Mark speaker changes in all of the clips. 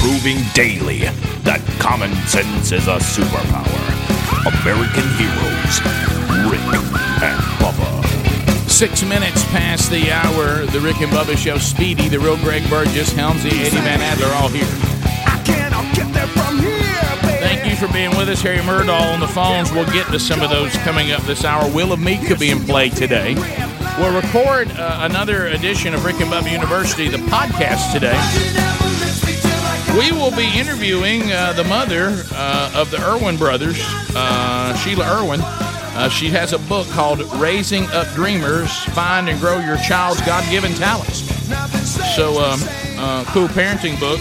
Speaker 1: proving daily that common sense is a superpower. American heroes, Rick and Bubba.
Speaker 2: Six minutes past the hour, the Rick and Bubba Show, Speedy, the real Greg Burgess, Helmsy, Eddie Van Adler, all here.
Speaker 3: I cannot get there from here, baby.
Speaker 2: Thank you for being with us. Harry Murdahl on the phones. We'll get to some of those coming up this hour. Will of Meat could be in play today. We'll record uh, another edition of Rick and Bubba University, the podcast today. We will be interviewing uh, the mother uh, of the Irwin brothers, uh, Sheila Irwin. Uh, she has a book called Raising Up Dreamers Find and Grow Your Child's God Given Talents. So, um, uh, cool parenting book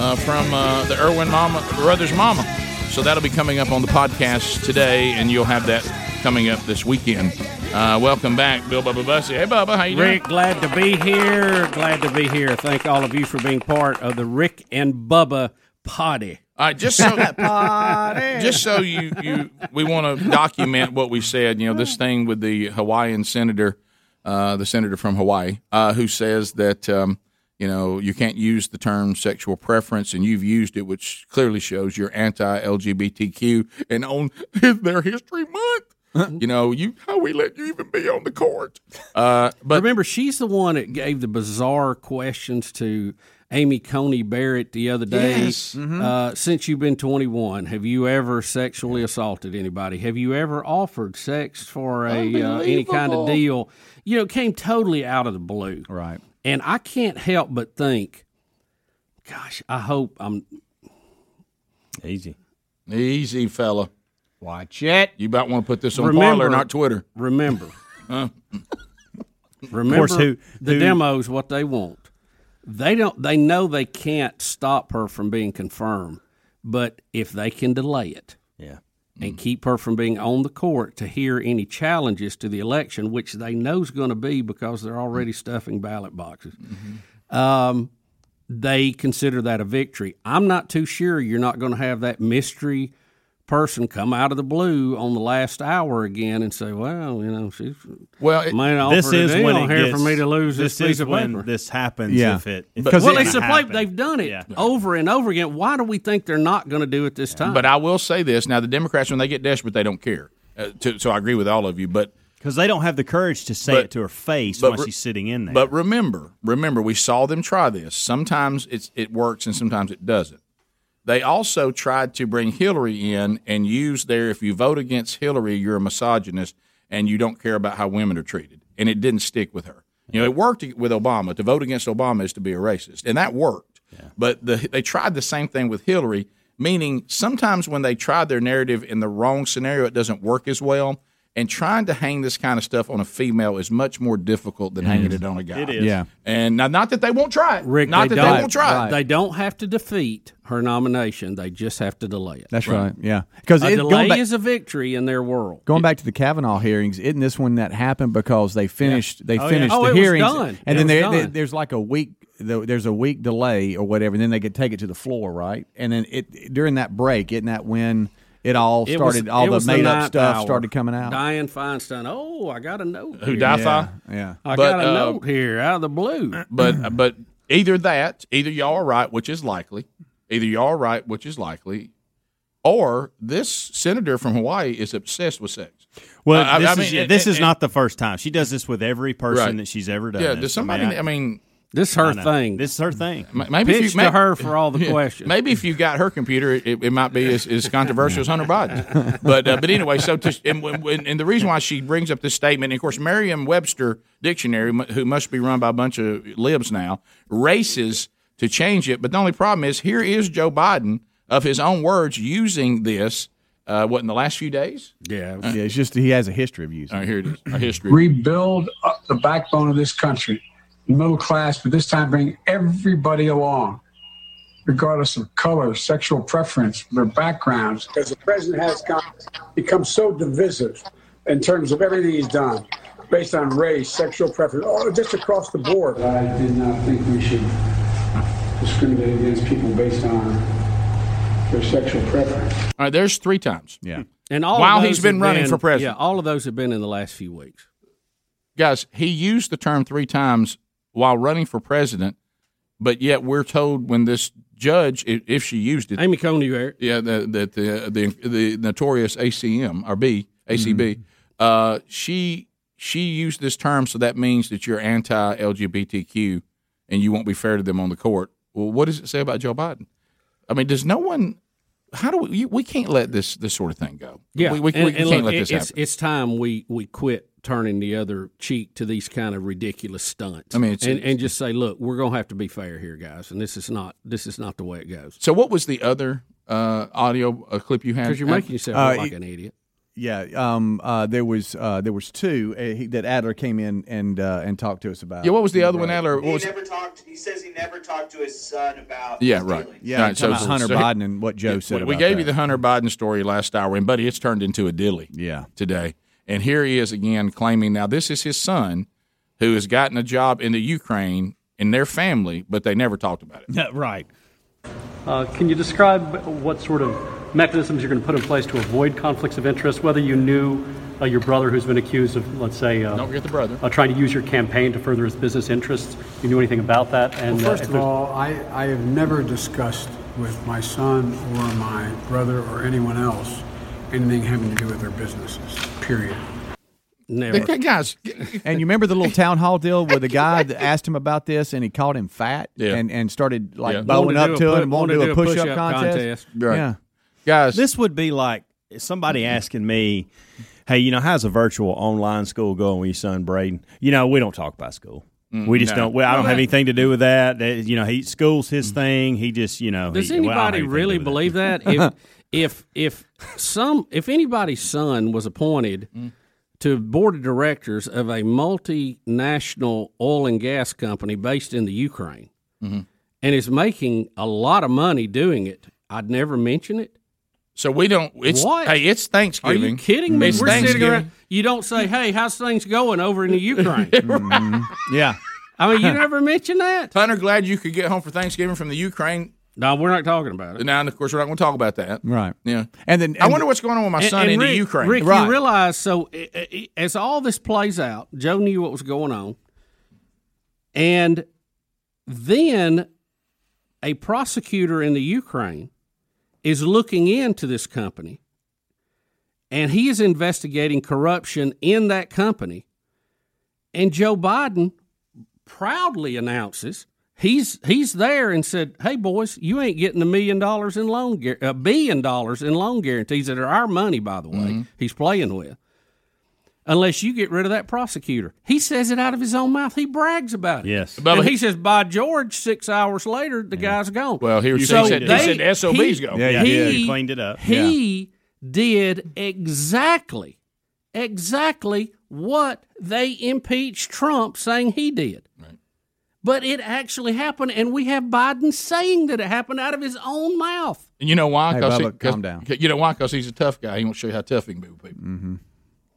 Speaker 2: uh, from uh, the Irwin mama, Brothers Mama. So that'll be coming up on the podcast today, and you'll have that coming up this weekend. Uh, welcome back, Bill Bubba Bussy. Hey, Bubba, how you doing?
Speaker 4: Rick, glad to be here. Glad to be here. Thank all of you for being part of the Rick and Bubba potty.
Speaker 2: All right, Uh, just so just so you you we want to document what we said. You know, this thing with the Hawaiian senator, uh, the senator from Hawaii, uh, who says that um, you know you can't use the term sexual preference, and you've used it, which clearly shows you're anti-LGBTQ. And on their History Month, you know, you how we let you even be on the court. Uh, but
Speaker 4: Remember, she's the one that gave the bizarre questions to Amy Coney Barrett the other day.
Speaker 5: Mm-hmm.
Speaker 4: Uh, since you've been 21, have you ever sexually assaulted anybody? Have you ever offered sex for a uh, any kind of deal? You know, it came totally out of the blue.
Speaker 5: Right.
Speaker 4: And I can't help but think, gosh, I hope I'm
Speaker 5: Easy.
Speaker 2: easy, fella,
Speaker 5: Watch it.
Speaker 2: you about want to put this on
Speaker 4: Remember-
Speaker 2: Parler, not Twitter.
Speaker 4: remember. remember
Speaker 5: Of course, who-
Speaker 4: the
Speaker 5: who-
Speaker 4: demos what they want. They don't they know they can't stop her from being confirmed, but if they can delay it
Speaker 5: Yeah. Mm.
Speaker 4: and keep her from being on the court to hear any challenges to the election, which they know's going to be because they're already
Speaker 5: Mm.
Speaker 4: stuffing ballot boxes.
Speaker 6: Mm-hmm.
Speaker 4: Um they consider that a victory. I'm not too sure you're not going to have that mystery person come out of the blue on the last hour again and say, "Well, you know, she's
Speaker 2: Well, it,
Speaker 4: Man, I
Speaker 5: This
Speaker 4: offered a
Speaker 5: is
Speaker 4: deal
Speaker 5: when it
Speaker 4: here
Speaker 5: gets,
Speaker 4: for me to lose this,
Speaker 5: is
Speaker 4: piece of
Speaker 5: when
Speaker 4: paper.
Speaker 5: this happens.
Speaker 7: Yeah.
Speaker 5: If it, if
Speaker 2: But-
Speaker 4: well,
Speaker 5: gonna
Speaker 4: it's the play.
Speaker 5: happen.
Speaker 4: They've done it
Speaker 5: Yeah.
Speaker 4: over and over again. Why do we think they're not going to do it this time?
Speaker 2: But I will say this: now, the Democrats, when they get desperate, they don't care. Uh, to, so I agree with all of you. But
Speaker 5: Because they don't have the courage to say
Speaker 2: But-
Speaker 5: it to her face
Speaker 2: but
Speaker 5: while
Speaker 2: re-
Speaker 5: she's sitting in there.
Speaker 2: but remember, remember, we saw them try this. Sometimes it's it works, and sometimes it doesn't. They also tried to bring Hillary in and use their if you vote against Hillary, you're a misogynist and you don't care about how women are treated. And it didn't stick with her. You know, it worked with Obama. To vote against Obama is to be a racist, and that worked. But the, they tried the same thing with Hillary, meaning sometimes when they tried their narrative in the wrong scenario, it doesn't work as well. And trying to hang this kind of stuff on a female is much more difficult than hanging it on a guy. It
Speaker 5: is.
Speaker 7: Yeah.
Speaker 2: And now, not that they won't try it.
Speaker 4: Rick,
Speaker 2: not
Speaker 4: they
Speaker 2: that
Speaker 4: don't.
Speaker 2: they won't try it.
Speaker 4: They don't have to defeat her nomination. They just have to delay it.
Speaker 7: That's right. Yeah. Because
Speaker 4: a delay
Speaker 7: going back,
Speaker 4: is a victory in their world.
Speaker 7: going back to the Kavanaugh hearings, isn't this one that happened because they finished they
Speaker 5: yeah.
Speaker 7: finished
Speaker 4: Oh,
Speaker 7: the
Speaker 4: it was
Speaker 7: hearings
Speaker 4: done.
Speaker 7: and then
Speaker 4: It was
Speaker 7: they,
Speaker 4: done.
Speaker 7: they- there's like a week though there's a week delay or whatever and then they could take it to the floor, right? And then it during that break, isn't that when it all
Speaker 4: It was-
Speaker 7: started all
Speaker 4: it
Speaker 7: the
Speaker 4: was
Speaker 7: made up
Speaker 4: ninth
Speaker 7: stuff
Speaker 4: hour.
Speaker 7: started coming out?
Speaker 4: Diane Feinstein. Oh, I got a note.
Speaker 2: Who
Speaker 4: here.
Speaker 2: died?
Speaker 7: yeah. yeah.
Speaker 4: I
Speaker 2: But,
Speaker 4: got a
Speaker 2: uh,
Speaker 4: note here out of the blue.
Speaker 2: but uh, but either that, either y'all are right, which is likely, either y'all are right, which is likely, or this senator from Hawaii is obsessed with sex.
Speaker 5: well,
Speaker 2: I- I
Speaker 5: this
Speaker 2: mean,
Speaker 5: is
Speaker 2: and-
Speaker 5: this
Speaker 2: and-
Speaker 5: is not the first time. She does this with every person
Speaker 2: Right.
Speaker 5: that she's ever done.
Speaker 2: yeah,
Speaker 5: this.
Speaker 2: does somebody?
Speaker 5: I
Speaker 2: I
Speaker 5: mean, I-
Speaker 2: mean,
Speaker 4: This is her
Speaker 5: I know.
Speaker 4: thing.
Speaker 5: This is her thing.
Speaker 2: m- maybe if
Speaker 4: Pitch
Speaker 2: you, may-
Speaker 4: to her for all the
Speaker 2: Yeah.
Speaker 4: questions.
Speaker 2: Maybe if you got her computer, it, it might be as, as controversial as Hunter Biden. But uh, but anyway, so to, and, when- when- and the reason why she brings up this statement, and of course, Merriam-Webster dictionary, mu- who must be run by a bunch of libs now, races to change it. But the only problem is here is Joe Biden of his own words using this. Uh, what in the last few days?
Speaker 4: yeah.
Speaker 7: Yeah, it's just he has a history of using.
Speaker 2: All right, here it is. Our history.
Speaker 8: rebuild up the backbone of this country, middle class, but this time bring everybody along, regardless of color, sexual preference, their backgrounds. Because the president has gone, become so divisive in terms of everything he's done, based on race, sexual preference, oh, just across the board. I did not think we should discriminate against people based on their sexual preference.
Speaker 2: All right, there's three times.
Speaker 7: Yeah.
Speaker 4: And all of
Speaker 2: While
Speaker 4: those
Speaker 2: he's been
Speaker 4: have
Speaker 2: running for president.
Speaker 4: Yeah, all of those have been in the last few weeks.
Speaker 2: guys, he used the term three times while running for president, but yet we're told when this judge, if, if she used it,
Speaker 4: Amy Coney Barrett.
Speaker 2: yeah, the, that the, the the notorious ACM or B ACB,
Speaker 4: Mm-hmm.
Speaker 2: uh, she she used this term, so that means that you're anti LGBTQ and you won't be fair to them on the court. Well, what does it say about Joe Biden? I mean, does no one? How do we? You, we can't let this this sort of thing go.
Speaker 4: Yeah,
Speaker 2: we, we,
Speaker 4: and-
Speaker 2: we
Speaker 4: and
Speaker 2: can't
Speaker 4: look,
Speaker 2: let
Speaker 4: it-
Speaker 2: this
Speaker 4: it's,
Speaker 2: happen.
Speaker 4: It's time we we quit turning the other cheek to these kind of ridiculous stunts.
Speaker 2: I mean, it's-
Speaker 4: and, and just say, look, we're gonna have to be fair here, guys, and this is not this is not the way it goes
Speaker 2: so, what was the other uh, audio uh, clip you had?
Speaker 4: because you're making yourself look
Speaker 7: uh,
Speaker 4: like an idiot.
Speaker 7: Yeah, um, uh, there was uh, there was two uh, he, that Adler came in and uh, and talked to us about.
Speaker 2: yeah. What was the other one, Adler? What
Speaker 9: He
Speaker 2: was?
Speaker 9: never talked. He says he never talked to his son about.
Speaker 2: Yeah,
Speaker 9: his
Speaker 2: right.
Speaker 9: feelings.
Speaker 7: Yeah,
Speaker 2: All right,
Speaker 7: so, about Hunter Biden and what Joe said.
Speaker 2: We, we
Speaker 7: about
Speaker 2: gave
Speaker 7: that.
Speaker 2: you the Hunter Biden story last hour, and buddy, it's turned into a dilly.
Speaker 7: Yeah.
Speaker 2: today, and here he is again claiming now this is his son who has gotten a job in the Ukraine in their family, but they never talked about it.
Speaker 5: right.
Speaker 10: Uh, Can you describe what sort of mechanisms you're going to put in place to avoid conflicts of interest, whether you knew uh, your brother who's been accused of, let's say, uh,
Speaker 2: Don't forget the brother.
Speaker 10: uh, trying to use your campaign to further his business interests? You knew anything about that? And
Speaker 11: Well,
Speaker 10: uh,
Speaker 11: first
Speaker 10: if
Speaker 11: of
Speaker 10: there's-
Speaker 11: all, I, I have never discussed with my son or my brother or anyone else anything having to do with their businesses, period.
Speaker 4: Never.
Speaker 2: Hey, guys,
Speaker 7: And you remember the little town hall deal where the guy that asked him about this and he called him fat
Speaker 2: Yeah.
Speaker 7: and, and started like
Speaker 2: Yeah.
Speaker 7: bowing
Speaker 4: Wanted to
Speaker 7: up to
Speaker 4: do a
Speaker 7: him,
Speaker 4: pu-
Speaker 7: and wanted to do a push up contest.
Speaker 2: Right.
Speaker 7: Yeah.
Speaker 2: guys, Mm-hmm.
Speaker 5: This would be like somebody asking me, "Hey, you know, how's a virtual online school going with your son, Braden?" You know, we don't talk about school. we just
Speaker 2: no.
Speaker 5: don't. Well, I don't have anything to do with that. That- you know, he school's his
Speaker 7: Mm-hmm.
Speaker 5: thing. He just, you know,
Speaker 4: Does
Speaker 5: he- well, I don't have
Speaker 4: anybody
Speaker 5: anything to
Speaker 4: really
Speaker 5: do with that.
Speaker 4: believe that? If if if some if anybody's son was appointed
Speaker 2: Mm.
Speaker 4: to board of directors of a multinational oil and gas company based in the Ukraine
Speaker 2: Mm-hmm.
Speaker 4: and is making a lot of money doing it, I'd never mention it.
Speaker 2: so we don't. It's
Speaker 4: What?
Speaker 2: hey, it's
Speaker 4: Are
Speaker 2: Thanksgiving.
Speaker 4: you kidding me?
Speaker 2: It's
Speaker 4: We're sitting
Speaker 2: Thanksgiving.
Speaker 4: around. You don't say, "Hey, how's things going over in the Ukraine?"
Speaker 2: Mm.
Speaker 7: Yeah.
Speaker 4: I mean, you never mention that.
Speaker 2: Hunter, glad you could get home for Thanksgiving from the Ukraine.
Speaker 4: No, we're not talking about it.
Speaker 2: Now, and of course, we're not going to talk about that.
Speaker 7: Right.
Speaker 2: Yeah.
Speaker 7: And then
Speaker 2: I wonder what's going on with my
Speaker 4: And-
Speaker 2: son
Speaker 4: and
Speaker 2: in
Speaker 4: Rick,
Speaker 2: the Ukraine.
Speaker 4: Rick,
Speaker 7: Right.
Speaker 4: you realize so i- i- i- as all this plays out, Joe knew what was going on, and then a prosecutor in the Ukraine is looking into this company, and he is investigating corruption in that company, and Joe Biden proudly announces. He's he's there and said, "Hey boys, you ain't getting a million dollars in loan, guar- a billion dollars in loan guarantees that are our money." By the way, he's playing with, unless you get rid of that prosecutor. He says it out of his own mouth. He brags about it.
Speaker 5: Yes.
Speaker 4: but he says, "By George, six hours later, the guy's gone."
Speaker 2: Well, Oh, he, was- he
Speaker 4: So
Speaker 2: said,
Speaker 4: they-
Speaker 2: he said SOB's
Speaker 4: he-
Speaker 2: go.
Speaker 5: Yeah,
Speaker 4: he,
Speaker 5: yeah, he cleaned it up.
Speaker 4: He did exactly, exactly what they impeached Trump saying he did. But it actually happened, and we have Biden saying that it happened out of his own mouth.
Speaker 2: And you know why?
Speaker 7: Hey,
Speaker 2: 'Cause he-
Speaker 7: Bubba,
Speaker 2: 'cause-
Speaker 7: calm down.
Speaker 2: You know why? Because he's a tough guy. He won't show you how tough he can be with people. Mm-hmm.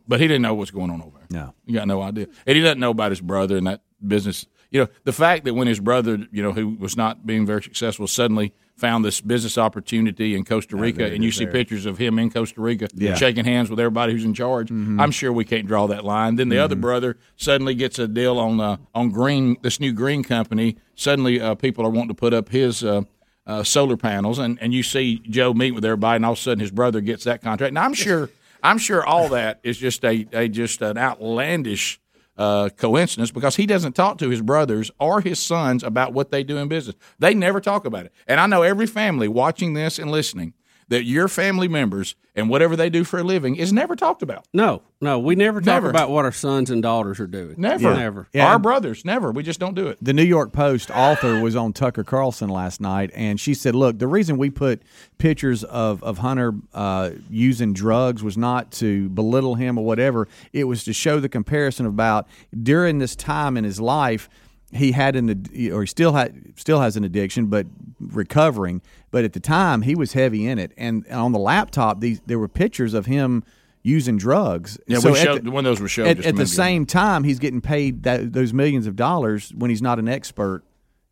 Speaker 2: But he didn't know what's going on over there.
Speaker 7: No.
Speaker 2: You got no idea. And he doesn't know about his brother and that business. You know, the fact that when his brother, you know, who was not being very successful, suddenly found this business opportunity in Costa Rica, and you see pictures of him in Costa Rica shaking hands with everybody who's in charge. I'm sure we can't draw that line. Then the other brother suddenly gets a deal on uh, on green, this new green company. Suddenly, uh, people are wanting to put up his. Uh, uh, solar panels, and, and you see Joe meet with everybody, and all of a sudden his brother gets that contract. And I'm sure, I'm sure all that is just a, a just an outlandish uh, coincidence because he doesn't talk to his brothers or his sons about what they do in business. They never talk about it. And I know every family watching this and listening that your family members and whatever they do for a living is never talked about.
Speaker 4: No, no, we never talk
Speaker 2: Oh. Never.
Speaker 4: about what our sons and daughters are doing.
Speaker 2: Never,
Speaker 4: never.
Speaker 7: Yeah.
Speaker 2: Our brothers, never. We just don't do it.
Speaker 7: The New York Post author was on Tucker Carlson last night, and she said, "Look, the reason we put pictures of of Hunter uh, using drugs was not to belittle him or whatever. It was to show the comparison about during this time in his life." He had an ad- or he still had still has an addiction, but recovering. But at the time, he was heavy in it, and on the laptop, these there were pictures of him using drugs.
Speaker 2: Yeah,
Speaker 7: So
Speaker 2: we
Speaker 7: at
Speaker 2: showed
Speaker 7: the-
Speaker 2: one of those were showed
Speaker 7: at,
Speaker 2: just a
Speaker 7: at the
Speaker 2: minute ago.
Speaker 7: same time he's getting paid that, those millions of dollars when he's not an expert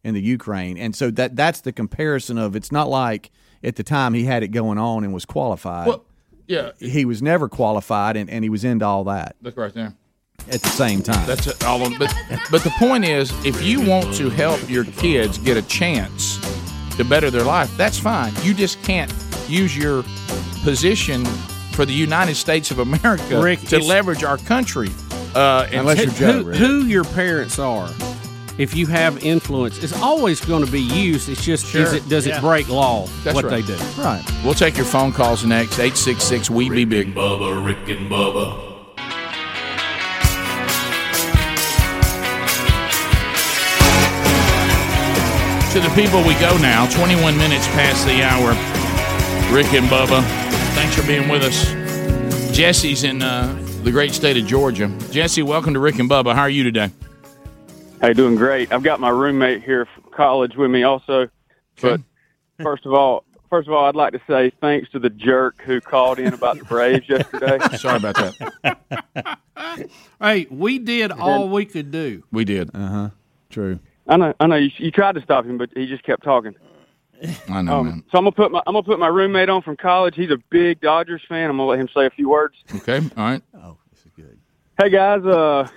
Speaker 7: in the Ukraine, and so that that's the comparison of it's not like at the time he had it going on and was qualified.
Speaker 2: Well, yeah,
Speaker 7: he was never qualified, and, and he was into all that
Speaker 2: look right there.
Speaker 7: at the same time.
Speaker 2: That's it, all. Of, but but the point is, if you want to help your kids get a chance to better their life, that's fine. You just can't use your position for the United States of America
Speaker 4: Rick,
Speaker 2: to
Speaker 4: it's-
Speaker 2: leverage our country. Uh, and
Speaker 4: Who- who, who your parents are. If you have influence, it's always going to be used. It's just
Speaker 2: Sure.
Speaker 4: is it does
Speaker 2: Yeah.
Speaker 4: it break law?
Speaker 2: That's
Speaker 4: what
Speaker 2: right.
Speaker 4: they do.
Speaker 7: Right.
Speaker 2: We'll take your phone calls next. 866 We Be Big.
Speaker 12: Bubba, Rick and Bubba.
Speaker 2: To the people we go now, 21 minutes past the hour. Rick and Bubba, thanks for being with us. Jesse's in uh, the great state of Georgia. Jesse, welcome to Rick and Bubba. How are you today?
Speaker 13: Hey, doing great. I've got my roommate here from college with me also. But first of all, first of all, I'd like to say thanks to the jerk who called in about the Braves yesterday.
Speaker 2: Sorry about that.
Speaker 4: Hey, we did all we could do.
Speaker 2: We did.
Speaker 7: Uh huh. True.
Speaker 13: I know, I know. You, you tried to stop him, but he just kept talking.
Speaker 2: I
Speaker 5: Um,
Speaker 2: know,
Speaker 13: man. So I'm gonna put my I'm gonna put my roommate on from college. He's a big Dodgers fan. I'm gonna let him say a few words.
Speaker 2: Okay. All right.
Speaker 13: Hey guys, uh,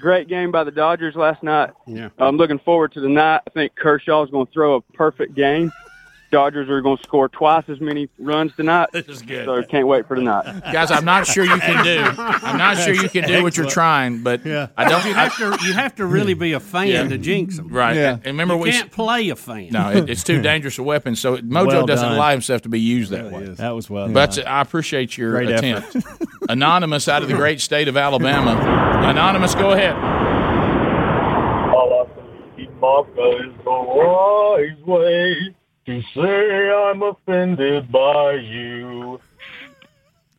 Speaker 13: great game by the Dodgers last night.
Speaker 4: Yeah.
Speaker 13: I'm looking forward to the night. I think Kershaw's going to throw a perfect game. Dodgers are going to score twice as many runs tonight. This
Speaker 2: is good.
Speaker 13: So can't wait for tonight.
Speaker 2: Guys, I'm not sure you can do. I'm not sure you can do what you're
Speaker 13: Excellent.
Speaker 2: trying, but I don't.
Speaker 4: You have to you have to really be a fan
Speaker 2: Yeah.
Speaker 4: to jinx them,
Speaker 2: Right. Yeah. And remember
Speaker 4: you
Speaker 2: we s-
Speaker 4: can't play a fan.
Speaker 2: No, it, it's too dangerous a weapon. So Mojo
Speaker 4: Well
Speaker 2: doesn't
Speaker 4: done.
Speaker 2: allow himself to be used that way.
Speaker 5: That was well.
Speaker 2: But
Speaker 5: done.
Speaker 2: I appreciate your
Speaker 5: Great
Speaker 2: attempt. Anonymous out of the great state of Alabama. Anonymous, go ahead.
Speaker 11: All I see Mafka is the wise way to say I'm offended by you.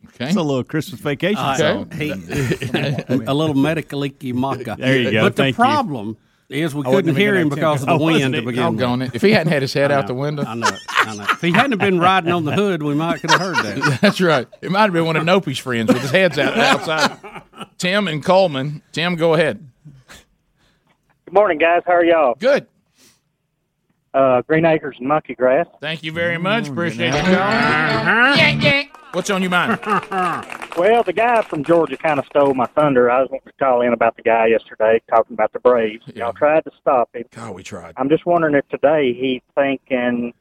Speaker 2: Okay.
Speaker 5: It's a little Christmas vacation
Speaker 4: Uh,
Speaker 5: song.
Speaker 4: he- a little medically maca.
Speaker 5: There you go.
Speaker 4: But the
Speaker 5: Thank you.
Speaker 4: problem is we
Speaker 5: I wasn't
Speaker 4: couldn't
Speaker 5: even
Speaker 4: hear
Speaker 5: gonna
Speaker 4: him
Speaker 5: attempt
Speaker 4: because
Speaker 5: it.
Speaker 4: of the
Speaker 5: I wasn't
Speaker 4: wind to
Speaker 5: even-
Speaker 4: begin
Speaker 2: doggone
Speaker 4: with.
Speaker 2: it. If he hadn't had his head
Speaker 4: I
Speaker 2: out the
Speaker 4: know.
Speaker 2: window.
Speaker 4: I know. it. I know. If he hadn't have been riding on the hood, we might could have heard that.
Speaker 2: That's right. It might have been one of Nopey's friends with his heads out outside. Tim and Coleman. Tim, go ahead.
Speaker 6: Good morning, guys. How are y'all?
Speaker 2: Good.
Speaker 6: Uh, Green Acres and Monkey Grass.
Speaker 2: Thank you very much. Appreciate it. What's on your mind?
Speaker 6: Well, the guy from Georgia kind of stole my thunder. I was wanting to call in about the guy yesterday talking about the Braves. Y'all tried to stop him.
Speaker 2: God, we tried.
Speaker 6: I'm just wondering if today he's thinking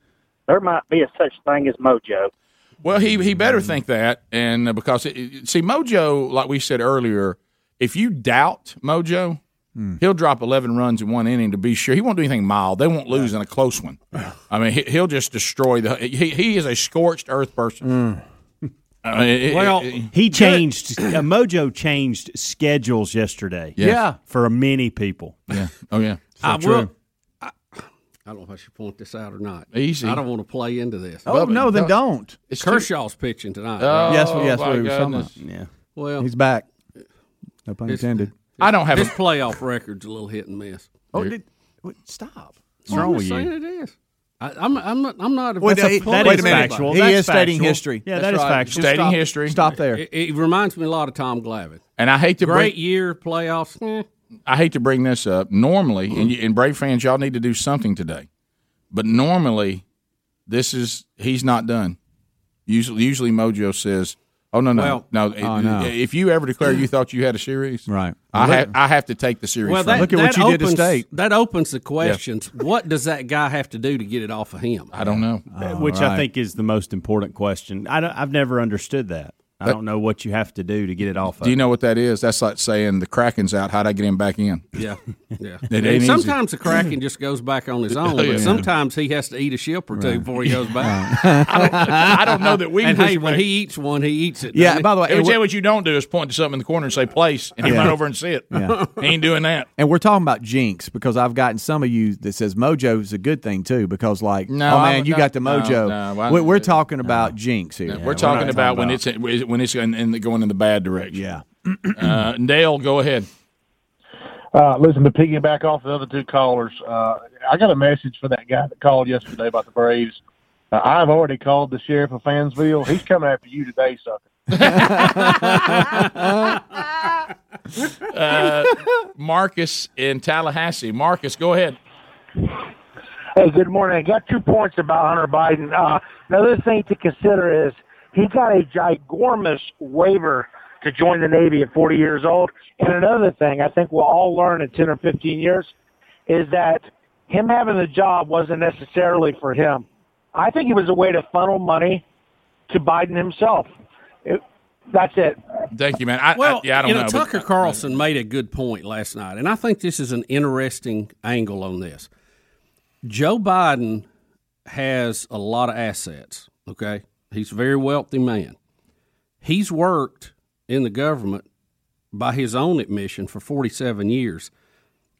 Speaker 6: there might be a such thing as mojo.
Speaker 2: Well, he he better think that, and uh, because it- it, see Mojo, like we said earlier, if you doubt Mojo, he'll drop eleven runs in one inning to be sure. He won't do anything mild. They won't lose in a close one. I mean, he, he'll just destroy the. He, he is a scorched earth person. Uh, it- it-
Speaker 5: well,
Speaker 2: it-
Speaker 5: he changed. uh, Mojo changed schedules yesterday.
Speaker 2: Yeah. Yeah.
Speaker 5: for many people.
Speaker 2: Yeah. Oh yeah.
Speaker 4: I will. I, I don't know if I should point this out or not.
Speaker 5: Easy.
Speaker 4: I don't want to play into this.
Speaker 7: Oh, no, then don't.
Speaker 4: It's
Speaker 7: It's
Speaker 4: Kershaw's pitching tonight.
Speaker 7: Oh,
Speaker 4: right?
Speaker 7: yes, yes, what he was talking about.
Speaker 5: Yeah.
Speaker 4: Well,
Speaker 7: he's back. No pun
Speaker 4: It's-
Speaker 7: intended.
Speaker 2: I don't have
Speaker 4: his
Speaker 2: a-
Speaker 4: playoff record's a little hit and miss.
Speaker 7: Oh, did, wait, stop.
Speaker 4: Well, I'm just saying it is. I, I'm, I'm not. I'm not.
Speaker 7: Wait,
Speaker 4: that's
Speaker 7: that-
Speaker 4: point.
Speaker 7: that Wait is a minute. factual. He That's is stating factual. history. Yeah,
Speaker 4: That's
Speaker 7: that is factual.
Speaker 4: Just
Speaker 7: Stating
Speaker 4: stop-
Speaker 7: history. Stop there.
Speaker 4: It, it reminds me a lot of Tom Glavine.
Speaker 2: And I hate to
Speaker 4: Great
Speaker 2: break.
Speaker 4: year playoffs. eh.
Speaker 2: I hate to bring this up. Normally, and,
Speaker 4: Mm-hmm.
Speaker 2: you, and Brave fans, y'all need to do something today. But normally, this is he's not done. Usually, usually Mojo says, "Oh no, no,
Speaker 4: Well-
Speaker 2: no.
Speaker 4: Oh, no.
Speaker 2: If you ever declare you thought you had a series, right? I
Speaker 4: Look-
Speaker 2: have I have to take the series.
Speaker 4: Well,
Speaker 2: from
Speaker 4: that,
Speaker 2: you.
Speaker 4: that opens, That opens the questions. What does that guy have to do to get it off of him?
Speaker 2: I don't know.
Speaker 5: Uh, Which I think is the most important question. I don't, I've never understood that. I
Speaker 2: That-
Speaker 5: don't know what you have to do to get it off.
Speaker 2: Do you
Speaker 5: of.
Speaker 2: know what that is? That's like saying the Kraken's out. How'd I get him back in?
Speaker 4: Yeah, yeah.
Speaker 2: It ain't
Speaker 4: And
Speaker 2: easy.
Speaker 4: sometimes the Kraken just goes back on his own,
Speaker 2: Oh, yeah.
Speaker 4: but sometimes he has to eat a ship or two
Speaker 2: Right.
Speaker 4: before he goes back.
Speaker 2: I don't- I don't know that we
Speaker 4: And
Speaker 2: can
Speaker 4: hey, when
Speaker 2: expect-
Speaker 4: he eats one, he eats it. doesn't he?
Speaker 2: Every day what you don't do is point to something in the corner and say place, and he
Speaker 7: Yeah.
Speaker 2: run over and see it.
Speaker 7: Yeah.
Speaker 2: He ain't doing that.
Speaker 7: And we're talking about jinx because I've gotten some of you that says mojo is a good thing too because like
Speaker 2: No,
Speaker 7: oh
Speaker 2: I
Speaker 7: man
Speaker 2: would
Speaker 7: you
Speaker 2: not-
Speaker 7: got the
Speaker 2: no,
Speaker 7: mojo.
Speaker 2: no, I-
Speaker 7: We- we're, talking about jinx here.
Speaker 2: we're talking about when it's when it's in, in the, going in the bad direction. Yeah. uh, Dale, go ahead.
Speaker 11: Uh, listen, to piggyback off the other two callers, uh, I got a message for that guy that called yesterday about the Braves. Uh, I've already called the sheriff of Fansville. He's coming after you today, sucker.
Speaker 2: Uh, Marcus in Tallahassee. Marcus, go ahead.
Speaker 14: Hey, good morning. I got two points about Hunter Biden. Uh, another thing to consider is he got a ginormous waiver to join the Navy at 40 years old. And another thing I think we'll all learn in 10 or 15 years is that
Speaker 13: him having the job wasn't necessarily for him. I think it was a way to funnel money to Biden himself. It, that's it.
Speaker 2: Thank you, man. I,
Speaker 4: well,
Speaker 2: I, yeah, I don't
Speaker 4: you know,
Speaker 2: know. but-
Speaker 4: Tucker Carlson made a good point last night, and I think this is an interesting angle on this. Joe Biden has a lot of assets. Okay, he's a very wealthy man. He's worked in the government by his own admission for forty-seven years.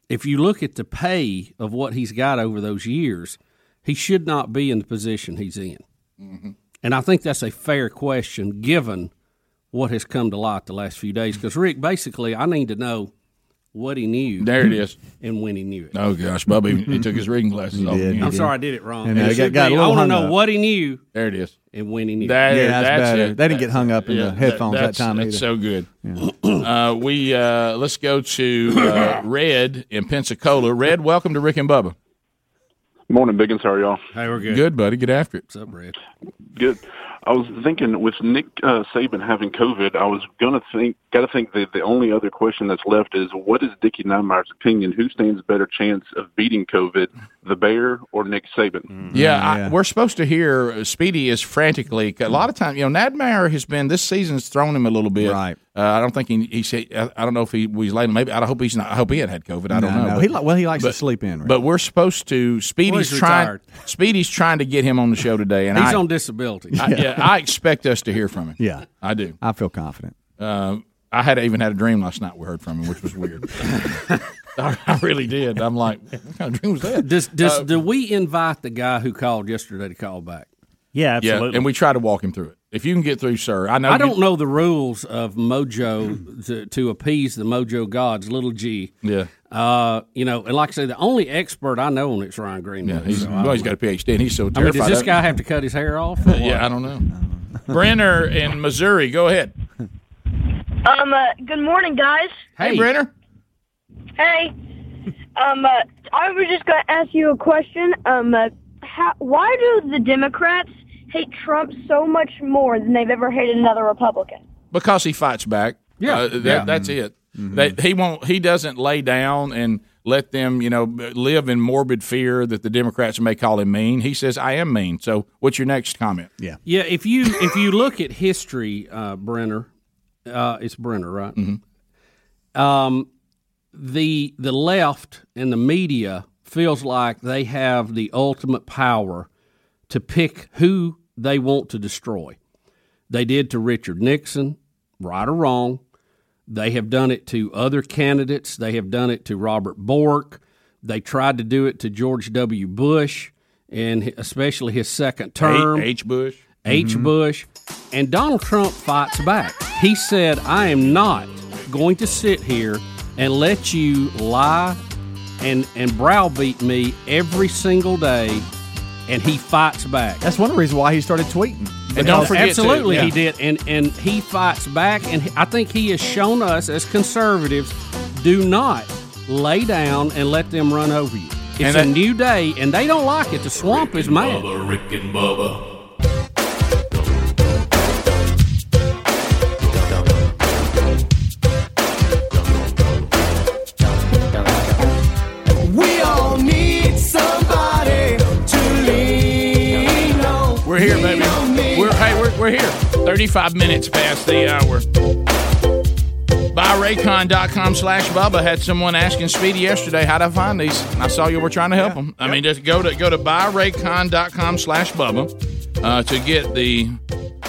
Speaker 4: If you look at the pay of what he's got over those years, he should not be in the position he's in. Mm-hmm. And I think that's a fair question given what has come to light the last few days. Because, Rick, basically, I need to know what he knew.
Speaker 2: There it is.
Speaker 4: And when he knew it.
Speaker 2: Oh gosh, Bubby, he took his reading glasses off.
Speaker 4: I'm sorry I did it wrong.
Speaker 2: And
Speaker 4: It
Speaker 2: I got-
Speaker 4: should
Speaker 2: got a
Speaker 4: be, I
Speaker 2: little
Speaker 4: want to
Speaker 2: hung
Speaker 4: know
Speaker 2: up.
Speaker 4: what he knew.
Speaker 2: There it is.
Speaker 4: And when he knew
Speaker 2: That,
Speaker 7: Yeah, that's
Speaker 2: that's
Speaker 7: better.
Speaker 2: it.
Speaker 7: They didn't get hung up in the
Speaker 2: that-
Speaker 7: headphones that
Speaker 2: that's-
Speaker 7: time
Speaker 2: That's
Speaker 7: either.
Speaker 2: so good. Uh, we uh, let's go to uh, Red in Pensacola. Red, welcome to Rick and Bubba.
Speaker 12: Morning, Biggins. How are y'all?
Speaker 4: Hey, we're
Speaker 2: Good, buddy. Get after it. What's up, Red?
Speaker 12: Good. I was thinking with Nick uh, Saban having COVID, I was gonna think, gotta think that the only other question that's left is what is Dickie Nymeyer's opinion? Who stands better chance of beating COVID, the Bear or Nick Saban?
Speaker 7: Mm,
Speaker 2: Yeah, I, we're supposed to hear uh, Speedy is frantically a lot of time. You know, Nadmeyer has been this season's thrown him a little bit. Right. Uh, I don't think he he said. I, I don't know if he was late. Maybe I hope he's not. I hope he had had COVID. I don't
Speaker 7: No,
Speaker 2: know.
Speaker 7: no. He li- well, he likes to sleep in. Right?
Speaker 2: But we're supposed to. Speedy's
Speaker 7: he's
Speaker 2: trying.
Speaker 7: retired.
Speaker 2: Speedy's trying to get him on the show today, and
Speaker 4: He's
Speaker 2: I,
Speaker 4: on disability.
Speaker 2: I, yeah, I expect us to hear from him.
Speaker 7: Yeah,
Speaker 2: I do.
Speaker 7: I feel confident.
Speaker 2: Uh, I had even had a dream last night. We heard from him, which was weird. I, I really did. I'm like, what kind of dream was that?
Speaker 4: Does, does,
Speaker 2: Uh,
Speaker 4: do we invite the guy who called yesterday to call back?
Speaker 5: Yeah,
Speaker 2: and we try to walk him through it. If you can get through, sir. I know.
Speaker 4: I
Speaker 2: you-
Speaker 4: don't know the rules of mojo to, to appease the mojo gods, little g.
Speaker 2: Yeah.
Speaker 4: Uh, you know, and like I say, the only expert I know on it's Ryan Greenwood.
Speaker 2: Yeah, he's,
Speaker 4: so I
Speaker 2: well,
Speaker 4: don't
Speaker 2: he's got a PhD, and he's
Speaker 4: I
Speaker 2: so
Speaker 4: mean,
Speaker 2: terrified.
Speaker 4: does this
Speaker 2: of it.
Speaker 4: guy have to cut his hair off? or what?
Speaker 2: yeah, I don't know. Brenner in Missouri, go ahead.
Speaker 15: Um, uh, good morning, guys.
Speaker 2: Hey, Brenner.
Speaker 15: Hey. Um, uh, I was just going to ask you a question. Um, uh, how, why do the Democrats hate Trump so much more than they've ever hated another Republican?
Speaker 2: Because he fights back. Yeah, that,
Speaker 15: yeah.
Speaker 2: that's it.
Speaker 7: Mm-hmm.
Speaker 2: That he won't. He doesn't lay down and let them, you know, b- live in morbid fear that the Democrats may call him mean. He says, "I am mean." So, what's your next comment?
Speaker 7: Yeah,
Speaker 4: Yeah, if you if you look at history, uh, Brenner, uh, it's Brenner, right? Um, the the left and the media feels like they have the ultimate power to pick who they want to destroy. They did to Richard Nixon, right or wrong. They have done it to other candidates. They have done it to Robert Bork. They tried to do it to George W. Bush, and hi- especially his second term.
Speaker 2: H. H. Bush. Mm-hmm.
Speaker 4: H. Bush. And Donald Trump fights back. He said, I am not going to sit here and let you lie and, and browbeat me every single day. And he fights back.
Speaker 7: That's one of the reasons why he started tweeting.
Speaker 4: And
Speaker 7: Because-
Speaker 4: don't forget absolutely he did, and and he fights back, and I think he has shown us as conservatives, do not lay down and let them run over you. It's
Speaker 2: And
Speaker 4: a
Speaker 2: that-
Speaker 4: new day, and they don't like it. The swamp is mad.
Speaker 1: Bubba, Rick and Bubba.
Speaker 3: We all need somebody to lean on.
Speaker 2: We're here, baby. We're hey, we're, we're here. Thirty-five minutes past the hour. Buyraycon.com slash Bubba had someone asking Speedy yesterday how to find these. And I saw you were trying to help them. I mean, just go to go to buyraycon.com slash Bubba uh, to get the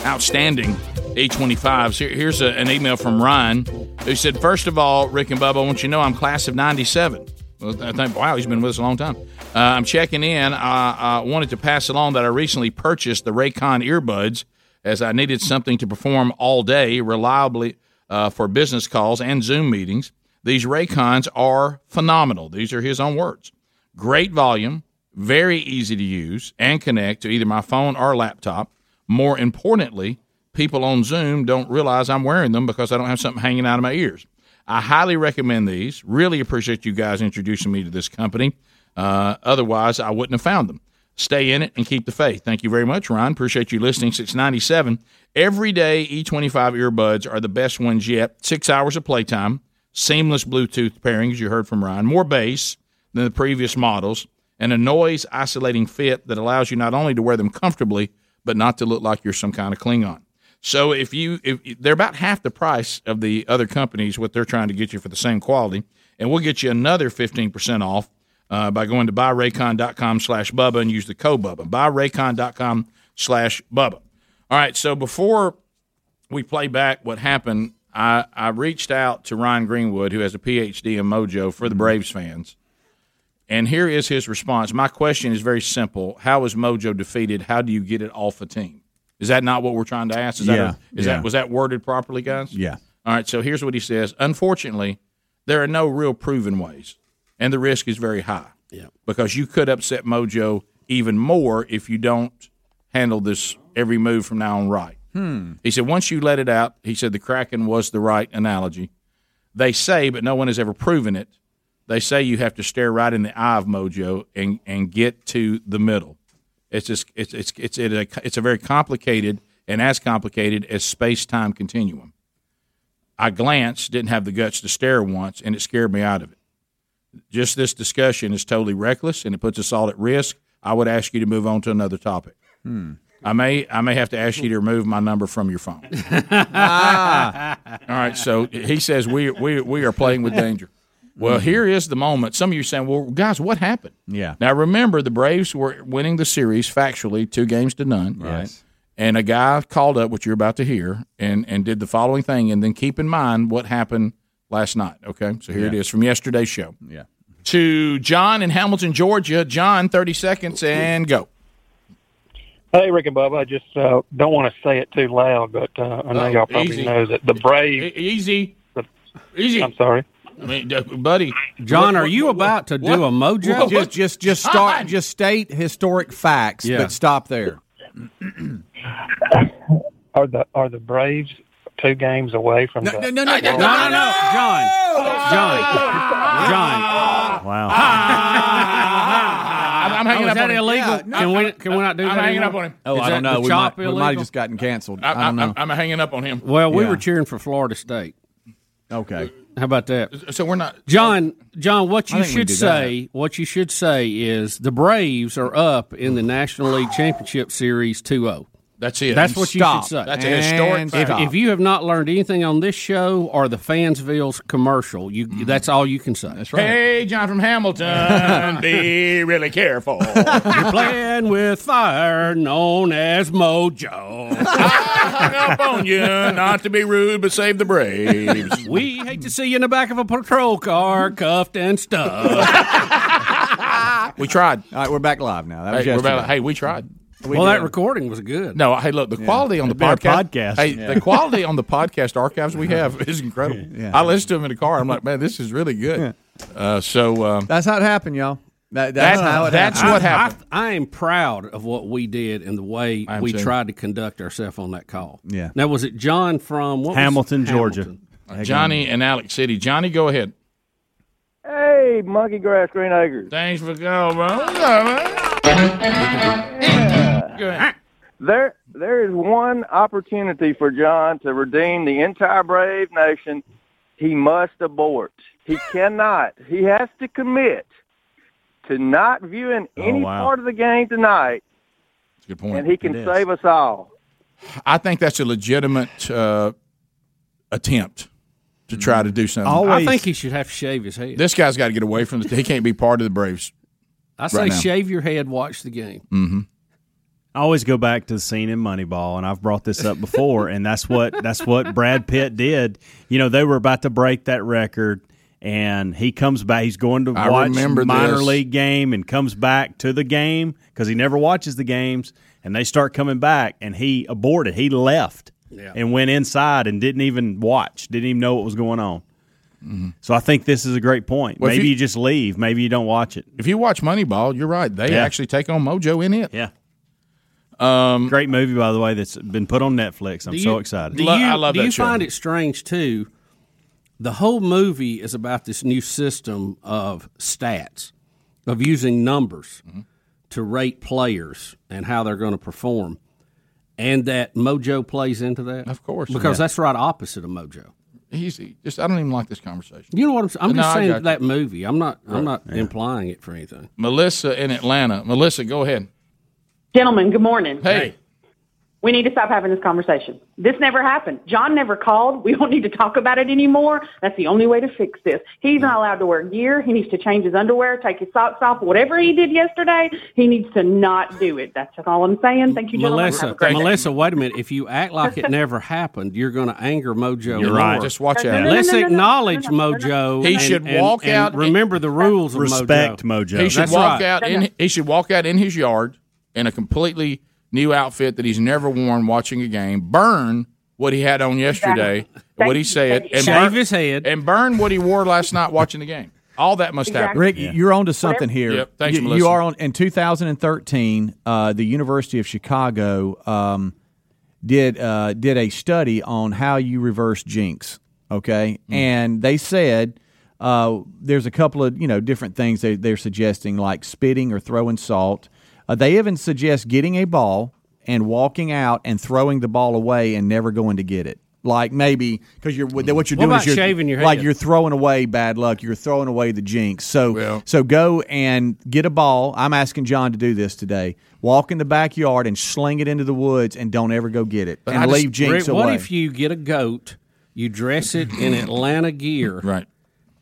Speaker 2: outstanding A25s. Here, here's a, an email from Ryan who said, First of all, Rick and Bubba, I want you to know I'm class of 97. Well, I think, wow, he's been with us a long time. Uh, I'm checking in. I, I wanted to pass along that I recently purchased the Raycon earbuds as I needed something to perform all day reliably uh, for business calls and Zoom meetings. These Raycons are phenomenal. These are his own words. Great volume, very easy to use and connect to either my phone or laptop. More importantly, people on Zoom don't realize I'm wearing them because I don't have something hanging out of my ears. I highly recommend these. Really appreciate you guys introducing me to this company. Uh, otherwise, I wouldn't have found them. Stay in it and keep the faith. Thank you very much, Ron. Appreciate you listening. 697. Everyday E25 E earbuds are the best ones yet. Six hours of playtime, seamless Bluetooth pairing, as you heard from Ron, more bass than the previous models, and a noise isolating fit that allows you not only to wear them comfortably, but not to look like you're some kind of Klingon. So if you if they're about half the price of the other companies, what they're trying to get you for the same quality, and we'll get you another fifteen percent off uh, by going to buyraycon.com slash bubba and use the code bubba. Buyraycon.com slash bubba. All right, so before we play back what happened, I, I reached out to Ryan Greenwood, who has a PhD in mojo for
Speaker 7: Mm-hmm.
Speaker 2: the Braves fans. And here is his response. My question is very simple. How is Mojo defeated? How do you get it off a team? Is that not what we're trying to ask? Is
Speaker 7: Yeah,
Speaker 2: that a, is
Speaker 7: yeah.
Speaker 2: that was that worded properly, guys?
Speaker 7: Yeah.
Speaker 2: All right, so here's what he says. Unfortunately, there are no real proven ways, and the risk is very high.
Speaker 4: Yeah.
Speaker 2: Because you could upset Mojo even more if you don't handle this every move from now on right.
Speaker 7: Hmm.
Speaker 2: He said, once you let it out, he said the Kraken was the right analogy. They say, but no one has ever proven it. They say you have to stare right in the eye of Mojo and, and get to the middle. It's just it's it's it's it a, it's a very complicated and as complicated as space time continuum. I glanced, didn't have the guts to stare once, and it scared me out of it. Just this discussion is totally reckless and it puts us all at risk. I would ask you to move on to another topic.
Speaker 7: Hmm.
Speaker 2: I may I may have to ask you to remove my number from your phone. All right, so he says we we we are playing with danger. Well, here is the moment. Some of you are saying, "Well, guys, what happened?"
Speaker 7: Yeah.
Speaker 2: Now remember, the Braves were winning the series factually, two games to none. Right. And a guy called up what you're about to hear, and and did the following thing, and then keep in mind what happened last night. Okay, so here it
Speaker 7: Yeah.
Speaker 2: is from yesterday's show.
Speaker 7: Yeah.
Speaker 2: To John in Hamilton, Georgia. John, thirty seconds and go.
Speaker 16: Hey, Rick and Bubba, I just uh, don't want to say it too loud, but uh, I know
Speaker 2: Oh,
Speaker 16: y'all probably
Speaker 2: easy. E-,
Speaker 16: know that the Braves.
Speaker 2: easy. Easy.
Speaker 16: I'm sorry.
Speaker 2: I mean, d- buddy,
Speaker 4: John, are you about to do a mojo?
Speaker 7: Just, just, just start. Just state historic facts,
Speaker 4: Yeah.
Speaker 7: but stop there.
Speaker 16: Are the are the Braves two games away from the?
Speaker 7: no, no,
Speaker 4: No, no, no, John, John, John.
Speaker 7: Wow.
Speaker 2: Ah. I'm hanging
Speaker 4: oh, is
Speaker 2: up
Speaker 4: that
Speaker 2: on him.
Speaker 4: illegal?
Speaker 2: Yeah, no,
Speaker 4: can we can we not do
Speaker 2: I'm
Speaker 4: that?
Speaker 2: hanging
Speaker 4: anymore?
Speaker 2: up on him.
Speaker 7: Oh,
Speaker 4: Is
Speaker 7: I don't
Speaker 4: that
Speaker 7: know.
Speaker 4: the
Speaker 7: We
Speaker 4: chop
Speaker 7: might, we might have
Speaker 4: illegal?
Speaker 7: just gotten canceled.
Speaker 2: I,
Speaker 7: I, don't know.
Speaker 2: am I'm hanging up on him.
Speaker 4: Well, we
Speaker 2: Yeah.
Speaker 4: were cheering for Florida State.
Speaker 7: Okay.
Speaker 4: How about that?
Speaker 2: So we're not.
Speaker 4: John, John, what
Speaker 2: I
Speaker 4: you
Speaker 2: think we
Speaker 4: should
Speaker 2: do that.
Speaker 4: say, what you should say is the Braves are up in the National League Championship Series 2-0.
Speaker 2: That's it.
Speaker 4: That's
Speaker 2: And
Speaker 4: what you
Speaker 2: stop.
Speaker 4: should say.
Speaker 2: That's a historic And fact.
Speaker 4: If,
Speaker 2: stop.
Speaker 4: if you have not learned anything on this show or the Fansville's commercial, you
Speaker 2: Mm-hmm.
Speaker 4: that's all you can say. That's
Speaker 2: Hey, John from Hamilton, be really careful.
Speaker 4: You're playing with fire, known as mojo.
Speaker 2: Hang up on you, not to be rude, but save the Braves.
Speaker 4: we hate to see you in the back of a patrol car, cuffed and stuffed.
Speaker 2: We tried.
Speaker 7: All right, we're back live now. That was
Speaker 2: Hey, we're
Speaker 7: yesterday.
Speaker 2: about- hey, we tried.
Speaker 4: well, that recording was good.
Speaker 2: No, hey, look, the quality on the
Speaker 4: It'd been a
Speaker 2: podcast,
Speaker 4: podcast.
Speaker 2: Hey,
Speaker 4: Yeah.
Speaker 2: the quality on the podcast archives we have is incredible. I listened to them in the car. I'm like, man, this is really good. Uh, so um,
Speaker 7: that's how it happened, y'all. That, that's
Speaker 2: That-
Speaker 7: how it
Speaker 2: that's
Speaker 7: happened.
Speaker 2: what happened.
Speaker 4: I am proud of what we did and the way
Speaker 7: am
Speaker 4: we
Speaker 7: too.
Speaker 4: tried to conduct ourselves on that call.
Speaker 7: Yeah.
Speaker 4: Now, was it John from what was-
Speaker 5: Hamilton, Georgia.
Speaker 4: Hamilton.
Speaker 2: Johnny and Alex City. Johnny, go ahead.
Speaker 17: Hey, Monkey Grass Greenacres.
Speaker 2: Thanks for going, bro.
Speaker 17: There, there is one opportunity for John to redeem the entire Brave Nation. He must abort. He cannot. He has to commit to not viewing any
Speaker 2: Oh, wow.
Speaker 17: part of the game tonight,
Speaker 2: Good point.
Speaker 17: and he can save us all.
Speaker 2: I think that's a legitimate uh, attempt to try to do something.
Speaker 4: I think he should have to shave his head.
Speaker 2: this guy's got to get away from the. He can't be part of the Braves.
Speaker 4: I say,
Speaker 2: right now.
Speaker 4: shave your head, watch the game.
Speaker 5: Mm-hmm. I always go back to the scene in Moneyball, and I've brought this up before, and that's what that's what Brad Pitt did. You know, they were about to break that record, and he comes back. He's going to
Speaker 2: I
Speaker 5: watch
Speaker 2: remember
Speaker 5: minor
Speaker 2: this.
Speaker 5: league game, and comes back to the game because he never watches the games. And they start coming back, and he aborted. He left
Speaker 4: Yeah.
Speaker 5: and went inside and didn't even watch. Didn't even know what was going on. So I think this is a great point.
Speaker 2: Mm-hmm. Well, if
Speaker 5: Maybe
Speaker 2: you-
Speaker 5: you, just leave. Maybe you don't watch it.
Speaker 2: If you watch Moneyball, you're right. They
Speaker 5: Yeah.
Speaker 2: actually take on Mojo in it.
Speaker 5: Yeah.
Speaker 2: Um,
Speaker 5: Great movie, by the way, that's been put on Netflix. I'm
Speaker 4: Do
Speaker 5: so
Speaker 4: you-
Speaker 5: excited.
Speaker 4: Do you, do you find it strange too? The whole movie is about this new system of stats, of using numbers
Speaker 2: Mm-hmm.
Speaker 4: to rate players and how they're going to perform, and that Mojo plays into that. Of
Speaker 2: course,
Speaker 4: because
Speaker 2: Yeah.
Speaker 4: that's right opposite of Mojo.
Speaker 2: he's he just. I don't even like this conversation.
Speaker 4: You know what I'm saying? I'm
Speaker 2: No,
Speaker 4: just
Speaker 2: I
Speaker 4: saying
Speaker 2: got you.
Speaker 4: that movie. I'm not. I'm not
Speaker 2: Yeah.
Speaker 4: implying it for anything.
Speaker 2: Melissa in Atlanta. Melissa, go ahead.
Speaker 18: Gentlemen, good morning.
Speaker 2: Hey.
Speaker 18: We need to stop having this conversation. This never happened. John never called. We don't need to talk about it anymore. That's the only way to fix this. He's not allowed to wear gear. He needs to change his underwear, take his socks off. Whatever he did yesterday, he needs to not do it. That's all I'm saying. Thank you, gentlemen. Have
Speaker 4: Melissa,
Speaker 18: a great day.
Speaker 4: Melissa, wait a minute. If you act like it never happened, you're going to anger Mojo.
Speaker 2: You're
Speaker 4: more.
Speaker 2: right. Just watch No, no, out. no, no,
Speaker 4: Let's
Speaker 2: no, no, no,
Speaker 4: acknowledge Mojo.
Speaker 2: He
Speaker 4: and-
Speaker 2: should
Speaker 4: and-
Speaker 2: walk
Speaker 4: and
Speaker 2: out-
Speaker 4: Remember the rules of Mojo.
Speaker 2: He should
Speaker 4: That's
Speaker 2: walk
Speaker 4: right.
Speaker 2: out in. He should walk out in his yard in a completely new outfit that he's never worn watching a game. Burn what he had on yesterday,
Speaker 4: Thank
Speaker 2: what he
Speaker 4: you.
Speaker 2: said, and
Speaker 4: Shave
Speaker 2: burn,
Speaker 4: his head,
Speaker 2: and burn what he wore last night watching the game. All that must happen.
Speaker 7: Rick, you're onto something here.
Speaker 2: Yep. Thanks,
Speaker 7: you, you
Speaker 2: Melissa.
Speaker 7: are on in 2013. Uh, the University of Chicago um, did uh, did a study on how you reverse jinx. Okay, and they said uh, there's a couple of you know different things they, they're suggesting, like spitting or throwing salt. Uh, they even suggest getting a ball and walking out and throwing the ball away and never going to get it. Like maybe because you're what you're
Speaker 4: What
Speaker 7: doing
Speaker 4: about
Speaker 7: is you're,
Speaker 4: shaving your
Speaker 7: like
Speaker 4: head?
Speaker 7: you're throwing away bad luck. You're throwing away the jinx. So so go and get a ball. I'm asking John to do this today. Walk in the backyard and sling it into the woods, and don't ever go get it.
Speaker 4: But
Speaker 7: and
Speaker 4: I just-
Speaker 7: leave jinx
Speaker 4: Rick,
Speaker 7: away.
Speaker 4: What if you get a goat, you dress it in Atlanta gear,
Speaker 2: right?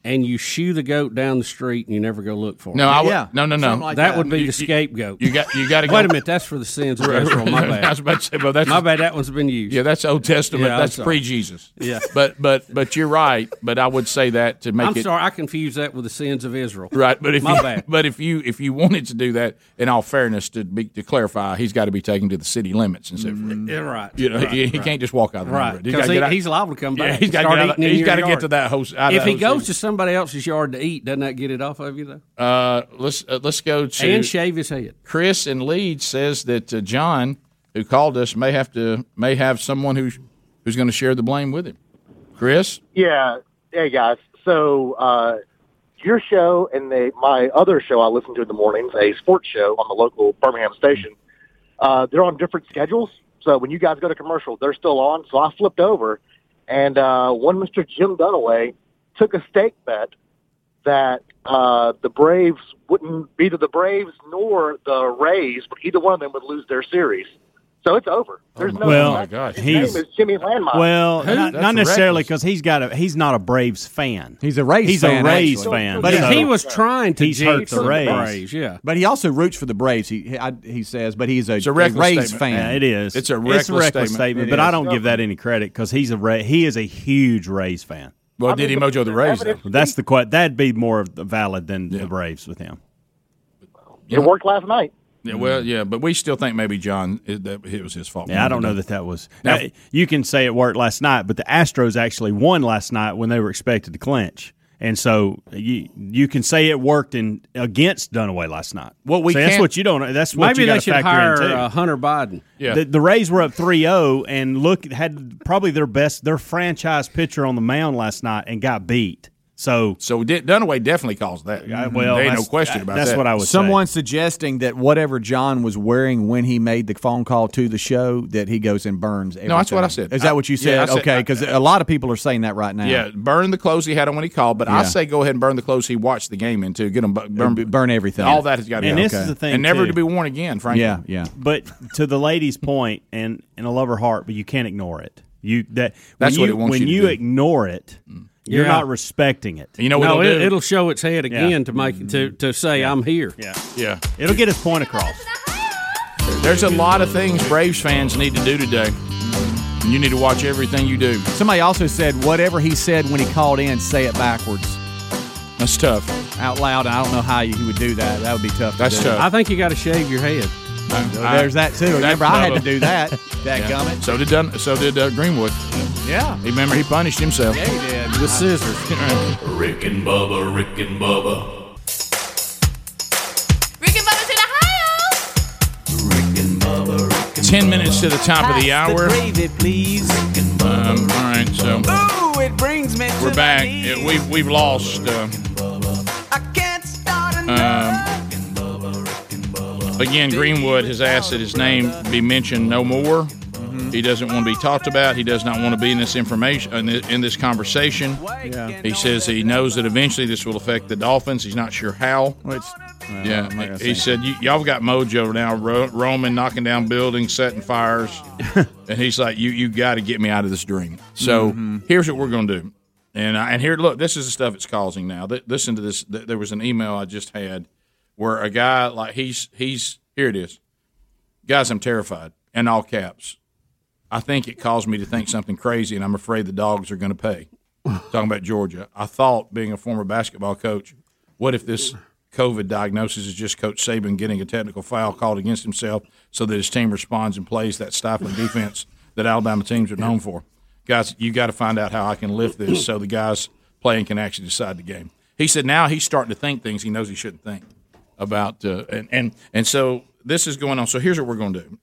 Speaker 4: And you shoo the goat down the street, and you never go look for it.
Speaker 2: No, I would- Yeah. no, no, no. Something like
Speaker 4: that,
Speaker 2: that.
Speaker 4: would be
Speaker 2: You-
Speaker 4: the
Speaker 2: you-
Speaker 4: scapegoat.
Speaker 2: you got- you gotta go-
Speaker 4: Wait a minute, that's for the sins of Israel. My bad.
Speaker 2: I was about to say, well, that's
Speaker 4: my bad. That one's been used.
Speaker 2: Yeah, that's Old Testament.
Speaker 4: Yeah, I'm
Speaker 2: that's
Speaker 4: sorry.
Speaker 2: pre Jesus.
Speaker 4: Yeah.
Speaker 2: but but but you're right. But I would say that to make
Speaker 4: I'm
Speaker 2: it
Speaker 4: sorry, I confused that with the sins of Israel.
Speaker 2: right. But if
Speaker 4: my
Speaker 2: you,
Speaker 4: bad.
Speaker 2: but if you if you wanted to do that, in all fairness, to be, to clarify, he's got to be taken to the city limits and so forth.
Speaker 4: Yeah, Mm, right.
Speaker 2: You know,
Speaker 4: right,
Speaker 2: he, he
Speaker 4: right.
Speaker 2: can't just walk out of the
Speaker 4: Right,
Speaker 2: neighborhood. He's
Speaker 4: 'cause
Speaker 2: gotta
Speaker 4: he-
Speaker 2: get out-
Speaker 4: he's liable to come
Speaker 2: Yeah,
Speaker 4: back.
Speaker 2: he's got to
Speaker 4: Start
Speaker 2: get out.
Speaker 4: eating in
Speaker 2: He's
Speaker 4: your
Speaker 2: got to get to
Speaker 4: yard.
Speaker 2: that host. out of
Speaker 4: If
Speaker 2: that
Speaker 4: he
Speaker 2: host
Speaker 4: goes to somebody else's yard to eat, doesn't that get it off of you though?
Speaker 2: Uh, let's uh, let's go to
Speaker 4: And shave his head.
Speaker 2: Chris in Leeds says that uh, John, who called us, may have to may have someone who's who's going to share the blame with him. Chris,
Speaker 14: Yeah. Hey guys. So uh, your show and the my other show I listen to in the mornings, a sports show on the local Birmingham station. Uh, they're on different schedules, so when you guys go to commercial, they're still on. So I flipped over, and uh, one Mister Jim Dunaway took a stake bet that uh, the Braves wouldn't either the Braves nor the Rays, but either one of them would lose their series. So it's over. There's no
Speaker 5: Um, well,
Speaker 14: His name
Speaker 5: he's
Speaker 14: is Jimmy Landmine.
Speaker 5: well, not, not necessarily because he's got a he's not a Braves fan.
Speaker 7: He's a Rays
Speaker 5: He's
Speaker 7: fan,
Speaker 5: a Rays
Speaker 7: actually.
Speaker 5: fan.
Speaker 7: But
Speaker 5: so
Speaker 7: he was trying to
Speaker 5: he's hurt
Speaker 7: jinx
Speaker 5: the
Speaker 7: the
Speaker 5: Rays.
Speaker 7: Braves, But he also roots for the Braves. He he, I, he says, but he's a,
Speaker 5: a
Speaker 7: a
Speaker 5: reckless
Speaker 7: Rays
Speaker 5: statement.
Speaker 7: fan.
Speaker 5: Yeah, it is.
Speaker 7: It's a
Speaker 5: it's a
Speaker 7: reckless
Speaker 5: reckless
Speaker 7: statement.
Speaker 5: statement.
Speaker 7: It
Speaker 5: but
Speaker 7: is.
Speaker 5: I don't give that any credit because he's a Ra- he is a huge Rays fan.
Speaker 2: Well, did he mojo the Rays? Though?
Speaker 5: That's the que- that'd be more of the valid than the Braves with him.
Speaker 14: It worked last night.
Speaker 2: Yeah, well, yeah, but we still think maybe John it, that it was his fault.
Speaker 5: Yeah, I don't know that that was.
Speaker 2: Now-
Speaker 5: uh, you can say it worked last night, but the Astros actually won last night when they were expected to clinch, and so you you can say it worked in against Dunaway last night.
Speaker 4: Well, we
Speaker 5: so that's
Speaker 4: can't-
Speaker 5: what you don't. That's what
Speaker 4: Maybe
Speaker 5: you
Speaker 4: they
Speaker 5: gotta
Speaker 4: should
Speaker 5: factor
Speaker 4: hire,
Speaker 5: in too.
Speaker 4: uh, Hunter Biden.
Speaker 5: Yeah. The, the Rays were up 3-0 and look had probably their best their franchise pitcher on the mound last night and got beat. So
Speaker 2: so Dunaway definitely caused that.
Speaker 5: well,
Speaker 2: There ain't no
Speaker 5: that's-
Speaker 2: question about
Speaker 5: that's
Speaker 2: that.
Speaker 5: what I would say.
Speaker 7: Someone suggesting that whatever John was wearing when he made the phone call to the show, that he goes and burns. Everything.
Speaker 2: No, that's what I said.
Speaker 7: Is that what you
Speaker 2: I- yeah, I
Speaker 7: said?
Speaker 2: said-
Speaker 7: okay, because a lot of people are saying that right now.
Speaker 2: Yeah, burn the clothes he had on when he called, but I
Speaker 7: Yeah.
Speaker 2: say go ahead and burn the clothes he watched the game in too. Get him bu- burn,
Speaker 7: B- burn everything.
Speaker 2: All that has got to
Speaker 5: And
Speaker 2: go.
Speaker 5: this is the thing,
Speaker 2: and never
Speaker 5: too.
Speaker 2: to be worn again. Frankly,
Speaker 7: yeah.
Speaker 5: But to the lady's point, and and I love her heart, but you can't ignore it. You that
Speaker 2: That's
Speaker 5: when
Speaker 2: what
Speaker 5: you,
Speaker 2: it wants
Speaker 5: when
Speaker 2: you to do. Mm.
Speaker 5: ignore it, you're
Speaker 4: Yeah.
Speaker 5: not respecting it.
Speaker 2: You know
Speaker 4: no, it, it'll show its head
Speaker 5: Yeah. Mm-hmm.
Speaker 4: again to make to to say I'm here.
Speaker 5: Yeah,
Speaker 2: yeah.
Speaker 5: It'll get its point across.
Speaker 2: There's a lot of things Braves fans need to do today. And You need to watch everything you do.
Speaker 7: Somebody also said whatever he said when he called in, say it backwards.
Speaker 2: That's tough.
Speaker 7: Out loud. I don't know how you, he would do that. That would be tough.
Speaker 2: That's
Speaker 7: to do.
Speaker 2: tough.
Speaker 4: I think you got to shave your head.
Speaker 7: I- There's that, too. Remember, I had to do that. That
Speaker 2: yeah.
Speaker 7: gummit.
Speaker 2: So did Dun- so did uh, Greenwood.
Speaker 7: Yeah.
Speaker 2: Remember, he punished himself.
Speaker 7: Yeah, he did.
Speaker 2: With scissors.
Speaker 1: Rick and Bubba, Rick and Bubba.
Speaker 19: Rick and Bubba's in Ohio.
Speaker 2: Ten minutes to the top of the hour. Um, all right, so
Speaker 3: Ooh, it brings me
Speaker 2: we're back. Yeah, we've we've lost. Uh, um, again, Greenwood has asked that his name be mentioned no more. He doesn't want to be talked about. He does not want to be in this information in this, in this conversation.
Speaker 7: Yeah.
Speaker 2: He says he knows that eventually this will affect the Dolphins. He's not sure how.
Speaker 7: Well, I'm not
Speaker 2: yeah,
Speaker 7: gonna
Speaker 2: he
Speaker 7: say.
Speaker 2: he said "You- y'all got mojo now, ro- roaming, knocking down buildings, setting fires, and he's like, "You you got to get me out of this dream." So
Speaker 1: Mhm.
Speaker 2: here's what we're gonna do, and I, and here look, this is the stuff it's causing now. Th- listen to this. Th- there was an email I just had where a guy like he's he's here it is, guys, I'm terrified in all caps. I think it caused me to think something crazy, and I'm afraid the dogs are going to pay. Talking about Georgia, I thought being a former basketball coach, what if this COVID diagnosis is just Coach Saban getting a technical foul called against himself so that his team responds and plays that stifling defense that Alabama teams are known for? Guys, you got to find out how I can lift this so the guys playing can actually decide the game. He said now he's starting to think things he knows he shouldn't think about, uh, and and and so this is going on. So here's what we're going to do.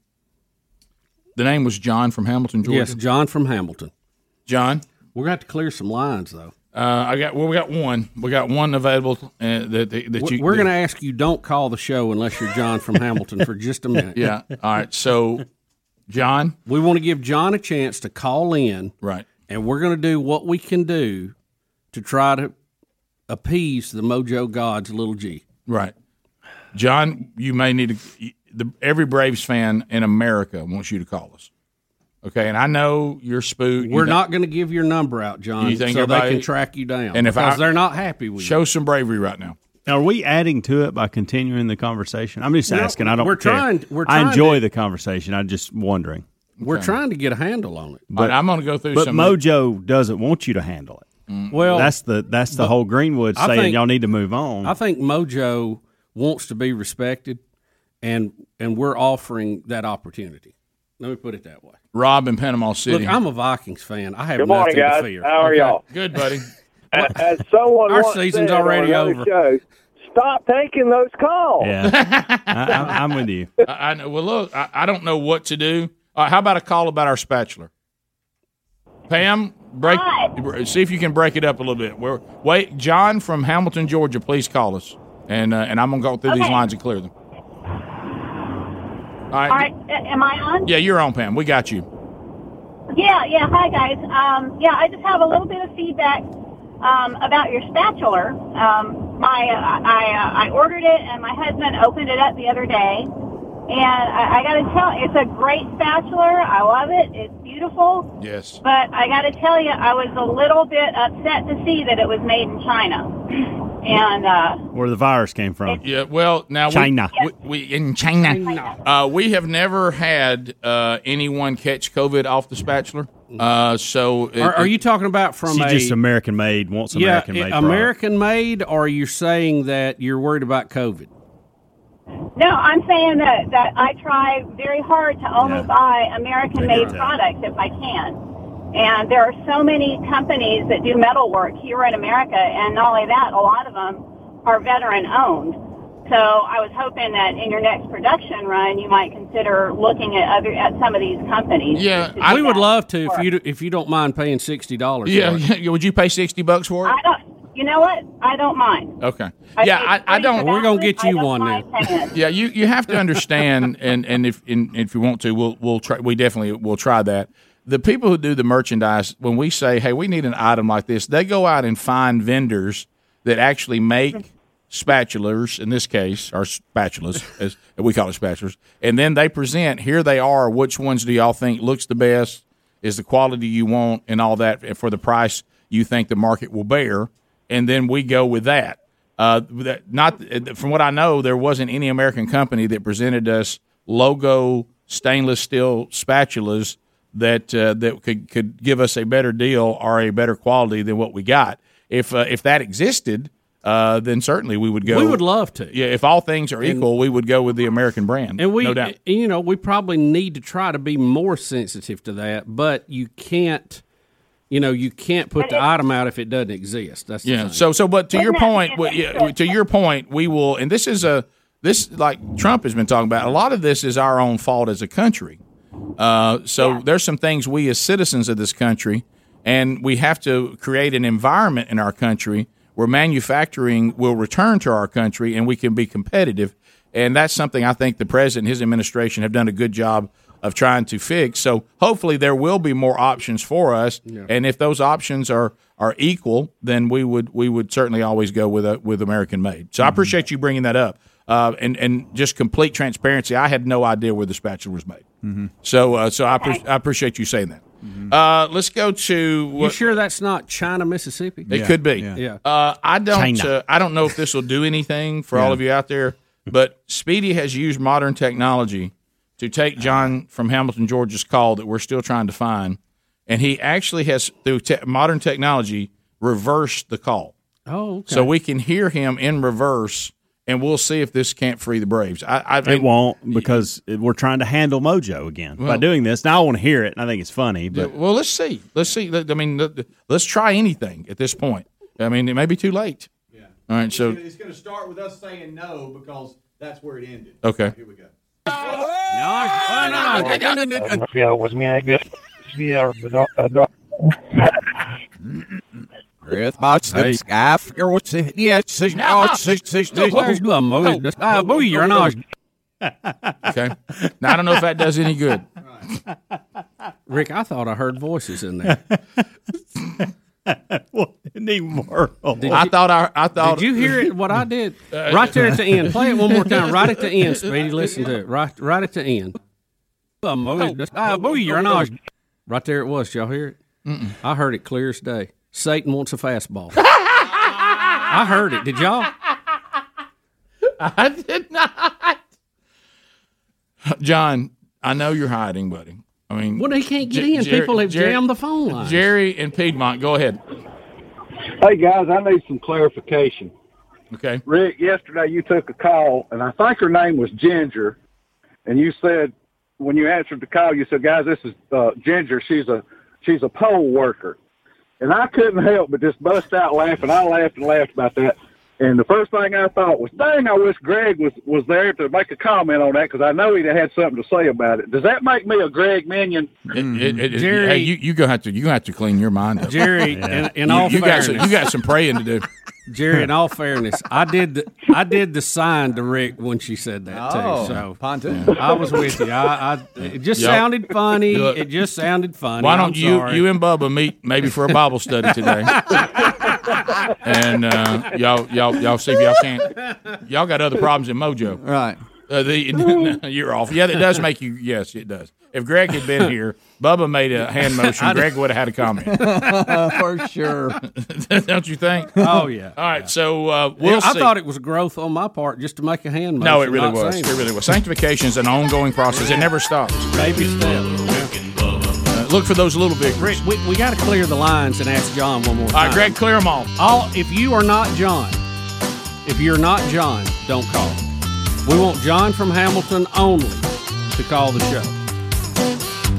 Speaker 2: The name was John from Hamilton, Georgia.
Speaker 4: Yes, John from Hamilton.
Speaker 2: John,
Speaker 4: we're going to have to clear some lines though.
Speaker 2: Uh, I got well. We got one. We got one available uh, that that that
Speaker 4: We're-
Speaker 2: you.
Speaker 4: we're going to ask you don't call the show unless you're John from Hamilton for just a minute.
Speaker 2: Yeah. All right. So, John,
Speaker 4: we want to give John a chance to call in.
Speaker 2: Right.
Speaker 4: And we're going to do what we can do to try to appease the mojo gods, little G.
Speaker 2: Right. John, you may need to. The, every Braves fan in America wants you to call us. Okay, and I know you're spooked.
Speaker 4: We're not going to give your number out, John,
Speaker 2: You think
Speaker 4: so they
Speaker 2: everybody-
Speaker 4: can track you down.
Speaker 2: And if
Speaker 4: because
Speaker 2: I-
Speaker 4: they're not happy with
Speaker 2: show some bravery right now.
Speaker 5: Are we adding to it by continuing the conversation? I'm just
Speaker 4: No,
Speaker 5: asking. I don't.
Speaker 4: we're
Speaker 5: care.
Speaker 4: trying- we're
Speaker 5: I
Speaker 4: trying
Speaker 5: enjoy
Speaker 4: to-
Speaker 5: the conversation. I'm just wondering.
Speaker 4: you, we're trying to get a handle on it.
Speaker 5: But
Speaker 2: I'm going to go through
Speaker 5: But
Speaker 4: some- Mm.
Speaker 5: Mojo doesn't want you to handle it.
Speaker 4: Well,
Speaker 5: that's the that's the
Speaker 4: but
Speaker 5: whole Greenwood
Speaker 4: I
Speaker 5: saying
Speaker 4: think-
Speaker 5: y'all need to move on.
Speaker 4: I think Mojo wants to be respected, and and we're offering that opportunity. Let me put it that way.
Speaker 2: Rob in Panama City.
Speaker 4: Look, I'm a Vikings fan. I have
Speaker 2: Good morning,
Speaker 4: nothing
Speaker 2: guys.
Speaker 4: to fear.
Speaker 2: How are y'all?
Speaker 4: Good,
Speaker 2: buddy.
Speaker 8: As someone
Speaker 4: Our
Speaker 8: once
Speaker 4: season's
Speaker 8: said on
Speaker 4: already
Speaker 8: another
Speaker 4: over.
Speaker 8: Show, stop taking those calls.
Speaker 5: Yeah, I, I, I'm with you.
Speaker 2: I, I know. Well, look, I, I don't know what to do. All right, how about a call about our spatula? Pam, break. See if you can break it up a little bit. We're, wait, John from Hamilton, Georgia, please call us, and uh, and I'm gonna go through these
Speaker 20: Okay.
Speaker 2: lines and clear them. All right.
Speaker 20: All right, a- am I on?
Speaker 2: Yeah, you're on, Pam. We got you.
Speaker 20: Yeah, yeah. Hi, guys. Um, yeah, I just have a little bit of feedback um, about your spatula. Um, my, I, I, I ordered it, and my husband opened it up the other day, and I, I got to tell, it's a great spatula. I love it. It's beautiful.
Speaker 2: Yes.
Speaker 20: But I got to tell you, I was a little bit upset to see that it was made in China, and uh,
Speaker 5: Where the virus came from?
Speaker 2: Yeah. Well, now we-
Speaker 5: China.
Speaker 2: We, we, in China. Uh, we have never had uh, anyone catch COVID off the spatula. Uh, so it-
Speaker 4: Mm-hmm. Are, are you talking about from
Speaker 5: She
Speaker 4: a
Speaker 5: just American made wants
Speaker 4: yeah,
Speaker 5: American made.
Speaker 4: it- American made, or you're saying that you're worried about COVID?
Speaker 20: No, I'm saying that, that I try very hard to only
Speaker 4: Yeah.
Speaker 20: buy
Speaker 4: Figure
Speaker 20: American made
Speaker 4: it out.
Speaker 20: products if I can. And there are so many companies that do metal work here in America, and not only that, a lot of them are veteran owned. So I was hoping that in your next production run, you might consider looking at other at some of these companies.
Speaker 4: we would love to if you do- if you don't mind paying sixty dollars.
Speaker 2: Yeah, yeah, would you pay sixty bucks for it?
Speaker 20: I don't. You know what? I don't mind.
Speaker 2: Okay.
Speaker 20: I
Speaker 2: yeah,
Speaker 20: think
Speaker 2: I, I don't.
Speaker 20: Well, we're gonna get you I don't
Speaker 2: one now. yeah, you, you have to understand, and and if and if you want to, we'll we'll try. We definitely will try that. The people who do the merchandise, when we say, "Hey, we need an item like this," they go out and find vendors that actually make spatulas. In this case, or spatulas, as we call it, spatulas, and then they present. Here they are. Which ones do y'all think looks the best? Is the quality you want, and all that and for the price you think the market will bear? And then we go with that. Uh, that- not from what I know, there wasn't any American company that presented us logo stainless steel spatulas that uh, that could could give us a better deal or a better quality than what we got. If uh, if that existed, uh, then certainly we would go.
Speaker 4: We would love to.
Speaker 2: Yeah, if all things are equal, we would go with the American brand.
Speaker 4: And we, eh,
Speaker 2: no doubt.
Speaker 4: you know, we probably need to try to be more sensitive to that, but you can't, you know, you can't put the item out if it doesn't exist. That's the
Speaker 2: yeah.
Speaker 4: thing.
Speaker 2: So so, but to your point, we- yeah, to your point, we will. And this is a this like Trump has been talking about. A lot of this is our own fault as a country. Uh, so there's some things we as citizens of this country, and we have to create an environment in our country where manufacturing will return to our country and we can be competitive. And that's something I think the president and his administration have done a good job of trying to fix. So hopefully there will be more options for us, and if those options are are equal, then we would we would certainly always go with a, with American made. So I appreciate you bringing that up. Uh, and and just complete transparency, I had no idea where the spatula was made.
Speaker 4: Mm-hmm.
Speaker 2: So uh, so I, appre- I appreciate you saying that. Uh, let's go to
Speaker 4: You sure that's not China, Mississippi?
Speaker 2: It could be.
Speaker 4: Yeah.
Speaker 2: Uh, I don't.
Speaker 4: China.
Speaker 2: Uh, I don't know if this will do anything for all
Speaker 4: Yeah.
Speaker 2: of you out there, but Speedy has used modern technology to take John from Hamilton, Georgia's call that we're still trying to find, and he actually has through te- modern technology reversed the call,
Speaker 4: Oh, okay.
Speaker 2: so we can hear him in reverse, and we'll see if this can't free the Braves. I, I
Speaker 5: it won't because we're trying to handle Mojo again by
Speaker 2: Well-
Speaker 5: doing this. Now I want to hear it, and I think it's funny. But
Speaker 2: Well, let's see. Let's see. Let- I mean, let- let's try anything at this point. I mean, it may be too late. Yeah. All right. So
Speaker 7: It's going to start with us saying no because that's where it ended.
Speaker 2: okay.
Speaker 16: Yeah, it was me. I guess. Yeah, but uh, I- I don't-
Speaker 7: Earth, my steps, sky, figure what's it? Yes, six,
Speaker 4: uh,
Speaker 7: oh, six, six, six.
Speaker 2: Okay. Now, I don't know if that does any good.
Speaker 4: Rick, I thought I heard voices in there.
Speaker 5: what in the world?
Speaker 4: Did
Speaker 2: I
Speaker 4: you-
Speaker 2: thought I, I thought. Uh,
Speaker 4: Did you hear it? What I did right there at the end. Play it one more time. Right at the end, Speedy. Listen to it. Right, right at the end. Um, oh, that's- ah, boy, you're not- Right there it was. Y'all hear it? I heard it clear as day. Satan wants a fastball. I heard it. Did y'all?
Speaker 2: I did not. John, I know you're hiding, buddy. I mean,
Speaker 4: Well, they can't get
Speaker 2: Jer-
Speaker 4: in.
Speaker 2: Jer-
Speaker 4: People have
Speaker 2: Jer-
Speaker 4: jammed the phone line.
Speaker 2: Jerry and Piedmont, go ahead.
Speaker 16: Hey guys, I need some clarification.
Speaker 2: Okay.
Speaker 16: Rick, yesterday you took a call, and I think her name was Ginger, and you said when you answered the call, you said, "Guys, this is uh, Ginger. She's a she's a poll worker," and I couldn't help but just bust out laughing. I laughed and laughed about that. And the first thing I thought was, "Dang, I wish Greg was was there to make a comment on that because I know he'd have had something to say about it." Does that make me a Greg minion?
Speaker 14: Mm-hmm.
Speaker 2: It- it- it-
Speaker 16: Jerry-
Speaker 2: hey, you you gonna have to you gonna have to clean your mind up,
Speaker 4: Jerry, in- in
Speaker 2: you,
Speaker 4: all
Speaker 2: you got some,
Speaker 4: fairness-
Speaker 2: you got some praying to do.
Speaker 4: Jerry, in all fairness, I did the, I did the sign to Rick when she said that
Speaker 7: Oh,
Speaker 4: too. So
Speaker 7: pontoon.
Speaker 4: I was with you. I, I it just
Speaker 2: Yup.
Speaker 4: sounded funny.
Speaker 2: Look.
Speaker 4: It just sounded funny.
Speaker 2: Why
Speaker 4: I'm
Speaker 2: don't you
Speaker 4: sorry.
Speaker 2: you and Bubba meet maybe for a Bible study today? and uh, y'all y'all y'all see if y'all can't. Y'all got other problems in Mojo,
Speaker 7: right?
Speaker 2: Uh, the, you're off. Yeah, that does make you. Yes, it does. If Greg had been here, Bubba made a hand motion.
Speaker 7: I'd-
Speaker 2: Greg would have had a comment.
Speaker 7: For sure.
Speaker 2: don't you think?
Speaker 4: Oh, yeah.
Speaker 2: All right. So uh, we'll.
Speaker 4: Yeah, I
Speaker 2: see.
Speaker 4: thought it was growth on my part just to make a hand.
Speaker 2: No, it
Speaker 4: motion,
Speaker 2: really
Speaker 4: not
Speaker 2: was.
Speaker 4: saying
Speaker 2: It really was. Sanctification is an ongoing process. It never stops.
Speaker 4: Baby
Speaker 2: Uh, look for those little big.
Speaker 4: Rick, we, we got to clear the lines and ask John one more time.
Speaker 2: All right, Greg, clear them all.
Speaker 4: All if you are not John, if you're not John, don't call. We want John from Hamilton only to call the show.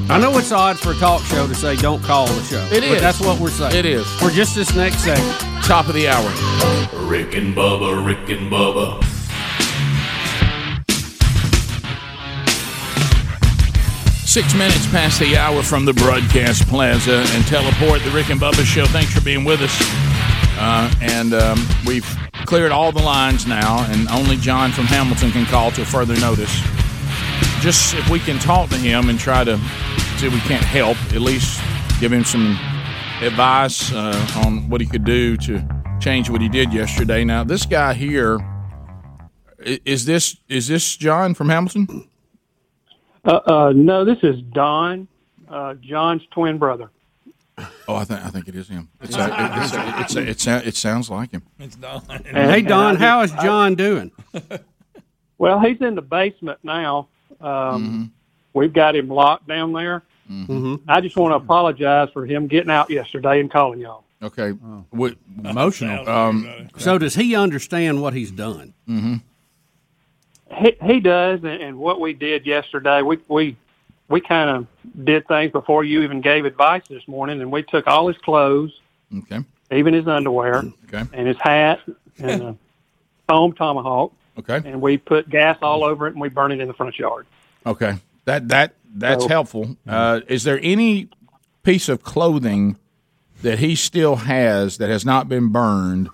Speaker 4: I know it's odd for a talk show to say don't call the show.
Speaker 1: It
Speaker 4: but
Speaker 1: is.
Speaker 4: That's what we're saying.
Speaker 1: It is.
Speaker 4: We're just this next segment.
Speaker 2: Top of the hour.
Speaker 1: Rick and Bubba, Rick and Bubba.
Speaker 2: Six minutes past the hour from the broadcast plaza and teleport the Rick and Bubba show. Thanks for being with us. Uh, and um, we've cleared all the lines now, and only John from Hamilton can call till further notice. Just if we can talk to him and try to see if we can't help, at least give him some advice uh, on what he could do to change what he did yesterday. Now, this guy here i- is this is this John from Hamilton?
Speaker 16: Uh, uh, no, this is Don, uh, John's twin brother.
Speaker 2: Oh, I think I think it is him. It's, uh, it's, it's, it's, it's, it sounds like him.
Speaker 16: It's Don.
Speaker 4: Hey Don, how is John doing?
Speaker 16: Well, he's in the basement now.
Speaker 2: Mm-hmm.
Speaker 16: Um, We've got him locked down there.
Speaker 4: Mm-hmm.
Speaker 16: I just want to apologize for him getting out yesterday and calling y'all.
Speaker 2: Okay, Um,
Speaker 4: Emotional. so does he understand what he's done? Mm-hmm.
Speaker 16: He, he does, and, and what we did yesterday, we we we kind of did things before you even gave advice this morning, and we took all his clothes,
Speaker 2: okay,
Speaker 16: even his underwear,
Speaker 2: okay,
Speaker 16: and his hat, and a foam tomahawk,
Speaker 2: okay,
Speaker 16: and we put gas all over it, and we burned it in the front yard.
Speaker 2: okay. That that that's
Speaker 16: So-
Speaker 9: Oh.
Speaker 2: helpful. Uh, is there any piece of clothing that he still has that has not been burned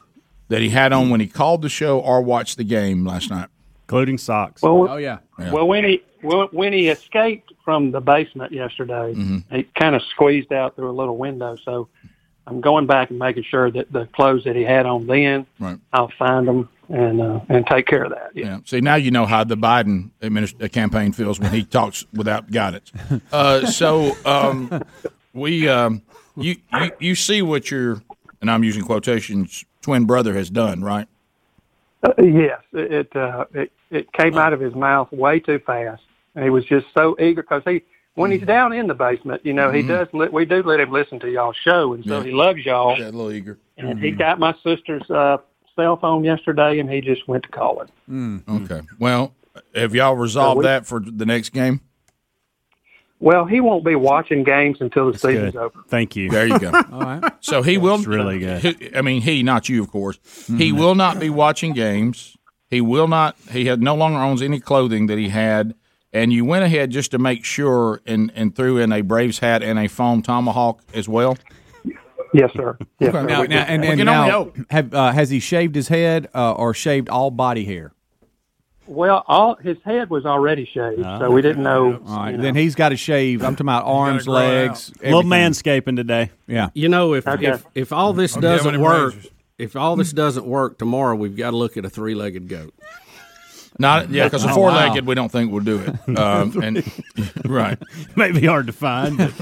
Speaker 2: that he had on when he called the show or watched the game last night, Oh,
Speaker 5: including socks?
Speaker 16: Well,
Speaker 7: Oh, yeah.
Speaker 16: Well, when he
Speaker 9: Well, when he escaped from the basement yesterday,
Speaker 7: Mm-hmm.
Speaker 9: it kind of squeezed out through a little window. So I'm going back and making sure that the clothes that he had on then,
Speaker 2: Right.
Speaker 9: I'll find them and uh, and take care of that.
Speaker 2: Yeah. See, now you know how the Biden administ- uh, campaign feels when he talks without guidance. Uh, so um, we, um, you, you, you see what your, and I'm using quotations, twin brother has done, right?
Speaker 9: Uh, yes, it it, uh, it it came out of his mouth way too fast. And he was just so eager because he, when
Speaker 7: Mm-hmm.
Speaker 9: he's down in the basement, you know,
Speaker 2: Mhm.
Speaker 9: he does. Li- we do let him listen to y'all show, and so
Speaker 2: Yeah.
Speaker 9: he loves y'all.
Speaker 2: Yeah, a little eager.
Speaker 9: And he
Speaker 7: Mm-hmm.
Speaker 9: got my sister's uh, cell phone yesterday, and he just went to calling.
Speaker 2: Okay. Well, have y'all resolved
Speaker 9: we-
Speaker 2: that for the next game?
Speaker 9: Well, he won't be watching games until the season's over.
Speaker 2: Thank you. There you go. All right. So he will.
Speaker 9: really
Speaker 2: good. Mm-hmm. I mean, he, not you, of course. He will not be watching games. He will not. He had no longer owns any clothing that he had. And you went ahead just to make sure and, and threw in a Braves hat and a foam tomahawk as well.
Speaker 9: Yes, sir. Yes,
Speaker 2: Okay.
Speaker 9: sir.
Speaker 2: Now-
Speaker 9: We
Speaker 2: now-
Speaker 9: did.
Speaker 7: And,
Speaker 2: We
Speaker 7: and
Speaker 2: can only
Speaker 7: now,
Speaker 2: hope.
Speaker 7: have, uh, has he shaved his head uh, or shaved all body hair?
Speaker 9: Well, all his head was already shaved,
Speaker 2: Ah,
Speaker 9: so we didn't know.
Speaker 7: All right, then he's got to shave. I'm talking about arms, legs,
Speaker 5: little
Speaker 7: everything.
Speaker 5: manscaping today.
Speaker 7: Yeah.
Speaker 4: You know, if
Speaker 7: Okay.
Speaker 4: if, if all this
Speaker 5: Okay,
Speaker 4: doesn't
Speaker 5: Evan
Speaker 4: work,
Speaker 5: Rogers.
Speaker 4: if all this doesn't work tomorrow, we've got to look at a three-legged goat. Oh,
Speaker 2: Not yeah, because a four legged we don't think will do it. Um, and right,
Speaker 5: May be hard to find. but-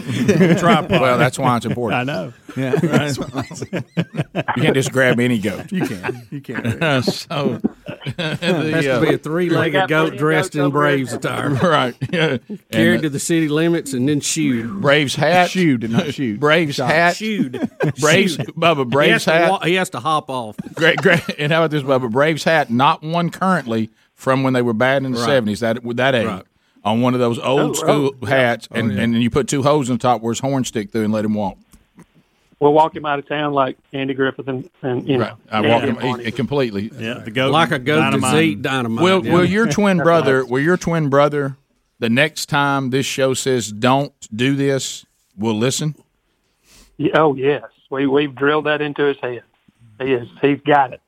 Speaker 2: tripod. Well, that's why it's important.
Speaker 5: I know.
Speaker 2: Yeah. you can't just grab any goat.
Speaker 5: You can't. You can't.
Speaker 2: so uh,
Speaker 4: Has to be a three-legged goat dressed in Braves attire,
Speaker 2: right? Yeah.
Speaker 4: Carried
Speaker 2: And-
Speaker 4: to the city limits and then shooed.
Speaker 2: Braves hat. Shooed and not shoot. Braves hat.
Speaker 4: Shooed.
Speaker 2: Braves, Bubba,
Speaker 4: he
Speaker 2: Braves
Speaker 4: has to
Speaker 2: hat.
Speaker 4: wa- he has to hop off.
Speaker 2: Great, great. And how about this, Bubba? Braves hat, not one currently from when they were bad in the
Speaker 4: Right.
Speaker 2: seventies. That with that age, on one of those old
Speaker 9: Oh,
Speaker 2: school hats, and,
Speaker 9: yeah.
Speaker 2: and then you put two holes on top where his horn stick through and let him walk.
Speaker 9: We'll walk him out of town like Andy Griffith and, and you know.
Speaker 2: Right. I
Speaker 9: Andy
Speaker 2: walk
Speaker 9: and
Speaker 2: him he-
Speaker 9: Barney.
Speaker 2: he completely. Yeah, the goat.
Speaker 9: Like a goat that's dynamite. eat dynamite,
Speaker 2: Will,
Speaker 9: yeah.
Speaker 2: will your twin
Speaker 9: That's
Speaker 2: brother?
Speaker 9: right.
Speaker 2: Will your twin brother? The next time this show says "Don't do this," we'll listen.
Speaker 9: Yeah, Oh yes, we we've drilled that into his head. He is he's got it.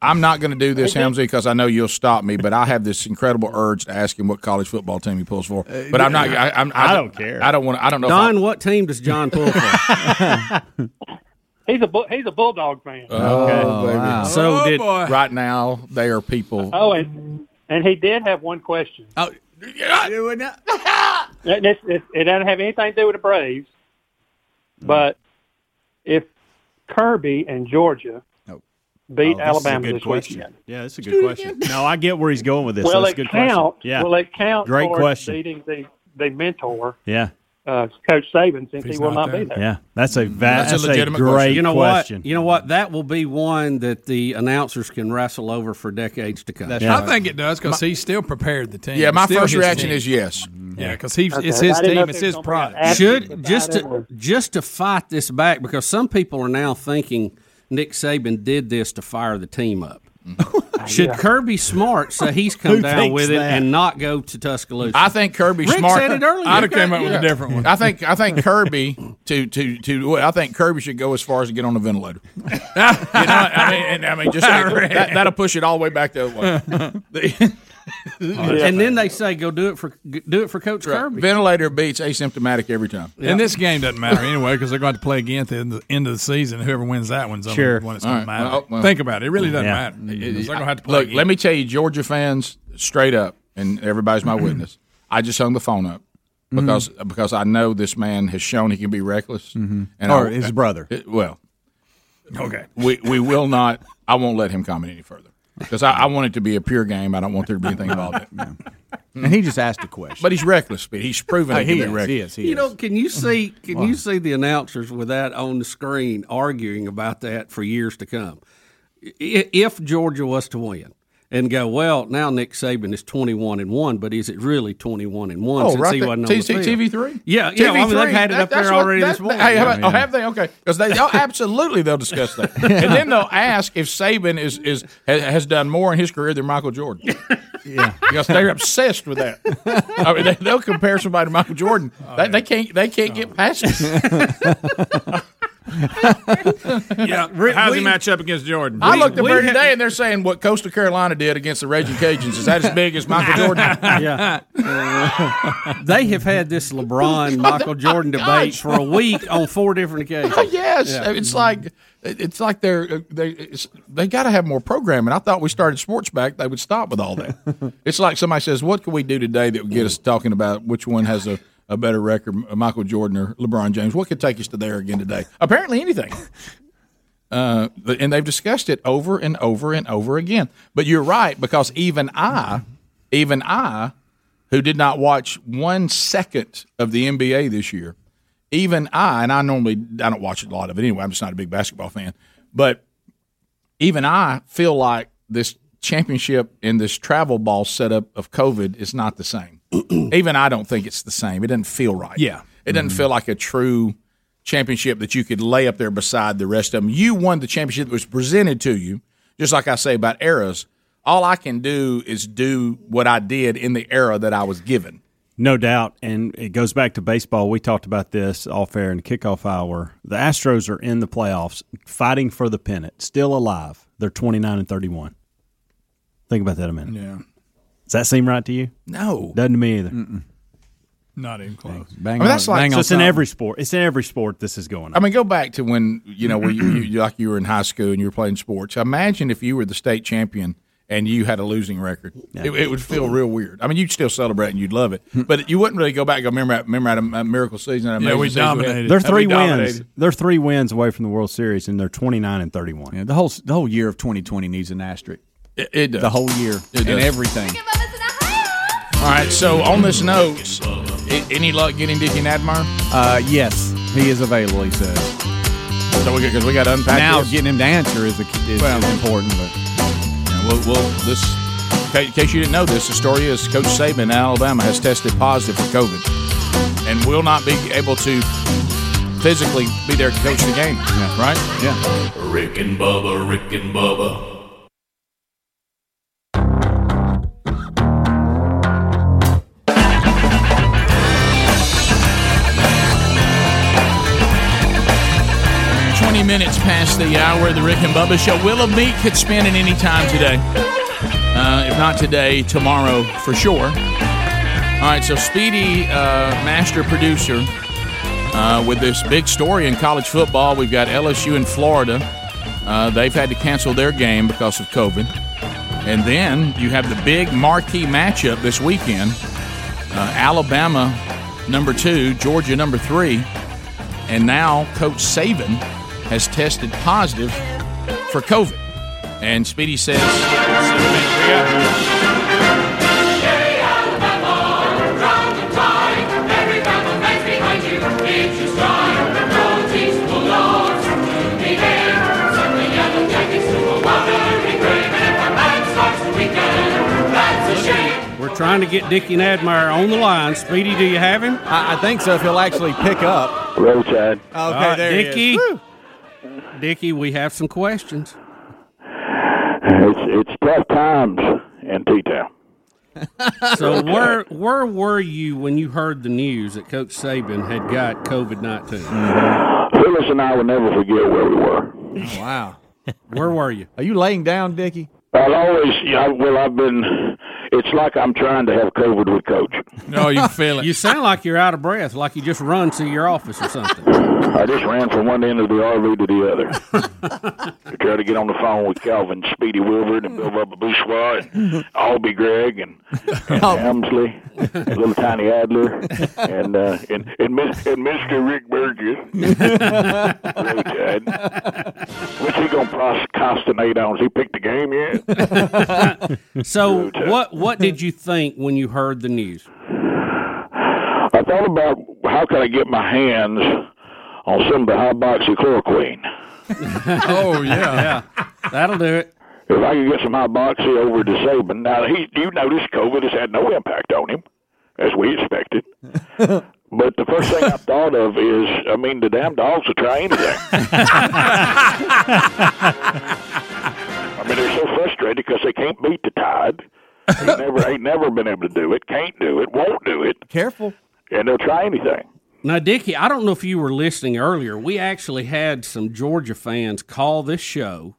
Speaker 2: I'm not going to do this, Hamzy, because I know you'll stop me. But I have this incredible urge to ask him what college football team he pulls for. But I'm not. I, I'm,
Speaker 4: I don't care.
Speaker 2: I don't want. I don't know.
Speaker 4: Don, what team does John pull for?
Speaker 9: He's a bull, he's a bulldog fan.
Speaker 2: If I, oh, baby.
Speaker 4: wow. So did-
Speaker 2: right now they are people.
Speaker 9: Oh, and and he did have one question.
Speaker 2: Oh,
Speaker 9: it, it, it, it doesn't have anything to do with the Braves,
Speaker 2: Mm.
Speaker 9: but if Kirby and Georgia
Speaker 2: Oh.
Speaker 5: Oh,
Speaker 9: beat Alabama this weekend,
Speaker 5: Yeah, that's a good question. No, I get where he's going with this.
Speaker 9: will
Speaker 5: that's
Speaker 9: it
Speaker 5: a good
Speaker 9: count?
Speaker 5: question. Yeah.
Speaker 9: Will it count?
Speaker 5: Great
Speaker 9: towards
Speaker 5: question.
Speaker 9: Beating the the mentor,
Speaker 5: Yeah.
Speaker 9: uh, Coach Saban, since he will not, be there.
Speaker 5: Yeah. That's a va- that's, a, great question.
Speaker 4: You know what? You know what? That will be one that the announcers can wrestle over for decades to come.
Speaker 10: I think it does because he still prepared the team.
Speaker 4: Yeah, my
Speaker 10: It's still
Speaker 4: first
Speaker 10: his
Speaker 4: reaction
Speaker 10: team.
Speaker 4: is yes.
Speaker 10: Yeah, because he's
Speaker 4: Okay.
Speaker 10: it's
Speaker 4: I
Speaker 10: his
Speaker 4: didn't know if
Speaker 10: team, it's
Speaker 4: it
Speaker 10: his
Speaker 4: was
Speaker 10: pride.
Speaker 4: should just to, just to fight this back because some people are now thinking Nick Saban did this to fire the team up. Should
Speaker 2: Oh, Yeah.
Speaker 4: Kirby Smart say he's come
Speaker 2: Who
Speaker 4: down
Speaker 2: thinks
Speaker 4: with it
Speaker 2: that?
Speaker 4: and not go to Tuscaloosa?
Speaker 2: I think Kirby
Speaker 4: Rick
Speaker 2: Smart
Speaker 4: said it earlier.
Speaker 2: have I think I think Kirby to to to. well, I think Kirby should go as far as to get on the ventilator. you know, I mean, and, I mean, just that, that'll push it all the way back the other way.
Speaker 4: and then they say go do it for do it for Coach Kirby.
Speaker 2: Ventilator beats asymptomatic every time.
Speaker 10: And this game doesn't matter anyway because they're going to play again at the end of the season. Whoever wins that one's
Speaker 2: Sure.
Speaker 10: the one that's
Speaker 2: All
Speaker 10: going
Speaker 2: right.
Speaker 10: to matter.
Speaker 2: Well, well-
Speaker 10: Think about it. It really doesn't
Speaker 2: Yeah.
Speaker 10: matter. They're going to have to play
Speaker 2: Look,
Speaker 10: again.
Speaker 2: let me tell you, Georgia fans, straight up, and everybody's my witness. I just hung the phone up because because I know this man has shown he can be reckless, and
Speaker 7: Or
Speaker 2: I-
Speaker 7: his brother.
Speaker 2: It- well,
Speaker 10: Okay.
Speaker 2: we we will not. I won't let him comment any further because I, I want it to be a pure game. I don't want there to be anything involved. In it.
Speaker 7: And he just asked a question.
Speaker 2: But he's reckless. But he's proven
Speaker 7: Oh,
Speaker 2: he,
Speaker 7: he
Speaker 2: can
Speaker 7: is,
Speaker 2: be reckless.
Speaker 7: he is,
Speaker 4: You know, can you see can you see the announcers with that on the screen arguing about that for years to come? I- If Georgia was to win and go, well, now Nick Saban is twenty one and one, but is it really twenty one and one
Speaker 2: Oh,
Speaker 4: since
Speaker 2: right
Speaker 4: he
Speaker 2: there.
Speaker 4: wasn't on
Speaker 2: T-
Speaker 4: the field?
Speaker 2: TV three.
Speaker 4: Yeah, yeah. well, I mean, they've
Speaker 2: TV3.
Speaker 4: had it
Speaker 2: That-
Speaker 4: up there
Speaker 2: that's what-
Speaker 4: already
Speaker 2: that's-
Speaker 4: this morning.
Speaker 2: Hey, how about- oh, have they? Okay, because they they'll absolutely they'll discuss that, and then they'll ask if Saban is is has, has done more in his career than Michael Jordan. Yeah, because they're obsessed with that. I mean, they,
Speaker 4: Oh,
Speaker 2: they'll compare somebody to Michael Jordan. they, they can't they can't get past it. yeah, how's
Speaker 10: we-
Speaker 2: he match up against Jordan?
Speaker 10: I
Speaker 2: We-
Speaker 10: looked at
Speaker 2: we
Speaker 10: Bird
Speaker 2: had-
Speaker 10: today,
Speaker 2: and they're saying what Coastal Carolina did against the Raging Cajuns is that as big as Michael Jordan?
Speaker 4: yeah. they have had this LeBron Michael Jordan debate for a week on four different occasions.
Speaker 2: Oh, yes,
Speaker 4: Yeah.
Speaker 2: it's like it's like they're they it's, they got to have more programming. I thought we started sports back; they would stop with all that. it's like somebody says, "What can we do today that would get us talking about which one has a, a better record, Michael Jordan or LeBron James? What could take us to there again today?" Apparently, anything. Uh, but- and they've discussed it over and over and over again. But you're right because even I, even I, who did not watch one second of the NBA this year, even I, and I normally I don't watch a lot of it anyway. I'm just not a big basketball fan, but even I feel like this championship and this travel ball setup of COVID is not the same. even I don't think it's the same. It doesn't feel right.
Speaker 10: Yeah.
Speaker 2: it doesn't feel like a true championship that you could lay up there beside the rest of them. You won the championship that was presented to you, just like I say about eras. All I can do is do what I did in the era that I was given.
Speaker 5: No doubt. And it goes back to baseball. We talked about this off air in kickoff hour. The Astros are in the playoffs, fighting for the pennant, still alive. They're 29 and 31. Think about that a minute.
Speaker 10: Yeah.
Speaker 5: Does that seem right to you?
Speaker 2: No.
Speaker 5: Doesn't to me either.
Speaker 10: Not even close.
Speaker 5: I mean, that's like- so it's in every sport. It's in every sport this is going on.
Speaker 2: I mean, go back to when you know, when you, you, like you were in high school and you were playing sports. Imagine if you were the state champion and you had a losing record. It, it would feel real weird. I mean, you'd still celebrate and you'd love it,
Speaker 5: Hmm.
Speaker 2: but you wouldn't really go back and go, remember, that- remember that uh, miracle season. that
Speaker 10: Yeah,
Speaker 2: amazing
Speaker 10: we
Speaker 2: season had?"
Speaker 5: They're
Speaker 2: And we
Speaker 5: three wins.
Speaker 2: dominated.
Speaker 5: They're three wins away from the World Series, and they're 29 and 31.
Speaker 7: Yeah, the whole the whole year of 2020 needs an asterisk.
Speaker 2: It, it does.
Speaker 7: The whole year and
Speaker 2: It does.
Speaker 7: everything.
Speaker 2: All right. So on this note, i- any luck getting Dickie Nadmeyer?
Speaker 7: Uh, yes, he is available. He says.
Speaker 2: So we because we got to unpack
Speaker 7: now.
Speaker 2: this.
Speaker 7: Getting him to answer is, a, is,
Speaker 2: Well.
Speaker 7: is important, but.
Speaker 2: And We'll, we'll this. In case you didn't know this, the story is Coach Saban in Alabama has tested positive for COVID and will not be able to physically be there to coach the game. Right? Yeah.
Speaker 1: Rick and Bubba, Rick and Bubba.
Speaker 2: Twenty minutes past the hour of the Rick and Bubba Show. Will of Meat could spin at any time today. Uh, if not today, tomorrow for sure. All right, so Speedy, uh, master producer, uh, with this big story in college football. We've got LSU in Florida. Uh, they've had to cancel their game because of COVID. And then you have the big marquee matchup this weekend uh, Alabama, number two, Georgia, number three. And now Coach Saban has tested positive for COVID. And Speedy says,
Speaker 4: We're trying to get Dickie Nadmeyer on the line. Speedy, do you have him?
Speaker 7: I, I think so. If he'll actually pick up.
Speaker 4: Hello, Chad. Okay,
Speaker 7: All right, there he is.
Speaker 4: Dickie. Dickie, we have some questions.
Speaker 11: It's it's tough times in T Town.
Speaker 4: So where where were you when you heard the news that Coach Saban had got COVID 19
Speaker 11: Phyllis and I will never forget where we were.
Speaker 7: Mm-hmm. wow.
Speaker 4: Where were you?
Speaker 7: Are you laying down, Dickie?
Speaker 11: I'll always, yeah, I- well, I've been. It's like I'm trying to have COVID with Coach.
Speaker 2: No, you feel it.
Speaker 4: You sound like you're out of breath, like you just run to your office or something.
Speaker 11: I just ran from one end of the RV to the other. I tried to get on the phone with Calvin Speedy Wilbur and Bill Bubba Bourgeois and Albie Gregg and, and Helmsley, little tiny Adler, and uh, and and, Miss, and Mr. Rick Burgess. Hello, Chad. What's he gonna pros- consternate on? Has he picked the game yet?
Speaker 4: So what what did you think when you heard the news?
Speaker 11: I thought about how can I get my hands on some of the hydroxychloroquine.
Speaker 4: oh yeah, yeah, that'll do it.
Speaker 11: If I could get some hydroxy over to Saban. Now, he, you notice COVID has had no impact on him, as we expected. but the first thing I thought of is, I mean, the damn dogs will try anything. I mean, they're so frustrated because they can't beat the tide. They never, ain't never been able to do it, can't do it, won't do it,
Speaker 7: Careful.
Speaker 11: and they'll try anything.
Speaker 4: Now, Dickie, I don't know if you were listening earlier. We actually had some Georgia fans call this show,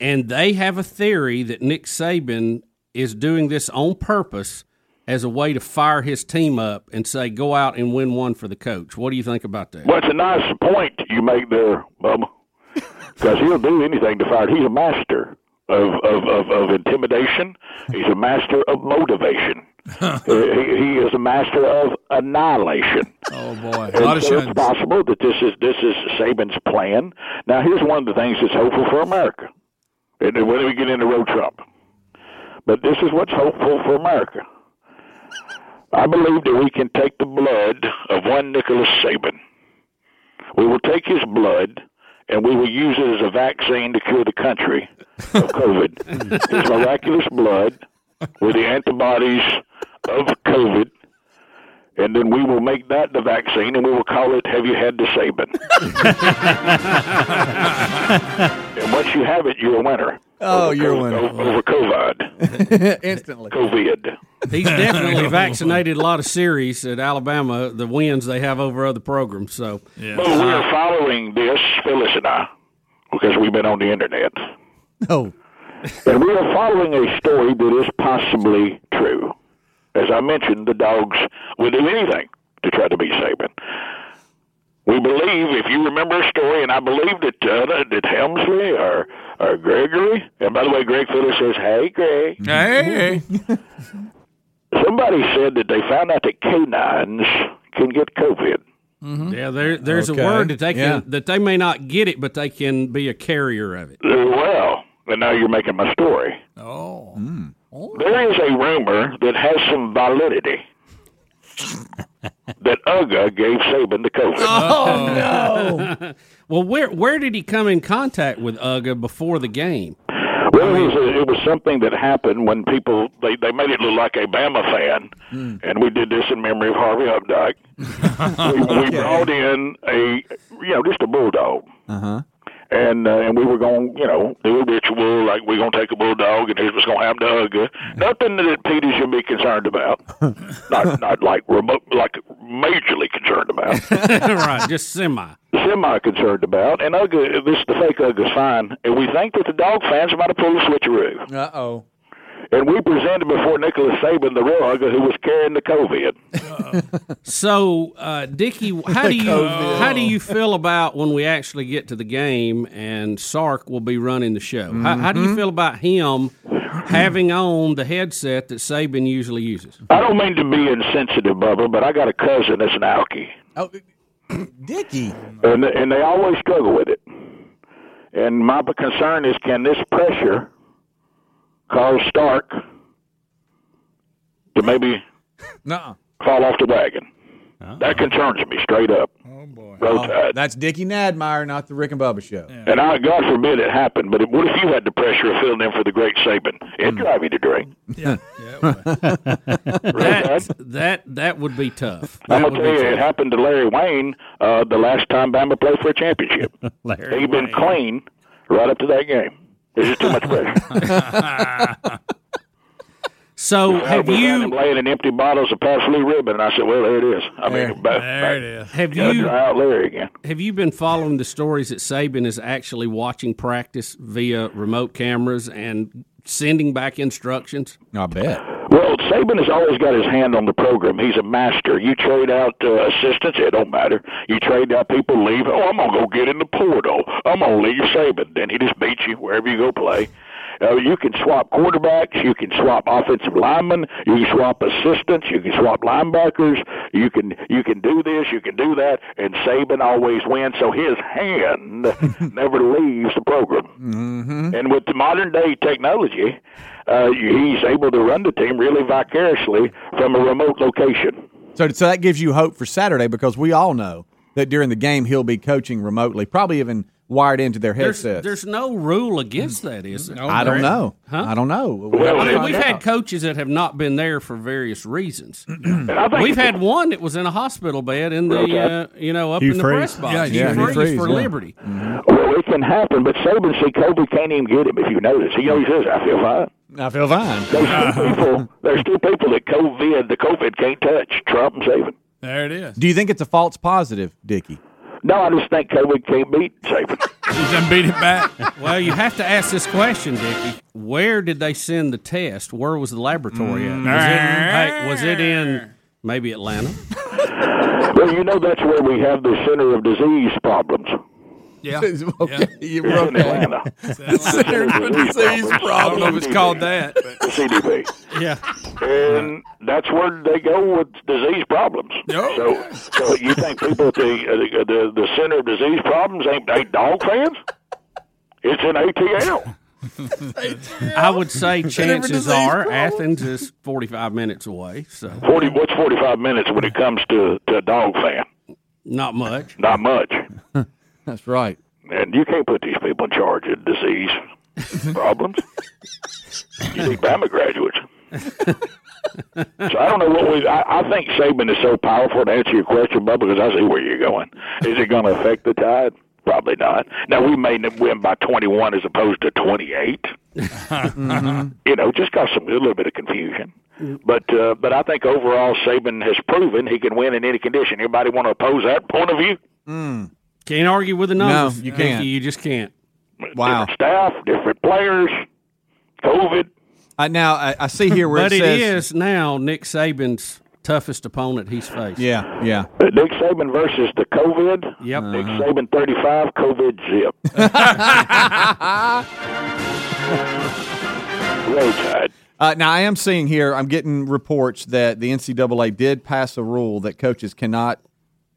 Speaker 4: and they have a theory that Nick Saban is doing this on purpose as a way to fire his team up and say, go out and win one for the coach. What do you think about that?
Speaker 11: Well, it's a nice point you make there, Bubba, because he'll do anything to fire. He's a master of of, of, of intimidation. He's a master of motivation. Uh, he, he is a master of annihilation.
Speaker 10: Oh boy,
Speaker 11: And so it's possible that this is this is Saban's plan. Now, here's one of the things that's hopeful for America. And then whether we get into road Trump, but this is what's hopeful for America. I believe that we can take the blood of one Nicholas Saban. We will take his blood and we will use it as a vaccine to cure the country of COVID. his miraculous blood with the antibodies of COVID and then we will make that the vaccine, and we will call it "Have you had the Saban?" and once you have it, you're a winner.
Speaker 7: Oh, you're a winner.
Speaker 11: over, over COVID.
Speaker 7: Instantly.
Speaker 11: COVID.
Speaker 4: He's definitely vaccinated a lot of series at Alabama, the wins they have over other programs. So,
Speaker 11: But Oh, we
Speaker 2: Uh-huh.
Speaker 11: are following this, Phyllis and I, because we've been on the internet,
Speaker 7: Oh,
Speaker 11: and we are following a story that is possibly true. As I mentioned, the dogs will do anything to try to beat Saban. We believe, if you remember a story, and I believe that uh, that Helmsley or or Gregory, and by the way, Greg Phillips says, "Hey, Greg."
Speaker 2: Hey.
Speaker 11: Somebody said that they found out that canines can get COVID.
Speaker 4: yeah, there, there's
Speaker 11: Okay.
Speaker 4: a word that they can
Speaker 11: Yeah.
Speaker 4: that they may not get it, but they can be a carrier of it.
Speaker 11: Well, and now you're making my story.
Speaker 10: Oh.
Speaker 11: There is a rumor that has some validity that UGA gave Saban the COVID.
Speaker 10: Oh,
Speaker 4: no! well, where where did he come in contact with Uga before the game?
Speaker 11: Well, it was, it was something that happened when people they, they made it look like a Bama fan,
Speaker 10: Hmm.
Speaker 11: and we did this in memory of Harvey Updike. we, we brought in a you know just a bulldog,
Speaker 7: Uh-huh.
Speaker 11: and uh, and we were going you know do a ritual like we're gonna take a bulldog and here's what's gonna happen to Uga. Nothing that Petey should be concerned about. not not like remote like majorly concerned about.
Speaker 4: right, just semi.
Speaker 11: Semi concerned about, and Uga, this the fake Uga's fine, and we think that the dog fans might have pulled a switcheroo.
Speaker 7: Uh oh.
Speaker 11: And we presented before Nicholas Saban the real hugger who was carrying the COVID.
Speaker 4: So, uh, Dickie, how do you
Speaker 11: COVID.
Speaker 4: how do you feel about when we actually get to the game and Sark will be running the show? How, how do you feel about him having on the headset that Saban usually uses?
Speaker 11: I don't mean to be insensitive, Bubba, but I got a cousin that's an alky.
Speaker 7: Oh, Dickie.
Speaker 11: And, and they always struggle with it. And my concern is can this pressure cause Stark to maybe
Speaker 7: No.
Speaker 11: fall off the wagon?
Speaker 7: Uh-huh.
Speaker 11: That concerns me straight up.
Speaker 7: Oh.
Speaker 11: Roll Tide.
Speaker 7: Uh, that's Dickie Nadmeyer, not the Rick and Bubba show.
Speaker 11: And I, God forbid it happened, but what if you had the pressure of filling in for the great Saban? It'd
Speaker 7: Hmm.
Speaker 11: drive you to drink.
Speaker 7: Yeah.
Speaker 4: that, that that would be tough. That
Speaker 11: I'm gonna
Speaker 4: would
Speaker 11: tell
Speaker 4: be
Speaker 11: you, it
Speaker 4: tough.
Speaker 11: happened to Larry Wayne uh, the last time Bama played for a championship. he had been clean right up to that game. This is too much pressure.
Speaker 4: so
Speaker 11: have we you him laying in empty bottles of Pabst Blue Ribbon? And I said, well, there it is. I mean, ba- ba-
Speaker 4: Have
Speaker 11: gotta
Speaker 4: you
Speaker 11: dry out Larry again?
Speaker 4: have you been following the stories that Saban is actually watching practice via remote cameras and sending back instructions?
Speaker 7: I bet.
Speaker 11: Well, Saban has always got his hand on the program. He's a master. You trade out uh, assistants, it don't matter. You trade out people leave. Oh, I'm gonna go get in the portal. I'm gonna leave Saban. Then he just beats you wherever you go play. Uh, you can swap quarterbacks. You can swap offensive linemen. You can swap assistants. You can swap linebackers. You can you can do this. You can do that. And Saban always wins. So his hand never leaves the program. And with the modern day technology, uh, he's able to run the team really vicariously from a remote location.
Speaker 7: So, so that gives you hope for Saturday because we all know that during the game he'll be coaching remotely, probably even wired into their
Speaker 4: There's,
Speaker 7: headset.
Speaker 4: there's no rule against that, is there?
Speaker 7: I don't know. I don't know.
Speaker 4: I mean, we've had coaches that have not been there for various reasons.
Speaker 7: think
Speaker 4: we've had one that was in a hospital bed in
Speaker 11: Okay.
Speaker 4: the uh, you know up
Speaker 11: Hugh
Speaker 4: in the
Speaker 11: Freeze.
Speaker 4: press box.
Speaker 11: Yeah,
Speaker 4: Hugh
Speaker 11: yeah, Hugh
Speaker 4: Freeze
Speaker 11: Freeze,
Speaker 4: for
Speaker 11: yeah.
Speaker 4: Liberty.
Speaker 11: Well, it can happen, but Saban see Kobe can't even get him. If you notice, he always says, "I feel fine."
Speaker 7: I feel fine.
Speaker 11: There's two people. There's two people that COVID the COVID can't touch: Trump and Saban.
Speaker 10: There it is.
Speaker 7: Do you think it's a false positive, Dickie?
Speaker 11: No, I just think COVID can't beat Saban.
Speaker 10: He's done beat it back.
Speaker 4: well, you have to ask this question, Dickie. Where did they send the test? Where was the laboratory at? Was it,
Speaker 10: Mm.
Speaker 4: hey, was it in maybe Atlanta?
Speaker 11: well, you know that's where we have the center of disease problems.
Speaker 10: Yeah.
Speaker 7: okay. You
Speaker 11: It's in Atlanta.
Speaker 10: Center of Disease
Speaker 11: I don't know if
Speaker 10: Problem.
Speaker 11: it's called that. CDB.
Speaker 4: Yeah.
Speaker 11: And that's where they go with disease problems. So, so you think people at the, uh, the the center of disease problems ain't, ain't dog fans? It's an ATL.
Speaker 4: I would say
Speaker 11: Is that every
Speaker 4: chances
Speaker 11: disease
Speaker 4: are
Speaker 11: problem?
Speaker 4: Athens is 45 minutes away, so
Speaker 11: Forty. What's forty-five minutes when it comes to to a dog fan?
Speaker 4: not much.
Speaker 11: Not much.
Speaker 7: That's right.
Speaker 11: And you can't put these people in charge of disease problems. you need Bama graduates. so I don't know what we. I, I think Saban is so powerful to answer your question, Bubba, because I see where you're going. Is it going to affect the tide? Probably not. Now we may n- win by 21 as opposed to 28. You know, just cause some a little bit of confusion.
Speaker 10: Mm-hmm.
Speaker 11: But uh, but I think overall Saban has proven he can win in any condition. Everybody want to oppose that point of view?
Speaker 7: Mm.
Speaker 4: Can't argue with the
Speaker 11: No,
Speaker 4: numbers.
Speaker 11: you
Speaker 4: Dickie,
Speaker 11: can't.
Speaker 4: You just can't.
Speaker 7: Wow.
Speaker 11: Different staff, different players, COVID.
Speaker 7: Uh, now I, I see here where
Speaker 4: but
Speaker 7: it
Speaker 4: it
Speaker 7: says.
Speaker 4: is now Nick Saban's toughest opponent he's faced.
Speaker 7: Yeah, yeah.
Speaker 11: Uh,
Speaker 7: Uh-huh.
Speaker 11: Nick Saban versus the COVID.
Speaker 4: Yep.
Speaker 11: Nick Saban 35, COVID zip. Roll Tide.
Speaker 7: Uh, now I am seeing here. I'm getting reports that the NCAA did pass a rule that coaches cannot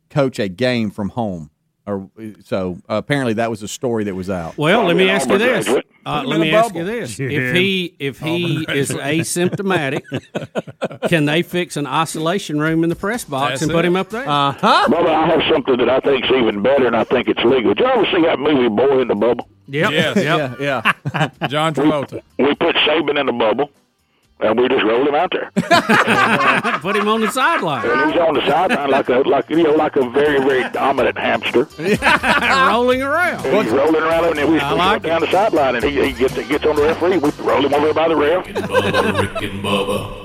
Speaker 7: coach a game from home. Or so uh, apparently that was a story that was out.
Speaker 4: Well, let me ask you this. Uh, let me ask you this: If
Speaker 7: Yeah.
Speaker 4: he if he
Speaker 7: Auburn
Speaker 4: is
Speaker 7: graduate.
Speaker 4: asymptomatic, can they fix an isolation room in the press box
Speaker 11: That's
Speaker 4: and put
Speaker 11: it.
Speaker 4: him up there?
Speaker 11: Uh-huh. Bubba, I have something that I think's even better, and I think it's legal. Did you ever see that movie Boy in the Bubble?
Speaker 4: Yep.
Speaker 10: Yes.
Speaker 7: Yep. Yeah.
Speaker 10: Yeah. John Travolta.
Speaker 11: We put Saban in the bubble, and we just rolled him out there.
Speaker 4: Uh-huh. put him on the sideline,
Speaker 11: And he's on the sideline like a like you know like a very very dominant hamster.
Speaker 4: rolling around.
Speaker 11: And he's rolling around, and then we, we go down the sideline, and he, he gets gets on the referee. We roll him over by the ref.
Speaker 1: Bubba, Rick and Bubba.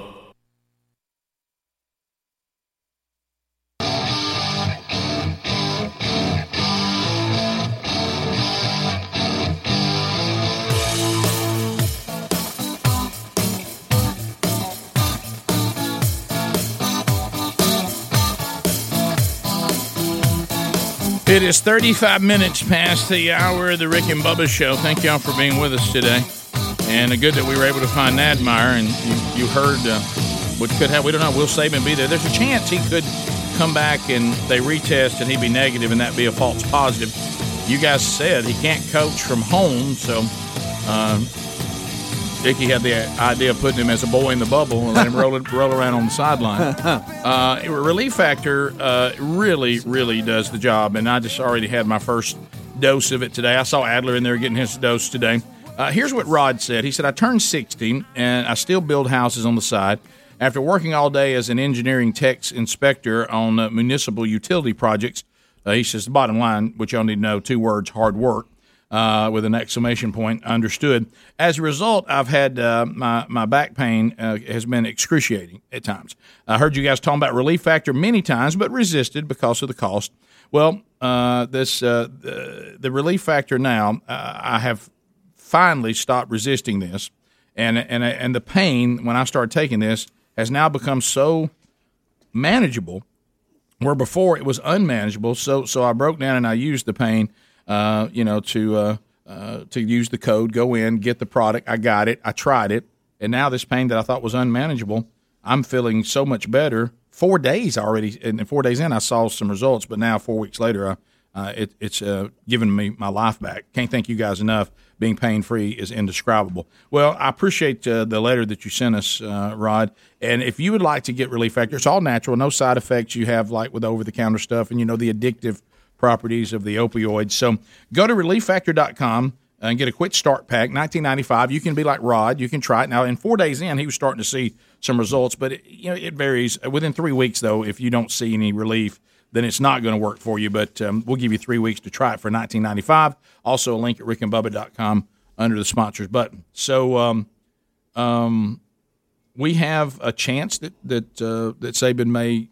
Speaker 2: It is 35 minutes past the hour of the Rick and Bubba show. Thank y'all for being with us today. And uh, good that we were able to find Nadmeyer. And you, you heard uh, what could happen. We don't know. Will Saban be there? There's a chance he could come back and they retest and he'd be negative and that be a false positive. You guys said he can't coach from home. So um, Dickie had the idea of putting him as a boy in the bubble and let him roll, it, roll around on the sideline. Uh, relief factor uh, really, really does the job, and I just already had my first dose of it today. I saw Adler in there getting his dose today. Uh, here's what Rod said. He said, "I turned 60 and I still build houses on the side. After working all day as an engineering techs inspector on uh, municipal utility projects, uh, he says the bottom line, which y'all need to know, two words: hard work." uh, with an exclamation point. Understood. As a result, I've had uh, my my back pain uh, has been excruciating at times. I heard you guys talking about relief factor many times, but resisted because of the cost. Well, uh, this uh, the, the relief factor now. Uh, I have finally stopped resisting this, and and and the pain when I started taking this has now become so manageable where before it was unmanageable. So so I broke down and I used the pain, uh, you know, to uh, uh, to use the code, go in, get the product. I got it. I tried it, and now this pain that I thought was unmanageable, I'm feeling so much better. Four days already, and four days in, I saw some results. But now four weeks later, I. Uh, it, it's uh, given me my life back. Can't thank you guys enough. Being pain free is indescribable. Well, I appreciate uh, the letter that you sent us, uh, Rod. And if you would like to get Relief Factor, it's all natural, no side effects you have like with over the counter stuff and, you know, the addictive properties of the opioids. So go to relieffactor.com and get a quick start pack, 1995. You can be like Rod. You can try it. Now, in four days in, he was starting to see some results, but it, you know, it varies. Within three weeks, though, if you don't see any relief, then it's not going to work for you. But um, we'll give you three weeks to try it for 1995. Also, a link at rickandbubba.com under the sponsors button. So, um, um, we have a chance that that uh, that Saban may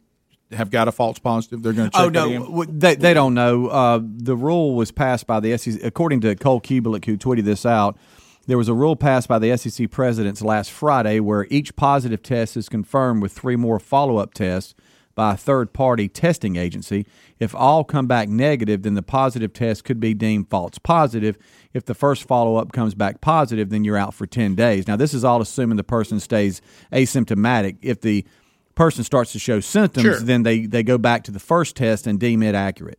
Speaker 21: have got a false positive, they're going to check
Speaker 7: Oh no,
Speaker 21: it in?
Speaker 7: w- they, they don't know. Uh, the rule was passed by the SEC, according to Cole Kubelik, who tweeted this out. There was a rule passed by the SEC presidents last Friday where each positive test is confirmed with three more follow up tests by a third party testing agency. If all come back negative, then the positive test could be deemed false positive. If the first follow up comes back positive, then you're out for 10 days. Now, this is all assuming the person stays asymptomatic. If the person starts to show symptoms,
Speaker 21: Sure.
Speaker 7: then they, they go back to the first test and deem it accurate.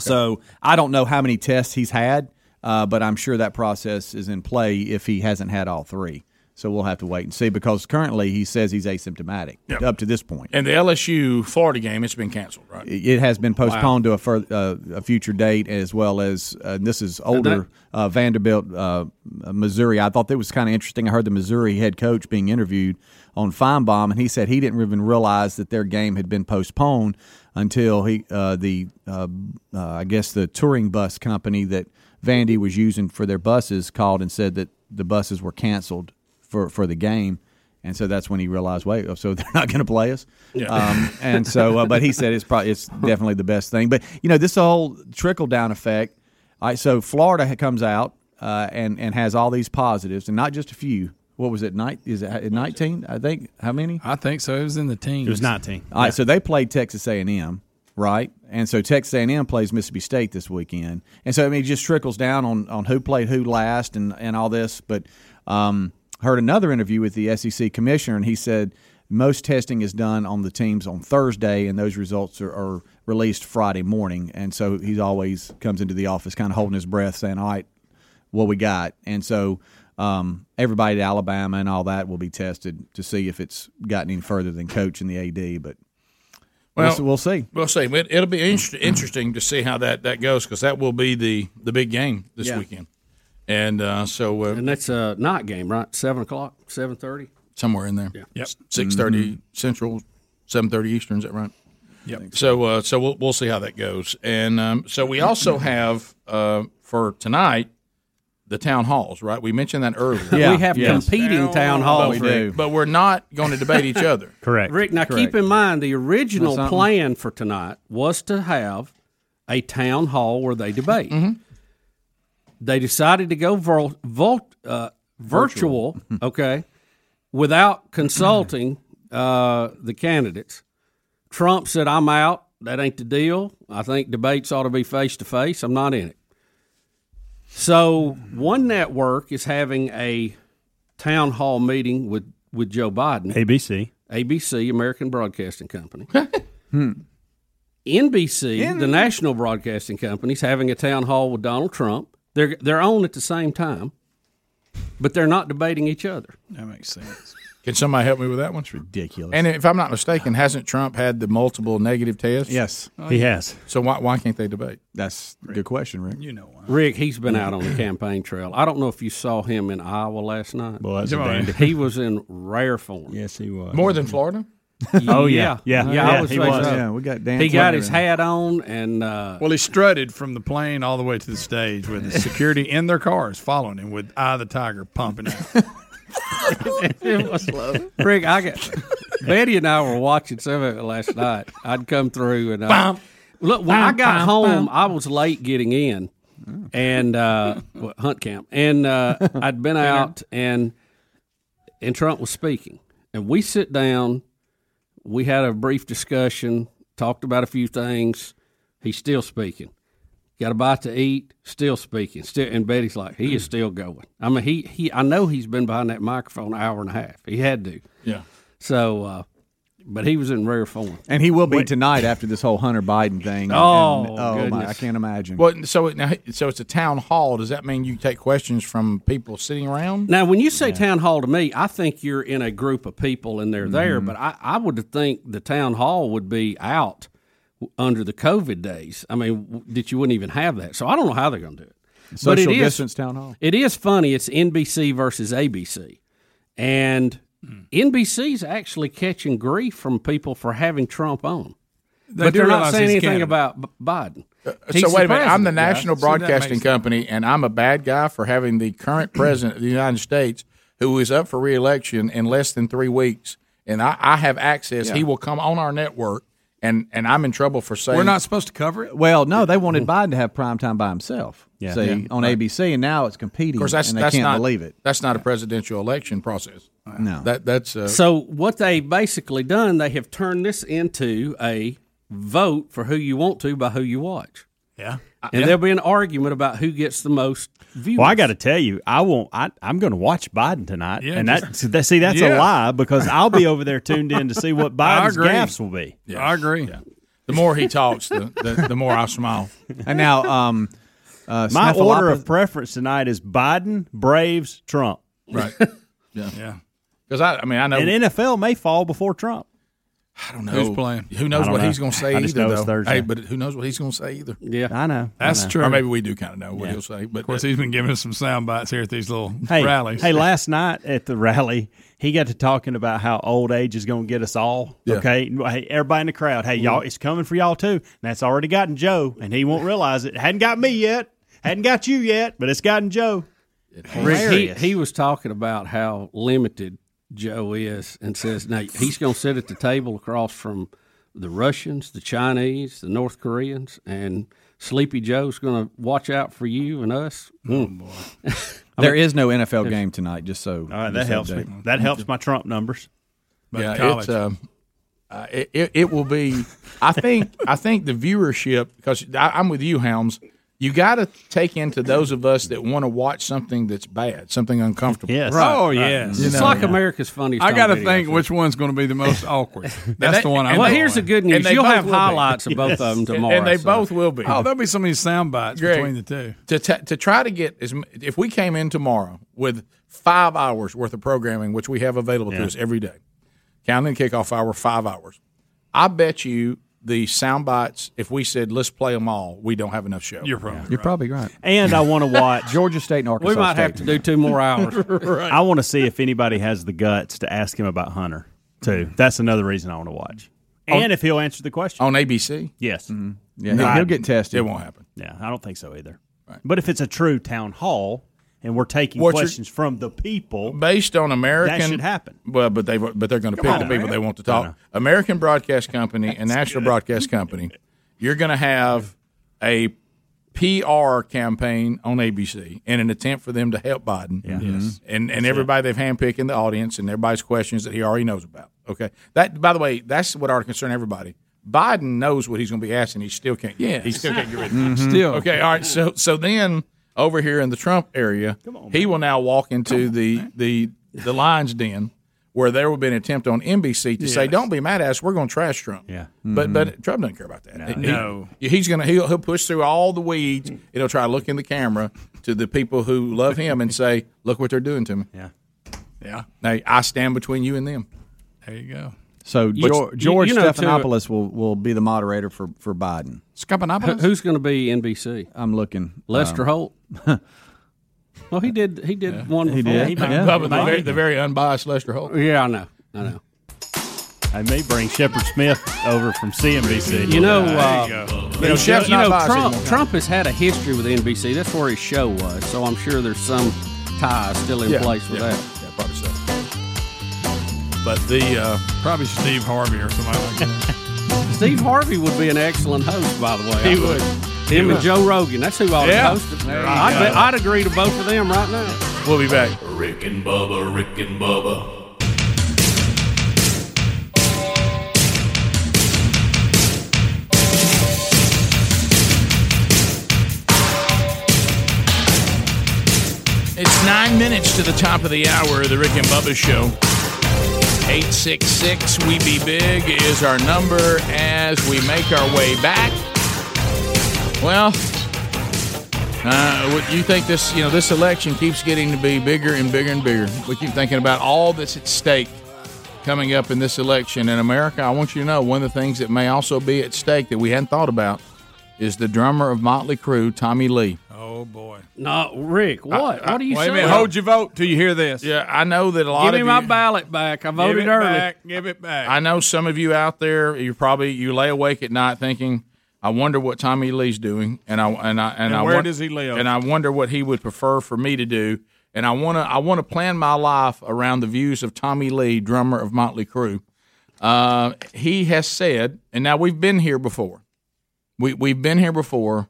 Speaker 7: So I don't know how many tests he's had, uh, but I'm sure that process is in play if he hasn't had all three. So we'll have to wait and see because currently he says he's asymptomatic
Speaker 2: Yeah.
Speaker 7: up to this point.
Speaker 2: And the LSU Florida game, it's been canceled, right?
Speaker 7: It has been postponed
Speaker 2: Wow.
Speaker 7: to a, fur- uh, a future date, as well as uh, and this is
Speaker 2: that-
Speaker 7: older uh, Vanderbilt, uh, Missouri. I thought that was kind of interesting. I heard the Missouri head coach being interviewed on Feinbaum, and he said he didn't even realize that their game had been postponed until he uh, the uh, uh, I guess the touring bus company that Vandy was using for their buses called and said that the buses were canceled for for the game. And so that's when he realized, wait, oh, so they're not going to play us.
Speaker 21: Yeah.
Speaker 7: Um, and so, uh, but he said it's probably it's definitely the best thing. But you know, this whole trickle down effect. All right, so Florida ha- comes out uh, and and has all these positives, and not just a few. What was it? Night is it nineteen? I think. How many? I think so. It was in the teens.
Speaker 5: It was 19,
Speaker 7: All right,
Speaker 5: yeah.
Speaker 7: so they played Texas A and M, right? And so Texas A and M plays Mississippi State this weekend, and so I mean, it just trickles down on on who played who last and and all this. But um, heard another interview with the SEC commissioner, and he said most testing is done on the teams on Thursday, and those results are, are released Friday morning. And so he's always comes into the office, kind of holding his breath, saying, "All right, what we got. And so um, everybody at Alabama and all that will be tested to see if it's gotten any further than coach and the AD. But
Speaker 2: Well,
Speaker 7: we'll, s- we'll see.
Speaker 2: We'll see. It, it'll be inter- interesting to see how that, that goes because that will be the, the big game this
Speaker 4: Yeah.
Speaker 2: weekend. And uh, so. Uh,
Speaker 4: and that's a night game, right? Seven o'clock, seven thirty.
Speaker 2: somewhere in there. Yeah.
Speaker 4: Yep.
Speaker 2: Six Central, seven thirty Eastern. Is that right?
Speaker 4: Yep.
Speaker 2: So uh, so we'll we'll see how that goes. And um, so we
Speaker 4: Mm-hmm.
Speaker 2: also have uh, for tonight the town halls. Right. We mentioned that earlier.
Speaker 4: Yeah. We have Yes. competing town halls.
Speaker 2: But
Speaker 4: We do.
Speaker 2: But we're not going to debate each other.
Speaker 5: Correct.
Speaker 4: Rick, now
Speaker 2: Correct.
Speaker 4: keep in mind the original
Speaker 2: Something.
Speaker 4: plan for tonight was to have a town hall where they debate. They decided to go vol- vol- uh, virtual, okay, without consulting uh, the candidates. Trump said, I'm out. That ain't the deal. I think debates ought to be face to face. I'm not in it. So one network is having a town hall meeting with, with Joe Biden.
Speaker 5: ABC.
Speaker 4: ABC, American Broadcasting Company.
Speaker 10: Hmm.
Speaker 4: NBC, the national broadcasting company, is having a town hall with Donald Trump. They're they're on at the same time, but they're not debating each other.
Speaker 10: That makes sense.
Speaker 2: Can somebody help me with that one? It's
Speaker 7: ridiculous.
Speaker 2: And if I'm not mistaken, hasn't Trump had the multiple negative tests?
Speaker 7: Yes,
Speaker 5: He has.
Speaker 2: So why why can't they debate?
Speaker 7: That's a good question, Rick.
Speaker 10: You know,
Speaker 4: Rick, he's been out on the campaign trail. I don't know if you saw him in Iowa last night.
Speaker 5: Well, that's a dandy.
Speaker 4: he was in rare form.
Speaker 5: Yes, he was.
Speaker 2: more than Florida.
Speaker 5: Oh, yeah. Yeah.
Speaker 4: yeah. I
Speaker 5: Yeah,
Speaker 4: would
Speaker 5: he
Speaker 4: say
Speaker 5: was.
Speaker 4: so.
Speaker 5: Yeah, we got Dan
Speaker 4: He got
Speaker 5: Clevenger
Speaker 4: his
Speaker 5: in.
Speaker 4: hat on, and uh,
Speaker 10: Well, he strutted from the plane all the way to the stage with the security in their cars following him with Eye of the Tiger pumping out.
Speaker 4: it was low. Rick, I got Betty and I were watching some of it last night. I'd come through and I,
Speaker 3: Bum.
Speaker 4: look when I
Speaker 3: Bum,
Speaker 4: got
Speaker 3: bum,
Speaker 4: home,
Speaker 3: bum.
Speaker 4: I was late getting in, and uh, well, hunt camp, and uh, I'd been out, and and Trump was speaking, and we sit down, we had a brief discussion, talked about a few things. He's still speaking. Got a bite to eat, still speaking. Still, and Betty's like, he is still going. I mean, he he. I know he's been behind that microphone an hour and a half. He had to.
Speaker 2: Yeah.
Speaker 4: So, uh, but he was in rare form.
Speaker 7: And he will be tonight after this whole Hunter Biden thing.
Speaker 4: Oh,
Speaker 7: And- oh my,
Speaker 4: goodness.
Speaker 7: I can't imagine.
Speaker 2: Well, so it, now, so it's a town hall. Does that mean you take questions from people sitting around?
Speaker 4: Now, when you say town hall to me, I think you're in a group of people and they're
Speaker 2: Mm-hmm.
Speaker 4: there. But I, I would think the town hall would be out w- under the COVID days. I mean, w- that you wouldn't even have that. So I don't know how they're going to do it. But it
Speaker 7: Social
Speaker 4: is-
Speaker 7: distance town hall.
Speaker 4: It is funny. It's NBC versus ABC, and
Speaker 2: Hmm.
Speaker 4: NBC's actually catching grief from people for having Trump on,
Speaker 2: They
Speaker 4: but
Speaker 2: do
Speaker 4: they're not
Speaker 2: realize
Speaker 4: saying
Speaker 2: he's
Speaker 4: anything
Speaker 2: candidate.
Speaker 4: about B- Biden. He's
Speaker 2: Uh, so wait a minute. I'm the
Speaker 4: president.
Speaker 2: national broadcasting company, and I'm a bad guy for having the current president of the United States, who is up for reelection in less than three weeks, and I, I have access.
Speaker 21: Yeah.
Speaker 2: He will come on our network
Speaker 22: and and I'm in trouble for saying
Speaker 10: We're not supposed to cover it.
Speaker 7: Well, no, they wanted Biden to have prime time by himself.
Speaker 22: Yeah.
Speaker 7: See,
Speaker 22: Yeah.
Speaker 7: on ABC, and now it's competing.
Speaker 22: Of course, that's
Speaker 7: and they
Speaker 22: that's
Speaker 7: can't
Speaker 22: not
Speaker 7: believe it.
Speaker 22: That's not a presidential election process.
Speaker 7: No.
Speaker 22: that that's uh,
Speaker 4: so what they basically done, they have turned this into a vote for who you want to by who you watch.
Speaker 10: Yeah.
Speaker 4: And there'll be an argument about who gets the most views.
Speaker 5: Well, I got to tell you, I won't. I, I'm going to watch Biden tonight,
Speaker 4: Yeah,
Speaker 5: and that,
Speaker 4: just-
Speaker 5: see, that see that's a
Speaker 4: Yeah.
Speaker 5: lie because I'll be over there tuned in to see what
Speaker 2: I
Speaker 5: Biden's
Speaker 2: agree.
Speaker 5: gaffes will be.
Speaker 10: I agree.
Speaker 2: The more he talks, the, the, the more I smile.
Speaker 7: And now, um, uh,
Speaker 5: my
Speaker 7: Snuffleupagus-
Speaker 5: order of preference tonight is Biden, Braves, Trump.
Speaker 2: Right. Yeah.
Speaker 10: Yeah.
Speaker 2: Because I, I mean, I know
Speaker 5: And NFL may fall before Trump.
Speaker 2: I don't know
Speaker 5: Who's playing?
Speaker 2: Who
Speaker 5: I
Speaker 2: knows
Speaker 5: don't
Speaker 2: what
Speaker 5: know.
Speaker 2: he's going to say
Speaker 5: I
Speaker 2: either,
Speaker 5: just know it's
Speaker 2: though.
Speaker 5: Thursday.
Speaker 2: Hey, but who knows what he's going to say either?
Speaker 5: Yeah. I know.
Speaker 10: That's true.
Speaker 2: Or maybe we do kind of know what
Speaker 5: Yeah.
Speaker 2: he'll say. But
Speaker 10: Of course, he's been giving us some sound bites here at these little
Speaker 5: Hey,
Speaker 10: rallies.
Speaker 5: hey, last night at the rally, he got to talking about how old age is going to get us all.
Speaker 10: Yeah.
Speaker 5: Okay, hey, everybody in the crowd, hey y'all, it's coming for y'all too. And that's already gotten Joe, and he won't realize it. Hadn't got me yet, hadn't got you yet, but it's gotten Joe.
Speaker 4: Rick, he,
Speaker 5: Hilarious.
Speaker 4: he was talking about how limited Joe is and says, now he's going to sit at the table across from the Russians, the Chinese, the North Koreans, and Sleepy Joe's going to watch out for you and us. Hmm. boy.
Speaker 7: There is no NFL game tonight, just so.
Speaker 5: All right, that helps me. That helps my Trump numbers.
Speaker 2: yeah, it's, um, uh, it, it, it will be. I think I think the viewership because I, I'm with you, Helms. You got to take into those of us that want to watch something that's bad, something uncomfortable.
Speaker 5: Yes.
Speaker 10: Oh, yes.
Speaker 4: It's like America's Funniest
Speaker 10: I
Speaker 4: Home
Speaker 10: got to
Speaker 4: Videos.
Speaker 10: think which one's going to be the most awkward. That's
Speaker 4: they-
Speaker 10: the one. I'm
Speaker 4: and well,
Speaker 10: going
Speaker 4: here's
Speaker 10: with.
Speaker 4: the good news. You'll have highlights of both of them tomorrow. so.
Speaker 2: will be.
Speaker 10: Oh, there'll be so many sound bites between the two.
Speaker 2: to t- to try to get as m- if we came in tomorrow with five hours worth of programming, which we have available to
Speaker 22: Yeah.
Speaker 2: us every day, counting the kickoff hour, five hours. I bet you the sound bites. If we said let's play them all, we don't have enough show. You're
Speaker 10: probably
Speaker 7: You're probably right.
Speaker 5: And I want to watch
Speaker 7: Georgia State and Arkansas. State.
Speaker 2: Right.
Speaker 5: I want to see if anybody has the guts to ask him about Hunter too. That's another reason I want to watch. And if he'll answer the question
Speaker 2: on ABC,
Speaker 5: yes,
Speaker 7: Mm-hmm. Yeah, he'll- he'll get tested.
Speaker 2: It won't happen.
Speaker 5: Yeah, I don't think so either. But if it's a true town hall and we're taking
Speaker 2: What you're-
Speaker 5: questions from the people,
Speaker 2: based on American
Speaker 5: that should happen.
Speaker 2: Well, but they but they're going to
Speaker 5: Come
Speaker 2: pick
Speaker 5: on,
Speaker 2: the people
Speaker 5: man.
Speaker 2: they want to
Speaker 5: I know.
Speaker 2: talk. American Broadcast Company and National Broadcast Company. You're going to have a PR campaign on ABC in an attempt for them to help Biden.
Speaker 22: Yes.
Speaker 2: And and
Speaker 22: That's
Speaker 2: everybody they've handpicked in the audience and everybody's questions that he already knows about. Okay. That by the way, that's what ought to concern everybody. Biden knows what he's going to be asked, and he still can't.
Speaker 22: Yes.
Speaker 2: he still can't get rid of
Speaker 22: Mhm.
Speaker 7: Mm-hmm.
Speaker 2: it.
Speaker 22: Still.
Speaker 2: okay. All right. So so then over here in the Trump area, he will now walk into the the the lion's den where there will be an attempt on NBC to say,
Speaker 22: Yes.
Speaker 2: "Don't be mad at us. We're going to trash Trump." Yeah. But
Speaker 10: Mm-hmm.
Speaker 2: but Trump doesn't care about that. He-
Speaker 22: No.
Speaker 2: he- he's gonna he'll, he'll push through all the weeds. and He'll try to look in the camera to the people who love him and say, "Look what they're doing to me."
Speaker 5: Yeah.
Speaker 10: Yeah.
Speaker 2: Now, I stand between you and them.
Speaker 10: There you go.
Speaker 7: So
Speaker 2: Which-
Speaker 7: George,
Speaker 2: you-
Speaker 7: George
Speaker 2: you know, to-
Speaker 7: Stephanopoulos will, will be the moderator for, for Biden.
Speaker 4: Who- Who's going to be NBC?
Speaker 7: I'm looking. um,
Speaker 4: Lester Holt. Well, he did. He did one.
Speaker 7: He
Speaker 4: before.
Speaker 7: did. Yeah.
Speaker 2: Bubba, the, very, the very unbiased Lester Holt.
Speaker 4: Yeah, I know. I know.
Speaker 5: I may bring Shepard Smith over from CNBC.
Speaker 4: You know, uh,
Speaker 5: There you go.
Speaker 4: you know, you know, Trump, Trump has had a history with NBC. That's where his show was. So I'm sure there's some ties still in
Speaker 2: Yeah,
Speaker 4: place with
Speaker 2: yeah,
Speaker 4: that.
Speaker 2: Yeah, probably so. But the uh,
Speaker 10: probably Steve Harvey or somebody like that.
Speaker 4: Steve Harvey would be an excellent host, by the way. I
Speaker 10: He
Speaker 4: think.
Speaker 10: would. He
Speaker 4: Him and
Speaker 10: would.
Speaker 4: Joe Rogan. That's who I would
Speaker 10: Yeah.
Speaker 4: host it.
Speaker 10: There you
Speaker 4: I'd,
Speaker 10: go.
Speaker 4: be- I'd agree to both of them right now.
Speaker 2: We'll be back.
Speaker 1: Rick and Bubba, Rick and Bubba.
Speaker 2: It's nine minutes to the top of the hour of the Rick and Bubba Show. 866 We Be Big is our number as we make our way back. Well, uh, what you think this, you know, this election keeps getting to be bigger and bigger and bigger. We keep thinking about all that's at stake coming up in this election in America. I want you to know one of the things that may also be at stake that we hadn't thought about is the drummer of Motley Crue, Tommy Lee.
Speaker 10: Oh boy.
Speaker 4: No, Rick, what?
Speaker 2: I-
Speaker 4: what are you
Speaker 2: wait a
Speaker 4: saying?
Speaker 2: minute, hold
Speaker 10: your vote till you hear this.
Speaker 2: Yeah, I know that a lot
Speaker 4: Give
Speaker 2: of
Speaker 4: me my
Speaker 2: you-
Speaker 4: ballot back. I voted
Speaker 2: it
Speaker 4: early.
Speaker 2: back.
Speaker 10: Give it back.
Speaker 2: I know some of you out there, you probably you lay awake at night thinking, "I wonder what Tommy Lee's doing," and I and I and,
Speaker 10: And
Speaker 2: I
Speaker 10: where
Speaker 2: won-
Speaker 10: does he live?
Speaker 2: And I wonder what he would prefer for me to do. And I wanna I wanna plan my life around the views of Tommy Lee, drummer of Motley Crue. Uh, he has said, and now we've been here before. We we've been here before.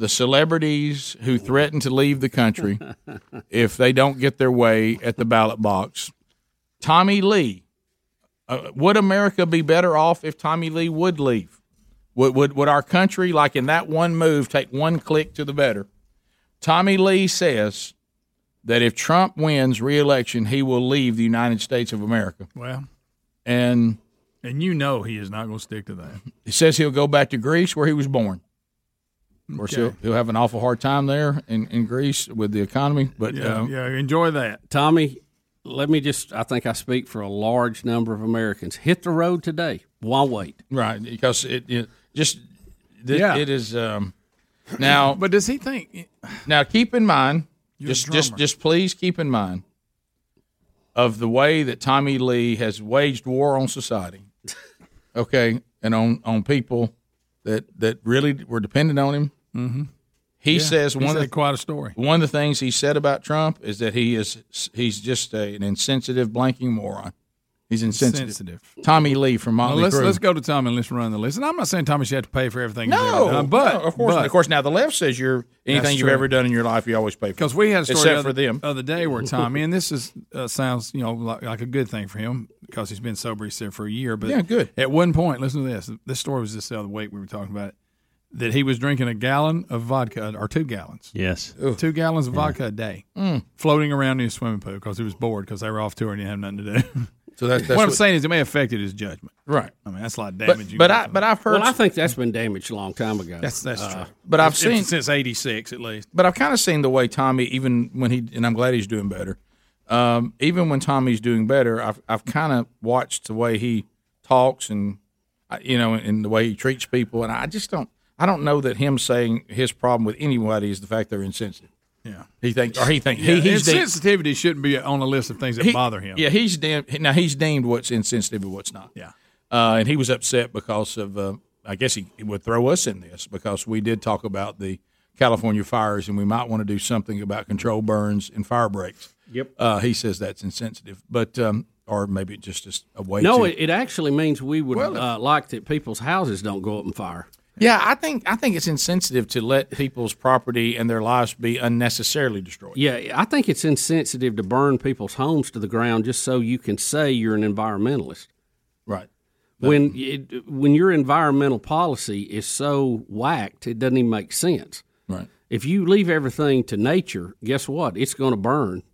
Speaker 2: The celebrities who threaten to leave the country if they don't get their way at the ballot box. Tommy Lee. Uh, would America be better off if Tommy Lee would leave? Would, would would our country, like in that one move, take one click to the better? Tommy Lee says that if Trump wins re-election, he will leave the United States of America.
Speaker 10: Well,
Speaker 2: And
Speaker 10: and you know he is not going to stick to that.
Speaker 2: He says he'll go back to Greece where he was born. Of course,
Speaker 10: Okay.
Speaker 2: he'll, he'll have an awful hard time there in, in Greece with the economy. But uh,
Speaker 10: enjoy that.
Speaker 4: Tommy, let me just, I think I speak for a large number of Americans. Hit the road today. Why wait?
Speaker 2: Right, because it, it just, thi-
Speaker 4: Yeah.
Speaker 2: it is. Um, now,
Speaker 10: but does he think?
Speaker 2: Now, keep in mind,
Speaker 10: a
Speaker 2: just, just,
Speaker 10: drummer.
Speaker 2: just please keep in mind of the way that Tommy Lee has waged war on society, okay, and on on people that that really were dependent on him.
Speaker 10: Mm-hmm.
Speaker 2: He
Speaker 10: Yeah,
Speaker 2: says
Speaker 10: he
Speaker 2: one of
Speaker 10: said
Speaker 2: the,
Speaker 10: quite a story.
Speaker 2: One of the things he said about Trump is that he is he's just a, an insensitive blanking moron. He's insensitive.
Speaker 10: Insensitive.
Speaker 2: Tommy Lee from Motley
Speaker 10: Well, let's
Speaker 2: Crue.
Speaker 10: let's go to Tommy and let's run the list. And I'm not saying Tommy should have to pay for everything. he's
Speaker 2: No,
Speaker 10: ever done, but
Speaker 2: no, of course,
Speaker 10: but-
Speaker 2: of course. Now the left says you're
Speaker 10: That's
Speaker 2: anything you've
Speaker 10: true.
Speaker 2: ever done in your life, you always pay for.
Speaker 10: Because we had a story
Speaker 2: except
Speaker 10: other,
Speaker 2: for them.
Speaker 10: other day where Tommy, and this is uh, sounds you know like, like a good thing for him because he's been sober. He said for a year, but
Speaker 2: Yeah, good.
Speaker 10: At one point, listen to this. This story was this the other week we were talking about it, that he was drinking a gallon of vodka or two gallons,
Speaker 5: Yes.
Speaker 10: two gallons of vodka a day,
Speaker 5: Mm.
Speaker 10: floating around in his swimming pool because he was bored because they were off tour and he had nothing to do.
Speaker 2: So that's- that's
Speaker 10: what I'm
Speaker 2: what-
Speaker 10: saying is it may have affected his judgment.
Speaker 2: Right.
Speaker 10: I mean that's a lot of damage. you got from it.
Speaker 4: Well, I think that's been damaged a long time ago.
Speaker 10: that's that's
Speaker 4: Uh,
Speaker 10: true.
Speaker 2: but I've
Speaker 10: If-
Speaker 2: seen-
Speaker 10: since '86 at least.
Speaker 2: But I've kind of seen the way Tommy, even when he, and I'm glad he's doing better. Um, even when Tommy's doing better, I've I've kind of watched the way he talks and I- you know, and the way he treats people, and I just don't. I don't know that him saying his problem with anybody is the fact they're insensitive.
Speaker 10: Yeah,
Speaker 2: he thinks, or he thinks
Speaker 10: Yeah,
Speaker 2: he, he's
Speaker 10: and
Speaker 2: de-
Speaker 10: sensitivity shouldn't be on a list of things that
Speaker 2: he-
Speaker 10: bother him.
Speaker 2: Yeah, he's deemed now he's deemed what's insensitive and what's not.
Speaker 10: Yeah,
Speaker 2: uh, and he was upset because of uh, I guess he, he would throw us in this because we did talk about the California fires and we might want to do something about control burns and fire breaks.
Speaker 4: Yep.
Speaker 2: Uh, he says that's insensitive, but um, or maybe it just is a way.
Speaker 4: no,
Speaker 2: to,
Speaker 4: it, it actually means we would uh, like that people's houses don't go up in fire.
Speaker 2: yeah, I think I think it's insensitive to let people's property and their lives be unnecessarily destroyed.
Speaker 4: Yeah, I think it's insensitive to burn people's homes to the ground just so you can say you're an environmentalist.
Speaker 2: Right.
Speaker 4: When it, when your environmental policy is so whacked, it doesn't even make sense.
Speaker 2: Right.
Speaker 4: If you leave everything to nature, guess what? It's going to burn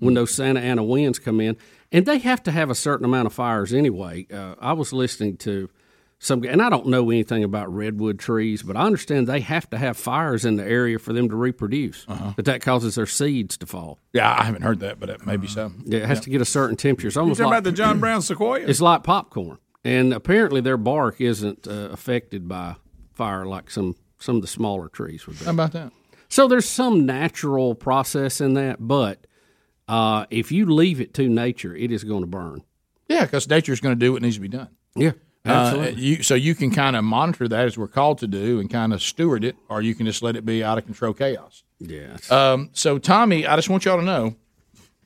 Speaker 2: Hmm.
Speaker 4: when those Santa Ana winds come in, and they have to have a certain amount of fires anyway. Uh, I was listening to some, and I don't know anything about redwood trees, but I understand they have to have fires in the area for them to reproduce. That that causes their seeds to fall.
Speaker 2: Uh-huh.
Speaker 4: Uh,
Speaker 2: Yeah, I haven't heard that, but it, maybe so.
Speaker 4: Yeah, it has to get a certain temperature. It's almost like,
Speaker 10: John Brown sequoia?
Speaker 4: it's like popcorn, and apparently their bark isn't uh, affected by fire like some some of the smaller trees would be.
Speaker 2: How about that?
Speaker 4: So there's some natural process in that, but uh, if you leave it to nature, it is going to burn.
Speaker 2: Yeah, because nature's going to do what needs to be done.
Speaker 4: Yeah,
Speaker 2: Uh,
Speaker 4: absolutely.
Speaker 2: you, so you can kind of monitor that as we're called to do and kind of steward it, or you can just let it be out of control chaos.
Speaker 4: yeah.
Speaker 2: Um, so, Tommy, I just want y'all to know.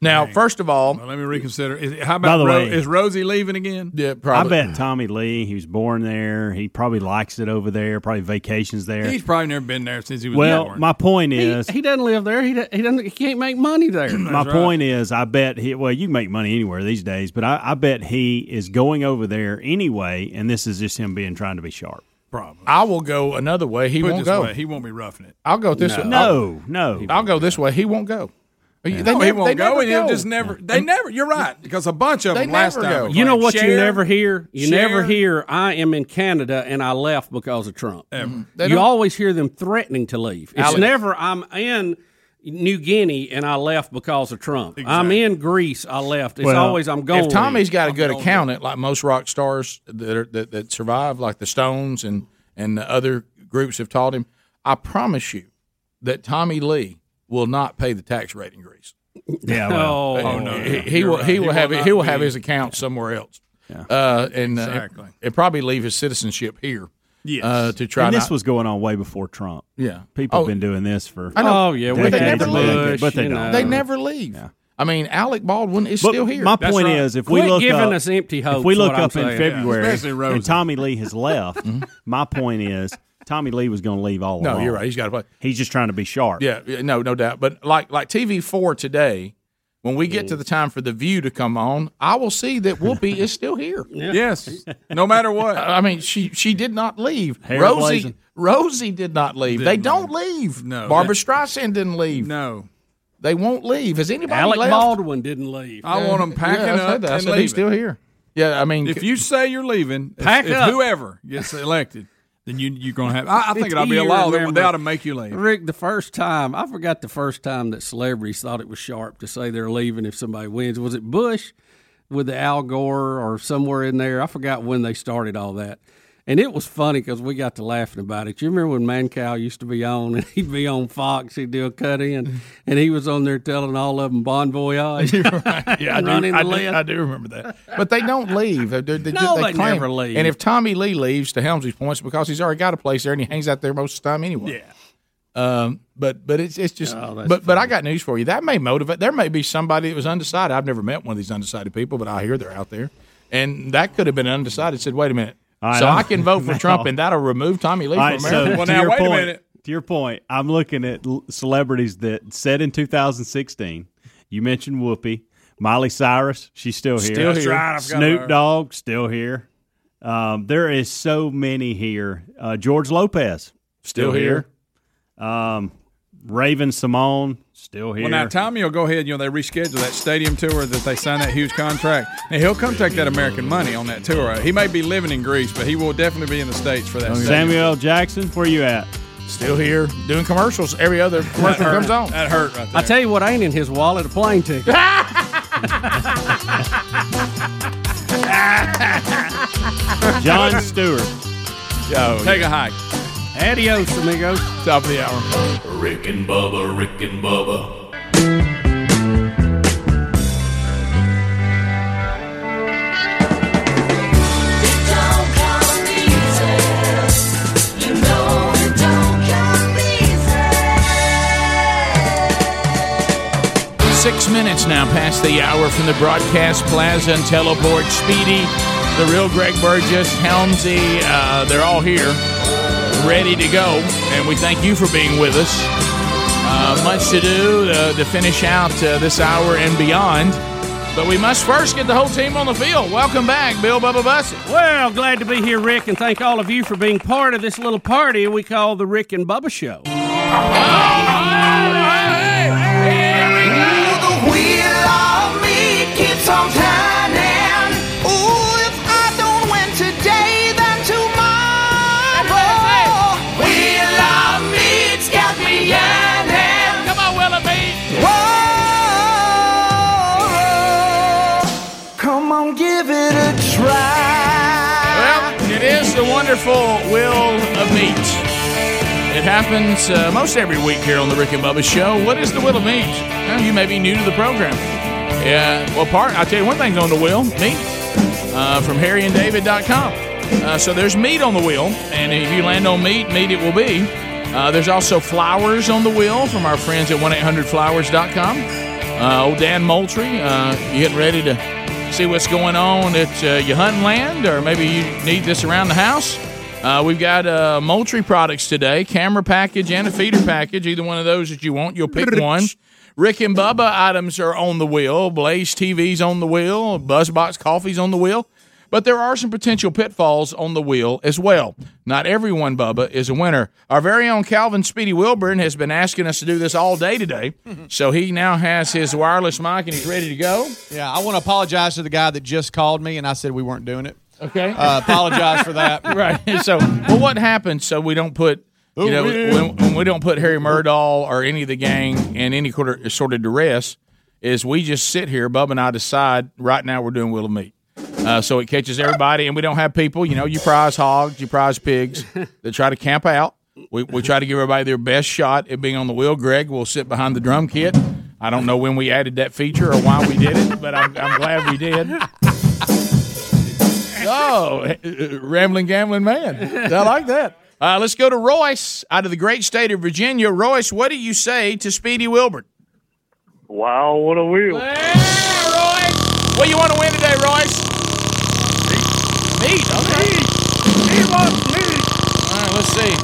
Speaker 2: Now, first of all,
Speaker 10: let me reconsider. Is, how
Speaker 5: By
Speaker 10: about
Speaker 5: the
Speaker 10: Ro-
Speaker 5: way-
Speaker 10: is Rosie leaving again?
Speaker 2: Yeah,
Speaker 5: I bet Tommy Lee, he was born there. He probably likes it over there. Probably vacations there.
Speaker 10: He's probably never been there since he was
Speaker 5: well,
Speaker 10: born.
Speaker 5: my point is,
Speaker 4: He doesn't live there. He, do- he doesn't. He can't make money there.
Speaker 5: my point is, I bet he. Well, you can make money anywhere these days, but I, I bet he is going over there anyway. And this is just him being trying to be sharp.
Speaker 10: Probably.
Speaker 2: I will go another way. He
Speaker 5: Put it
Speaker 2: won't
Speaker 5: this
Speaker 2: go.
Speaker 5: way,
Speaker 10: he won't be roughing it.
Speaker 2: I'll go this
Speaker 5: No.
Speaker 2: way.
Speaker 5: No, no.
Speaker 2: I'll go this way. He won't go. They
Speaker 10: No, Oh, he
Speaker 2: never- they
Speaker 10: won't go,
Speaker 2: never
Speaker 10: and he'll
Speaker 2: go.
Speaker 10: just never. They never. You're right, because a bunch of
Speaker 2: They
Speaker 10: them last
Speaker 2: never
Speaker 10: time.
Speaker 2: go.
Speaker 10: was
Speaker 4: You know
Speaker 10: like,
Speaker 4: what you
Speaker 10: share,
Speaker 4: never hear? You
Speaker 10: share.
Speaker 4: never hear, I am in Canada and I left because of Trump.
Speaker 2: They
Speaker 4: You
Speaker 2: don't-
Speaker 4: always hear them threatening to leave. It's
Speaker 2: Alex.
Speaker 4: never, I'm in New Guinea and I left because of Trump. I'm in Greece, I left. It's always, I'm going.
Speaker 2: If Tommy's got a good accountant, like most rock stars that are, that, that survive, like the Stones and and the other groups have taught him, I promise you that Tommy Lee will not pay the tax rate in Greece.
Speaker 5: Yeah, well,
Speaker 2: Uh,
Speaker 5: Oh, no,
Speaker 2: he,
Speaker 5: no.
Speaker 2: he
Speaker 5: You're
Speaker 2: will.
Speaker 5: right.
Speaker 2: He
Speaker 5: He
Speaker 2: will
Speaker 5: will
Speaker 2: have. it-
Speaker 5: not
Speaker 2: He will have
Speaker 5: be-
Speaker 2: his account somewhere else. Uh, and uh,
Speaker 5: Exactly.
Speaker 2: and probably leave his citizenship here.
Speaker 5: Yes.
Speaker 2: Uh, to try.
Speaker 5: And this
Speaker 2: not-
Speaker 5: was going on way before Trump.
Speaker 2: Yeah.
Speaker 5: People
Speaker 2: Oh.
Speaker 5: have been doing this for.
Speaker 2: I know.
Speaker 5: decades and decades,
Speaker 2: leave.
Speaker 5: but they don't.
Speaker 2: They never leave. I mean, Alec Baldwin is still here.
Speaker 5: My point is, if we look up, if we look up in February and
Speaker 2: Rosie.
Speaker 5: Tommy Lee has left, my point is Tommy Lee was going to leave all
Speaker 2: Mm-hmm. No,
Speaker 5: along.
Speaker 2: you're right. He's got to play.
Speaker 5: He's just trying to be sharp.
Speaker 2: Yeah, yeah, no, no doubt. But like like TV four today, when we get to the time for the View to come on, I will see that Whoopi is still here.
Speaker 10: Yes,
Speaker 2: no matter what. I mean, she she did not leave.
Speaker 10: Hair
Speaker 2: Rosie
Speaker 10: blazing.
Speaker 2: Rosie did not leave. they don't leave.
Speaker 10: No.
Speaker 2: Barbara Streisand didn't leave. No, they won't leave. Has anybody?
Speaker 4: Alec
Speaker 2: left?
Speaker 4: Baldwin didn't leave.
Speaker 2: Yeah. Yeah, I said that. I said he's still here. Yeah, I mean,
Speaker 10: if you say you're leaving, if-
Speaker 2: Pack
Speaker 10: if
Speaker 2: up.
Speaker 10: whoever gets elected, then you you're gonna have. I, I think
Speaker 4: It's
Speaker 10: it'll be a
Speaker 4: easier
Speaker 10: law
Speaker 4: to
Speaker 10: that
Speaker 4: remember.
Speaker 10: without to make you leave.
Speaker 4: Rick, the first time I forgot the first time that celebrities thought it was sharp to say they're leaving if somebody wins. Was it Bush with the Al Gore or somewhere in there? I forgot when they started all that. And it was funny because we got to laughing about it. You remember when Mancow used to be on and he'd be on Fox, he'd do a cut in, and he was on there telling all of them Bon Voyage.
Speaker 2: Yeah, I do,
Speaker 4: running the
Speaker 2: I, do,
Speaker 4: list.
Speaker 2: I do remember that. But they don't leave. They, they, they,
Speaker 4: No, they
Speaker 2: claim-
Speaker 4: never leave.
Speaker 2: And if Tommy Lee leaves to Helmsley's points because he's already got a place there and he hangs out there most of the time anyway. Yeah. Um, but but it's it's just
Speaker 5: Oh,
Speaker 2: but but I got news for you. That may motivate. There may be somebody that was undecided. I've never met one of these undecided people, but I hear they're out there, and that could have been undecided. Said, wait a minute,
Speaker 5: right,
Speaker 2: so
Speaker 5: I'm-
Speaker 2: I can vote for
Speaker 5: No.
Speaker 2: Trump, and that'll remove Tommy Lee
Speaker 5: All right,
Speaker 2: from America.
Speaker 5: so to your point, To your point, I'm looking at l- celebrities that said in 2016. You mentioned Whoopi, Miley Cyrus, she's still here.
Speaker 2: Still That's here. right, I forgot about her.
Speaker 5: Snoop Dogg, still here. Um, there is so many here. Uh, George Lopez,
Speaker 10: Still
Speaker 5: here. Um, Raven Simone, still here.
Speaker 10: Well, now Tommy will go ahead. You know they reschedule that stadium tour that they signed that huge contract, and he'll come take that American money on that tour. He may be living in Greece, but he will definitely be in the states for that.
Speaker 5: Samuel L. Jackson, where you at?
Speaker 2: Still here, doing commercials. Every other commercial
Speaker 10: hurt.
Speaker 2: comes on.
Speaker 10: That hurt right
Speaker 4: I tell you what ain't in his wallet, a plane ticket.
Speaker 5: John Stewart.
Speaker 2: Take
Speaker 10: a hike.
Speaker 4: Adios, amigos.
Speaker 2: Top of the hour. Rick and Bubba, Rick and Bubba. Six minutes now past the hour from the broadcast plaza and teleport. Speedy, the real Greg Burgess, Helmsy, uh, they're all here, ready to go, and we thank you for being with us. Uh, much to do uh, to finish out uh, this hour and beyond, but we must first get the whole team on the field. Welcome back, Bill Bubba Bussett.
Speaker 4: Well, glad to be here, Rick, and thank all of you for being part of this little party we call the Rick and Bubba Show.
Speaker 1: Wheel of me keeps on turning. Ooh, if I don't win today, then tomorrow. Wheel of me's got me yearning.
Speaker 2: Come on, Wheel of
Speaker 1: Whoa, come on, give it a try.
Speaker 2: Well, it is the wonderful Will of Meat. It happens uh, most every week here on the Rick and Bubba Show. What is the Will of Meat? Well, you may be new to the program. Yeah, well, part, I'll tell you one thing's on the Will meat uh, from harryanddavid.com. Uh, so there's meat on the wheel, and if you land on meat, meat it will be. Uh, there's also flowers on the wheel from our friends at 1 800flowers.com uh, old Dan Moultrie. Uh, you getting ready to see what's going on at uh, your hunting land, or maybe you need this around the house? Uh, we've got uh, Moultrie products today, camera package and a feeder package. Either one of those that you want, you'll pick one. Rick and Bubba items are on the wheel. Blaze TV's on the wheel. Buzzbox Coffee's on the wheel. But there are some potential pitfalls on the wheel as well. Not everyone, Bubba, is a winner. Our very own Calvin Speedy Wilburn has been asking us to do this all day today. So he now has his wireless mic and he's ready to go.
Speaker 7: Yeah, I want to apologize to the guy that just called me and I said we weren't doing it.
Speaker 2: Okay.
Speaker 7: Uh, apologize for that.
Speaker 2: right. So, well, what happens so we don't put, you know, when, when we don't put Harry Murdahl or any of the gang in any quarter, sort of duress is we just sit here, Bubba and I decide right now we're doing Will of Meat. Uh, so it catches everybody, and we don't have people. You know, you prize hogs, you prize pigs that try to camp out. We, we try to give everybody their best shot at being on the wheel. Greg will sit behind the drum kit. I don't know when we added that feature or why we did it, but I'm, I'm glad we did. Oh, eh, eh, rambling gambling man. I like that. Uh, let's go to Royce out of the great state of Virginia. Royce, what do you say to Speedy Wilbert?
Speaker 23: Wow, what a wheel.
Speaker 2: What you want to win today, Royce? Meat. Okay. He wants meat. All right, let's see.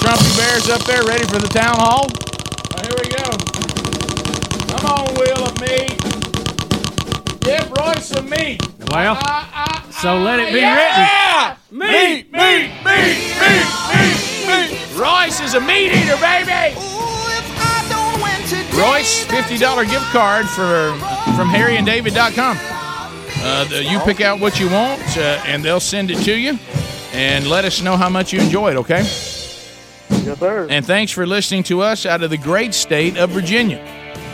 Speaker 2: Trumpy Bear's up there, ready for the town hall. All right, here we go. Come on, Will of Meat. Give Royce some meat.
Speaker 4: Well, so let it be
Speaker 2: yeah!
Speaker 4: written. Meat,
Speaker 2: meat, meat, meat, meat, meat. Royce is a meat eater, baby. Royce, $50 gift card for from harryanddavid.com. Uh, the- you pick out what you want, uh, and they'll send it to you. And let us know how much you enjoyed, okay? Yes, sir. And thanks for listening to us out of the great state of Virginia.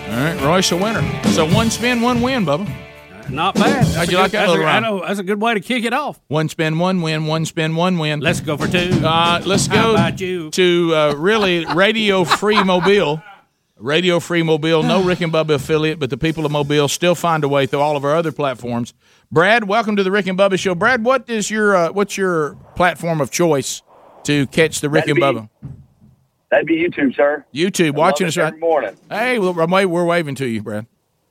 Speaker 2: All right, Royce a winner. So one spin, one win, Bubba.
Speaker 4: Not bad. That's
Speaker 2: How'd
Speaker 4: a
Speaker 2: you like
Speaker 4: good-
Speaker 2: that
Speaker 4: that's
Speaker 2: little
Speaker 4: a-
Speaker 2: round?
Speaker 4: I know, that's a good way to kick it off.
Speaker 2: One spin, one win. One spin, one win. Let's
Speaker 4: go for two.
Speaker 2: Uh, let's go
Speaker 4: How about
Speaker 2: to uh, really Radio Free Mobile. Radio Free Mobile, no Rick and Bubba affiliate, but the people of Mobile still find a way through all of our other platforms. Brad, welcome to the Rick and Bubba Show. Brad, what is your uh, what's your platform of choice to catch the Rick
Speaker 13: That'd
Speaker 2: and Bubba?
Speaker 13: That'd be YouTube, sir.
Speaker 2: YouTube,
Speaker 13: I
Speaker 2: watching
Speaker 13: love
Speaker 2: us
Speaker 13: it
Speaker 2: right
Speaker 13: every morning.
Speaker 2: Hey, well, I'm wa- we're waving to you, Brad.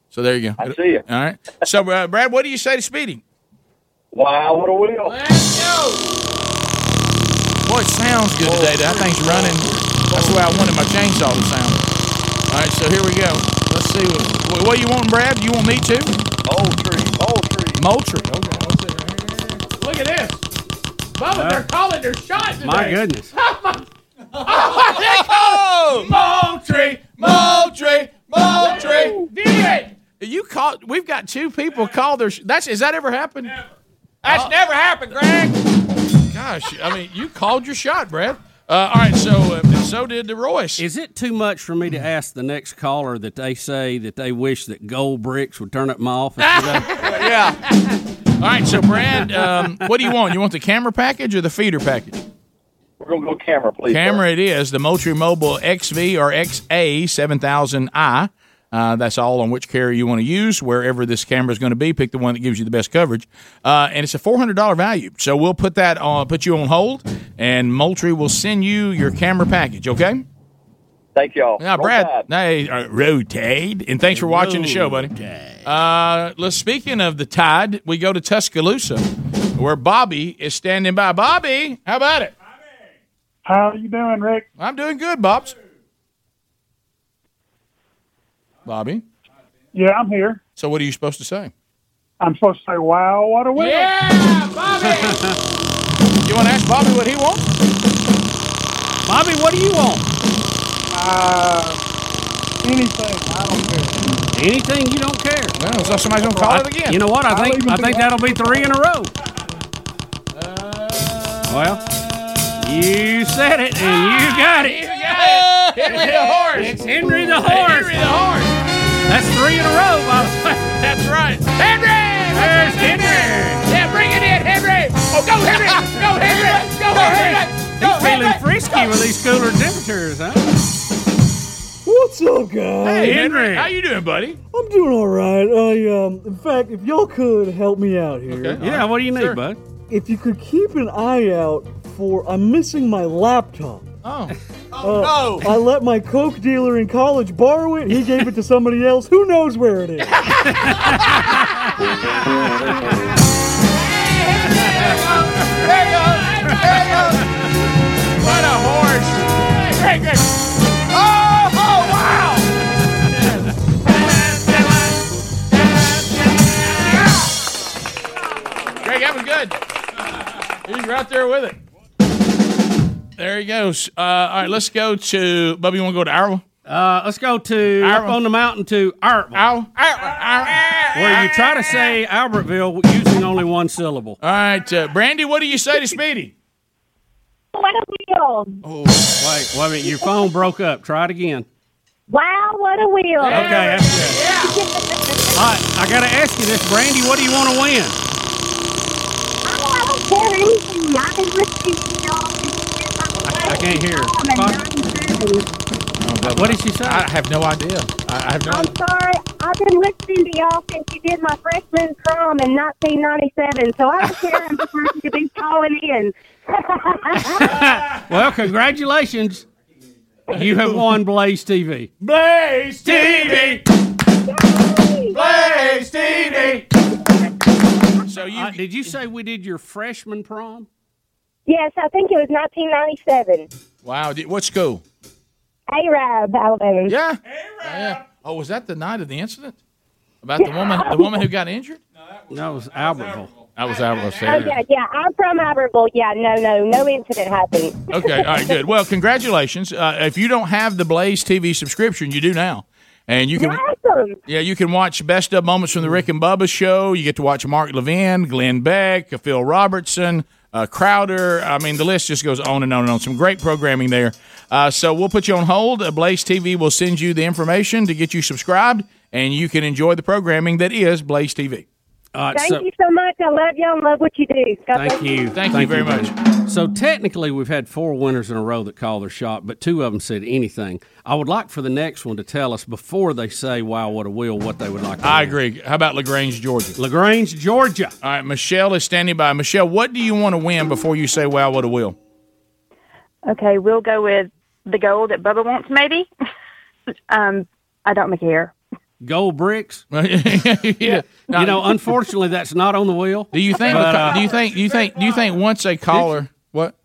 Speaker 2: So there you go. I
Speaker 13: see you.
Speaker 2: All right. So, uh, Brad, what do you say to Speedy?
Speaker 13: Wow, what a wheel!
Speaker 2: Boy, it sounds good today. That thing's running. That's the way I wanted my chainsaw to sound. All right, so here we go. Let's see what, what you want, Brad. You want me too? Moultrie, Moultrie, Moultrie. Okay. Look at this. Bubba, they're calling their shot today. Oh,
Speaker 4: My goodness.
Speaker 2: Moultrie, Moultrie, Moultrie. Did it? You caught. We've got two people call their. Sh- that's has that ever happened? That's never happened, Greg. Gosh, I mean, you called your shot, Brad. Uh, all right, so uh, so did the Royce.
Speaker 4: Is it too much for me to ask the next caller that they say that they wish that gold bricks would turn up my office today?
Speaker 2: yeah. All right, so Brad, um, what do you want? You want the camera package or the feeder package?
Speaker 13: We're gonna go camera, please.
Speaker 2: Camera it is, the Moultrie Mobile XV or XA7000i. Uh, that's all on which carrier you want to use. Wherever this camera is going to be, pick the one that gives you the best coverage. Uh, and it's a $400 value. So we'll put that on, put you on hold, and Moultrie will send you your camera package, okay?
Speaker 13: Thank y'all.
Speaker 2: Now, Brad, hey, uh, road tide, and thanks for watching the show, buddy. Uh, let's, speaking of the tide, we go to Tuscaloosa, where Bobby is standing by. Bobby, how about it?
Speaker 1: How you doing, Rick?
Speaker 2: I'm doing good, Bobs. Bobby.
Speaker 1: Yeah, I'm here.
Speaker 2: So what are you supposed to say?
Speaker 1: I'm supposed to say, wow, what a wheel.
Speaker 2: Yeah, Bobby! you want to ask Bobby what he wants?
Speaker 4: Bobby, what do you want?
Speaker 1: Uh, anything. I don't care.
Speaker 4: Anything you don't care.
Speaker 2: Well, so somebody's gonna
Speaker 1: call it again.
Speaker 4: You know what? I
Speaker 1: I'll
Speaker 4: think
Speaker 1: even
Speaker 4: I think
Speaker 1: do-
Speaker 4: that'll be three in a row.
Speaker 2: Uh,
Speaker 4: well, you said it and you got it.
Speaker 2: Henry the horse.
Speaker 4: It's Henry the horse.
Speaker 2: Henry the horse.
Speaker 4: That's three in a row, Bobby.
Speaker 2: That's right. Henry!
Speaker 4: There's Henry.
Speaker 2: Yeah, bring it in, Henry! Oh, go Henry! Go Henry! Go Henry! Go
Speaker 4: He's feeling frisky with these cooler temperatures, huh?
Speaker 24: What's up, guys?
Speaker 2: Hey, Henry. How you doing, buddy?
Speaker 24: I'm doing all right. I um, in fact, if y'all could help me out here.
Speaker 4: Okay, Yeah, all right. what do you need, Sure. bud?
Speaker 24: If you could keep an eye out for, I'm missing my laptop.
Speaker 2: Oh.
Speaker 24: Oh no! I let my coke dealer in college borrow it. He gave it to somebody else. Who knows where it is?
Speaker 2: There he goes! There he goes! What a horse! Hey, hey. Oh, oh, wow! Greg, that was good. He's right there with it. There he goes. Uh, all right, let's go to Bubby. You want to go to Iowa?
Speaker 4: Uh, let's go to up on the mountain to Artville. Where you try to say Albertville using only one syllable.
Speaker 2: All right, uh, Brandy, what do you say to Speedy?
Speaker 25: What a wheel.
Speaker 4: Oh, wait, wait a minute. Your phone broke up. Try it again.
Speaker 25: Wow, what a wheel.
Speaker 4: Okay, that's good. All right, I got to ask you this, Brandy. What do you want to win?
Speaker 25: I don't care anything. I can listen to y'all.
Speaker 4: I can't hear.
Speaker 2: what did she say? I have no idea. I, I have no.
Speaker 25: I'm sorry. I've been listening to y'all since you did my freshman prom in 1997, so I don't care I'm the person to be calling in.
Speaker 4: Well, congratulations. You have won Blaze TV.
Speaker 2: Blaze TV.
Speaker 3: Stevie.
Speaker 4: So you Uh, did you say we did your freshman prom?
Speaker 6: Yes, I think it was 1997.
Speaker 2: Wow. Did, what school?
Speaker 6: Arab, Alabama.
Speaker 2: Yeah. Yeah. Oh, was that the night of the incident? About the woman, the woman who got injured?
Speaker 4: No, it was Albertville.
Speaker 2: That was Albertville.
Speaker 6: Oh yeah, yeah. I'm from Iberville. Yeah, no, no, no incident happened.
Speaker 2: Okay, all right, good. Well, congratulations. Uh, if you don't have the Blaze TV subscription, you do now. And you can Yeah, you can watch best of moments from the Rick and Bubba show. You get to watch Mark Levin, Glenn Beck, Phil Robertson, uh, Crowder. I mean, the list just goes on and on and on. Some great programming there. Uh, so we'll put you on hold. Uh, Blaze TV will send you the information to get you subscribed, and you can enjoy the programming that is Blaze TV.
Speaker 4: Uh,
Speaker 6: Thank you so much. I love y'all. and Love what you do. God bless
Speaker 4: Thank you.
Speaker 2: Thank you very much.
Speaker 4: much. So technically, we've had four winners in a row that called their shot, but two of them said anything. I would like for the next one to tell us before they say "Wow, what a wheel!" what they would like. To
Speaker 2: I agree. How about Lagrange, Georgia?
Speaker 4: Lagrange, Georgia.
Speaker 2: All right, Michelle is standing by. Michelle, what do you want to win before you say "Wow, what a wheel"?
Speaker 19: Okay, we'll go with the gold that Bubba wants, maybe. um, I don't care.
Speaker 4: Gold bricks.
Speaker 2: yeah.
Speaker 4: You know, unfortunately, that's not on the wheel.
Speaker 2: Do you think?
Speaker 4: But, uh,
Speaker 2: do you think? Do you think? Do you think once a caller? What?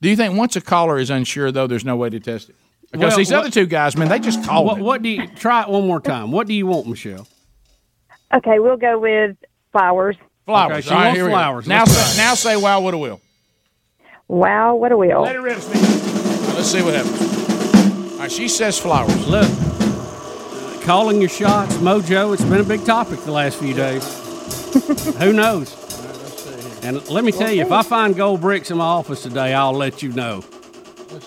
Speaker 2: Do you think once a caller is unsure though? There's no way to test it because
Speaker 4: Well,
Speaker 2: these
Speaker 4: what-
Speaker 2: other two guys, man, they just call
Speaker 4: What,
Speaker 2: it.
Speaker 4: what do you try it one more time? What do you want, Michelle?
Speaker 19: Okay, we'll go with flowers.
Speaker 2: Flowers.
Speaker 4: Okay, she
Speaker 2: All right,
Speaker 4: wants
Speaker 2: here we go.
Speaker 4: flowers.
Speaker 2: Now,
Speaker 4: Let's
Speaker 2: say, now say wow, what a will.
Speaker 19: Wow, what a wheel.
Speaker 2: Let it rip, Let's see what happens. All right, she says flowers.
Speaker 4: Look, calling your shots, Mojo. It's been a big topic the last few days. Who knows? And let me tell you, if I find gold bricks in my office today, I'll let you know.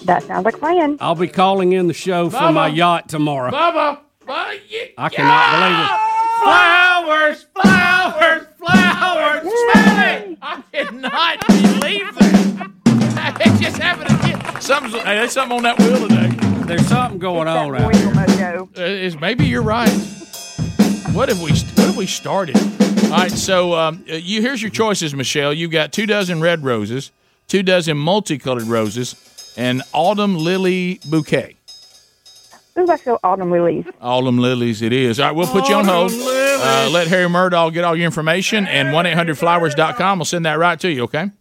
Speaker 19: That sounds like fun.
Speaker 4: I'll be calling in the show from my
Speaker 19: Bubba.
Speaker 4: yacht tomorrow.
Speaker 2: Bubba,
Speaker 4: I cannot
Speaker 2: Flowers, flowers, flowers. Smell it. I cannot believe this. It just happened again. Something's, hey, there's something on that wheel today.
Speaker 4: believe it. There's something going on out
Speaker 19: here.
Speaker 2: Uh, is maybe you're right. What if we What if we started? All right, so um, uh, you here's your choices, Michelle. You've got two dozen red roses, two dozen multicolored roses, an autumn lily bouquet.
Speaker 19: Ooh, I feel Oh, autumn lilies.
Speaker 2: Autumn lilies, it is. All right, we'll put you on hold. Uh, let Harry Murdahl get all your information, and 1 800 flowers.com will send that right to you, okay?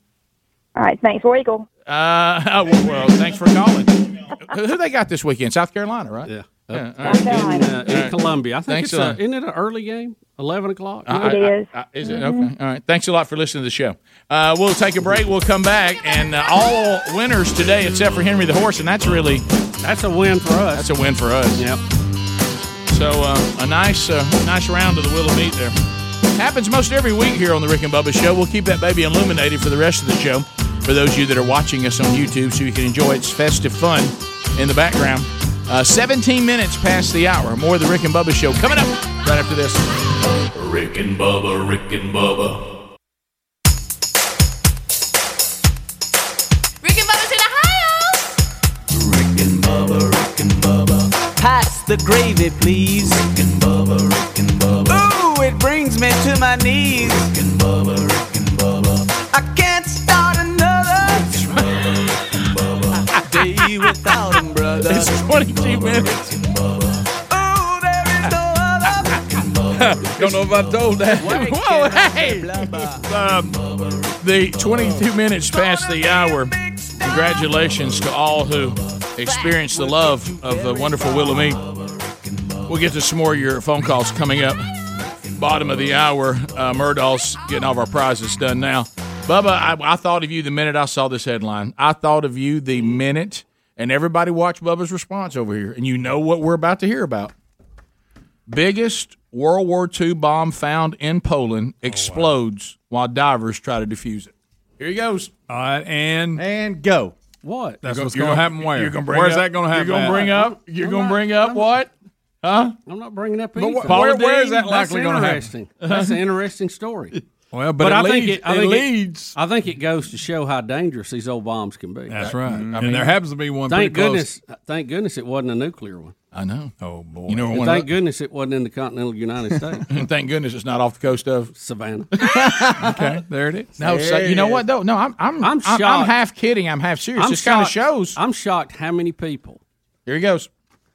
Speaker 19: All right, thanks, Weagle.
Speaker 2: Uh, well, well, thanks for calling. Who, who they got this weekend? South Carolina, right? Yeah. all right.
Speaker 4: In, uh, in
Speaker 2: All right.
Speaker 4: Columbia. I think
Speaker 2: Thanks uh,
Speaker 4: it's a,
Speaker 2: a lot.
Speaker 4: isn't it an early game? 11 o'clock?
Speaker 2: I- I- I- I- is Mm-hmm. it? Okay. All right. Thanks a lot for listening to the show. Uh, we'll take a break. We'll come back. And uh, all winners today, except for Henry the Horse. And that's really.
Speaker 4: That's a win for us.
Speaker 2: That's a win for us.
Speaker 4: Yep.
Speaker 2: So uh, a nice uh, nice round of the Will of Meat there. Happens most every week here on the Rick and Bubba Show. We'll keep that baby illuminated for the rest of the show. For those of you that are watching us on YouTube, so you can enjoy its festive fun in the background. Uh, 17 minutes past the hour. More of the Rick and Bubba Show coming up right after this.
Speaker 12: Rick and Bubba, Rick and Bubba.
Speaker 19: Rick and Bubba's in Ohio.
Speaker 15: Pass the gravy, please. Rick and Bubba, Rick and Bubba. Ooh, it brings me to my knees. Rick and Bubba, Rick and Bubba.
Speaker 3: I can't start another.
Speaker 15: Day without him, brother.
Speaker 2: It's 22 minutes.
Speaker 10: Don't know if I told that.
Speaker 2: Whoa, hey! Um, the 22 minutes past the hour. Congratulations to all who experienced the love of the wonderful Willow Meat. We'll get to some more of your phone calls coming up. Bottom of the hour. Uh, Murdahl's getting all of our prizes done now. Bubba, I, I thought of you the minute I saw this headline. I thought of you the minute, and everybody watch Bubba's response over here, and you know what we're about to hear about. Biggest World War II bomb found in Poland explodes while divers try to defuse it. Here he goes.
Speaker 10: All right, and
Speaker 2: and go.
Speaker 4: What?
Speaker 10: That's
Speaker 2: You're
Speaker 10: what's
Speaker 2: gonna-
Speaker 10: going to happen. Where?
Speaker 2: You're gonna bring
Speaker 10: Where's
Speaker 2: up-
Speaker 10: that going to happen?
Speaker 2: You're gonna
Speaker 10: at?
Speaker 2: bring up. You're gonna bring up what? Huh?
Speaker 4: I'm not bringing up
Speaker 10: But
Speaker 4: anything.
Speaker 10: wh- where- where is that likely
Speaker 4: That's
Speaker 10: gonna happen?
Speaker 4: interesting. That's an interesting story.
Speaker 10: Well, but it
Speaker 4: I think
Speaker 10: leads-
Speaker 4: it, I
Speaker 10: it
Speaker 4: think
Speaker 10: leads.
Speaker 4: I think it goes to show how dangerous these old bombs can be.
Speaker 10: That's right. Mhm. And there happens to be one
Speaker 4: Thank
Speaker 10: pretty close.
Speaker 4: goodness. Thank goodness it wasn't a nuclear one.
Speaker 2: I know.
Speaker 10: Oh boy.
Speaker 2: You know
Speaker 4: And
Speaker 2: one
Speaker 4: thank
Speaker 2: of-
Speaker 4: goodness it wasn't in the continental United States.
Speaker 2: and thank goodness it's not off the coast of
Speaker 4: Savannah.
Speaker 2: okay, there it is. No,
Speaker 4: There
Speaker 2: so, you
Speaker 4: it
Speaker 2: know
Speaker 4: is.
Speaker 2: what though? No, I'm I'm I'm, I'm,
Speaker 4: shocked.
Speaker 2: half kidding. I'm half serious.
Speaker 4: I'm
Speaker 2: this kind of
Speaker 4: shocked-
Speaker 2: shows.
Speaker 4: I'm shocked how many people
Speaker 2: Here he goes.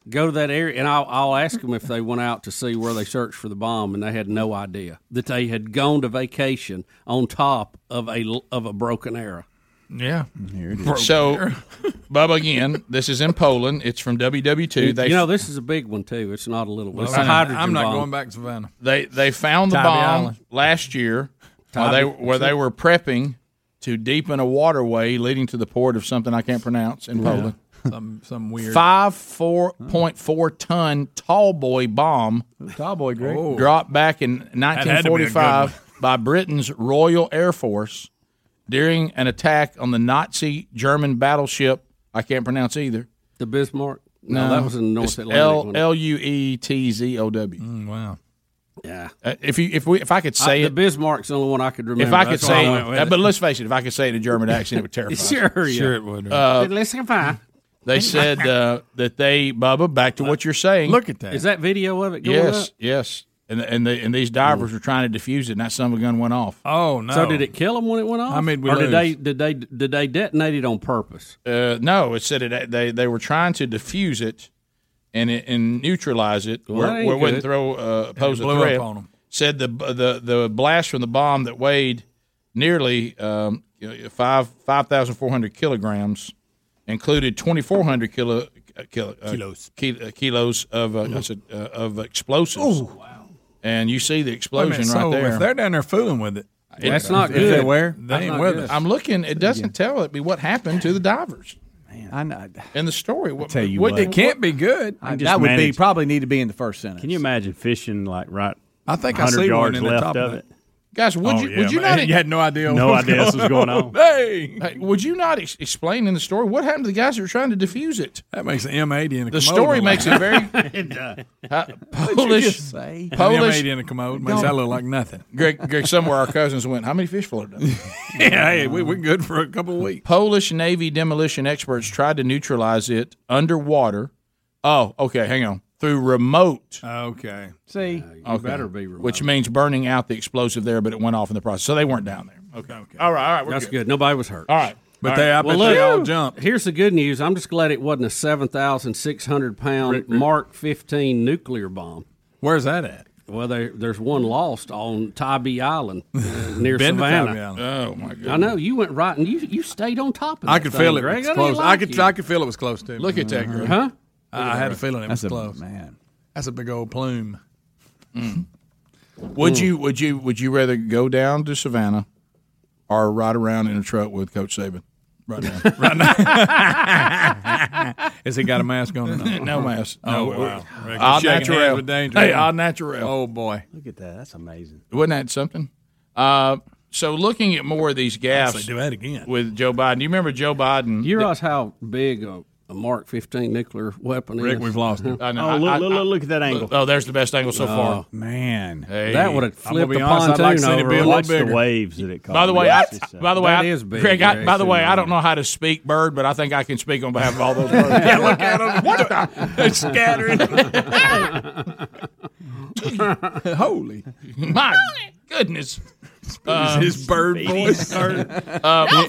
Speaker 4: go to that area, and I'll, I'll ask them if they went out to see where they searched for the bomb, and they had no idea that they had gone to vacation on top of a l- of a broken arrow.
Speaker 2: Yeah.
Speaker 7: Here
Speaker 4: it is.
Speaker 2: So, Bubba, again, this is in Poland. It's from WW2.
Speaker 4: you know, this is a big one too. It's not a little one. It's
Speaker 2: I
Speaker 4: a
Speaker 2: know.
Speaker 4: hydrogen
Speaker 2: I'm not
Speaker 4: bomb.
Speaker 2: going back to Savannah. They they found the
Speaker 4: Tybee
Speaker 2: bomb
Speaker 4: Island.
Speaker 2: last year while they
Speaker 4: Tybee,
Speaker 2: where they were prepping to deepen a waterway leading to the port of something I can't pronounce in
Speaker 22: Yeah.
Speaker 2: Poland.
Speaker 22: Some some weird
Speaker 2: Five four point four ton tall boy bomb. Tall boy,
Speaker 22: Greg. Oh.
Speaker 2: Dropped back in
Speaker 22: That had to be a good
Speaker 2: 1945 by Britain's Royal Air Force during an attack on the Nazi German battleship. I can't pronounce either.
Speaker 4: The Bismarck. No, that was in North
Speaker 2: it's
Speaker 4: Atlantic,
Speaker 2: L
Speaker 4: wasn't it?
Speaker 2: L U E T Z O W. Wow.
Speaker 4: Yeah.
Speaker 2: if you if we if I could say
Speaker 4: I- the
Speaker 2: it.
Speaker 4: Bismarck's the only one I could remember.
Speaker 2: If I could
Speaker 4: That's why
Speaker 2: say,
Speaker 4: I
Speaker 2: it,
Speaker 4: went with
Speaker 2: uh,
Speaker 4: it.
Speaker 2: but let's face it, if I could say it in a German accent, it would terrify. us.
Speaker 4: Sure, yeah. Sure it would, right.
Speaker 2: Uh,
Speaker 4: But let's see if I-
Speaker 2: They said uh, that they, Bubba, back to what you're saying. Look at
Speaker 4: Is that video of it? Going
Speaker 2: yes,
Speaker 4: up?
Speaker 2: yes. And and they, and these divers were trying to defuse it, and that son of a gun went off.
Speaker 22: Oh
Speaker 4: So did it kill them when it went off?
Speaker 2: How many we
Speaker 4: or did
Speaker 2: lose?
Speaker 4: they did they did they detonate it on purpose?
Speaker 2: Uh, no, it said it, they they were trying to defuse it and it, and neutralize it
Speaker 22: Well, that
Speaker 2: where,
Speaker 22: ain't
Speaker 2: where it wouldn't
Speaker 22: good.
Speaker 2: throw uh,
Speaker 22: it
Speaker 2: pose a
Speaker 22: blew up
Speaker 2: threat.
Speaker 22: on 'em.
Speaker 2: Said the the the blast from the bomb that weighed nearly um, five five thousand four hundred kilograms included twenty four hundred kilo, uh, kilo uh,
Speaker 22: Kilos.
Speaker 2: ki- uh, kilos of uh, I said, uh, of explosives. wow! And you see the
Speaker 22: Wait a
Speaker 2: explosion
Speaker 22: minute,
Speaker 2: right
Speaker 22: so
Speaker 2: there.
Speaker 22: If they're down there fooling with it,
Speaker 2: It-
Speaker 22: If they're aware, they ain't with us.
Speaker 2: I'm looking. It doesn't tell it me what happened to the divers. Man,
Speaker 7: I know.
Speaker 2: In the story, what,
Speaker 7: tell you what.
Speaker 2: It can't
Speaker 22: be good.
Speaker 7: I- that would be probably need to be in the first sentence.
Speaker 5: Can you imagine fishing like right?
Speaker 7: I think I
Speaker 5: 100
Speaker 7: see one
Speaker 5: yards
Speaker 7: in the
Speaker 5: left
Speaker 7: top
Speaker 5: of
Speaker 7: of it.
Speaker 5: it.
Speaker 2: Guys, would
Speaker 5: Oh,
Speaker 2: you?
Speaker 5: yeah,
Speaker 2: would you
Speaker 5: man.
Speaker 2: not? e-
Speaker 5: You had no idea No what was idea this was going on.
Speaker 2: Hey. would you not ex- explain in the story what happened to the guys who were trying to defuse it?
Speaker 22: That makes an M80 in a
Speaker 2: The
Speaker 22: commode
Speaker 2: story
Speaker 22: look
Speaker 2: makes
Speaker 22: like
Speaker 2: it very
Speaker 22: It
Speaker 2: does.
Speaker 22: What'd you
Speaker 2: Polish.
Speaker 22: just say?
Speaker 2: Polish
Speaker 22: An M80 in a commode makes
Speaker 2: Don't-
Speaker 22: that look like nothing.
Speaker 2: Greg, Greg, somewhere our cousins went. How many fish floated? up?"
Speaker 22: yeah, hey, we, we're good for a couple of weeks.
Speaker 2: Polish Navy demolition experts tried to neutralize it underwater. Oh, okay, hang on. Through remote.
Speaker 22: Okay.
Speaker 7: See,
Speaker 2: okay, Which means burning out the explosive there, but it went off in the process. So they weren't down there. Okay. All right. All right. We're
Speaker 4: That's
Speaker 2: good.
Speaker 4: good. Nobody was hurt.
Speaker 2: All right. But All they- right. I bet
Speaker 4: Well,
Speaker 2: they all
Speaker 4: look, Here's the good news. I'm just glad it wasn't a 7,600 pound Mark 15 nuclear bomb.
Speaker 22: Where's that at?
Speaker 4: Well, there, there's one lost on Tybee Island uh, near
Speaker 22: Been to
Speaker 4: Savannah.
Speaker 22: Tybee Island. Oh, my
Speaker 4: I know you went right and you you stayed on top of.
Speaker 22: I
Speaker 4: that
Speaker 22: could
Speaker 4: thing,
Speaker 22: feel it.
Speaker 4: Greg.
Speaker 22: was
Speaker 4: I didn't
Speaker 22: close. I
Speaker 4: like
Speaker 22: could
Speaker 4: you.
Speaker 22: I could feel it was close to me.
Speaker 2: Look at that, Greg.
Speaker 4: Uh-huh. Huh?
Speaker 22: I I had a feeling it was
Speaker 2: That's a-
Speaker 22: close. Man, that's a big old plume.
Speaker 2: Mm.
Speaker 22: Hmm.
Speaker 2: Would you would you would you rather go down to Savannah or ride around in a truck with Coach Saban? Right now. right now.
Speaker 22: Has he got a mask on or not?
Speaker 2: no mask.
Speaker 22: Oh,
Speaker 2: no,
Speaker 22: wow. Rick,
Speaker 2: All
Speaker 22: you're shaking hands
Speaker 2: natural.
Speaker 22: with danger.
Speaker 2: Hey, all natural.
Speaker 22: Oh, boy.
Speaker 5: Look at that. That's amazing.
Speaker 2: Wasn't that something? Uh, so looking at more of these gaffes.
Speaker 22: Actually, do that again.
Speaker 2: With Joe Biden. Do you remember Joe Biden?
Speaker 4: You realize how big a, a Mark 15 nuclear weapon is?
Speaker 2: I
Speaker 4: Oh,
Speaker 2: know. I-
Speaker 4: look,
Speaker 2: I-
Speaker 4: look,
Speaker 2: I-
Speaker 4: look, look at that angle.
Speaker 2: Oh, there's the best angle so
Speaker 4: Oh,
Speaker 2: far.
Speaker 7: Man,
Speaker 2: Hey.
Speaker 4: that would have
Speaker 2: I'm gonna
Speaker 4: flipped
Speaker 2: be
Speaker 4: a
Speaker 2: honest, I'd
Speaker 4: pontoon
Speaker 2: like to see it be a
Speaker 4: over.
Speaker 2: little Watch the bigger.
Speaker 5: waves that it
Speaker 2: By the way, I, by the way,
Speaker 4: That
Speaker 2: I,
Speaker 4: is big,
Speaker 2: Greg. I,
Speaker 4: Greg.
Speaker 2: by the way, I don't know how to speak bird, but I think I can speak on behalf of all those birds. yeah, look at them. What the? They're scattering.
Speaker 22: Holy,
Speaker 2: my goodness! Um, Uh,
Speaker 22: his bird voice.
Speaker 2: Don't
Speaker 22: fly. Um,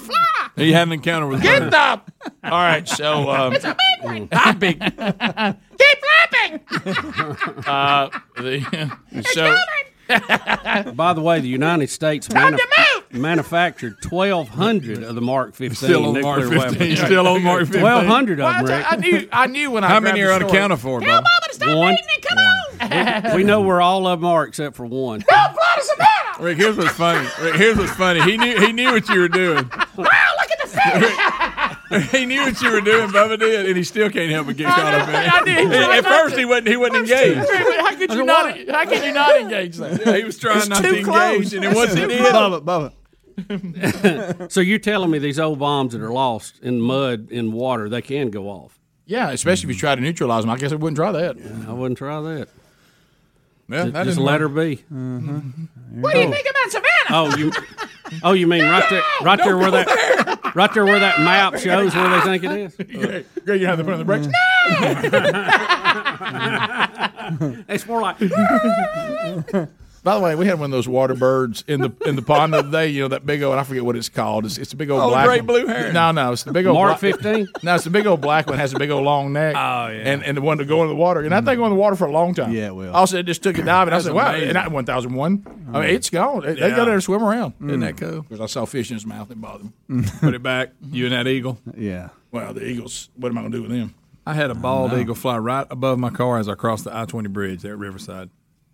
Speaker 22: He had an encounter with
Speaker 2: Get
Speaker 22: birds.
Speaker 2: up! All right, so um,
Speaker 22: It's a
Speaker 2: big one. big. Keep flapping. uh, the, so
Speaker 4: By the way, the United States manuf- manufactured 1,200 of the Mark 15
Speaker 2: Still on
Speaker 4: nuclear
Speaker 2: Mark 15.
Speaker 4: weapons.
Speaker 2: Still on Mark 15.
Speaker 4: 1,200 of them,
Speaker 2: Well,
Speaker 4: Rick.
Speaker 2: I knew. I knew when I.
Speaker 22: How many
Speaker 2: grabbed
Speaker 22: are
Speaker 2: the
Speaker 22: unaccounted
Speaker 2: story.
Speaker 22: for, Bob?
Speaker 4: One. We- we know where all of them are except for one.
Speaker 22: Rick, here's what's funny. Rick, here's what's funny. He knew he knew what you were doing. he knew what you were doing, Bubba did, and he still can't help but get caught up in it.
Speaker 2: I did. He tried
Speaker 22: At
Speaker 2: not
Speaker 22: first,
Speaker 2: to.
Speaker 22: he wasn't. He wasn't engaged.
Speaker 2: How could you not? How could you not engage that?
Speaker 22: Yeah, he was trying
Speaker 2: It's
Speaker 22: not
Speaker 2: too
Speaker 22: to engage,
Speaker 2: close.
Speaker 22: and then once he
Speaker 2: It's
Speaker 22: did,
Speaker 2: too close.
Speaker 4: so you're telling me these old bombs that are lost in mud in water they can go off?
Speaker 2: Yeah, especially if you try to neutralize them. I guess I wouldn't try that.
Speaker 4: Mm-hmm. I wouldn't try that.
Speaker 2: Yeah,
Speaker 4: Ju-
Speaker 2: that
Speaker 4: just
Speaker 2: didn't
Speaker 4: let her
Speaker 2: work. Mm-hmm.
Speaker 4: be.
Speaker 2: What do you think about Savannah?
Speaker 4: Oh, you. Oh, you mean right there, right there where that, right there where that map shows where they think it is. Mm-hmm.
Speaker 2: Greg, Greg, you have to put on the brakes.
Speaker 4: It's more like.
Speaker 2: By the way, we had one of those water birds in the in the pond the other day. You know that big old I forget what it's called. It's, it's a big old
Speaker 1: Oh,
Speaker 2: black
Speaker 1: great
Speaker 2: one.
Speaker 1: blue heron.
Speaker 2: No, no, it's the big old
Speaker 1: Mark
Speaker 2: black-
Speaker 1: 15?
Speaker 2: No, it's the big old black one. Has a big old long neck. Oh yeah, and and the one to go in the water. And I think go in the water for a long time. Yeah, it will. Also, it just took a dive, and I
Speaker 1: That's
Speaker 2: said, "Wow!"
Speaker 1: amazing.
Speaker 2: And I one thousand one. I mean, it's gone. They- They
Speaker 1: Yeah.
Speaker 2: go there and swim around.
Speaker 1: Mm.
Speaker 2: Isn't that cool? Because I saw fish in his mouth that bothered him.
Speaker 10: Put it back. You and that eagle.
Speaker 7: Yeah.
Speaker 2: Well, the eagles. What am I going to do with them?
Speaker 10: I had a bald
Speaker 2: know.
Speaker 10: eagle fly right above my car as I crossed the I twenty bridge there at Riverside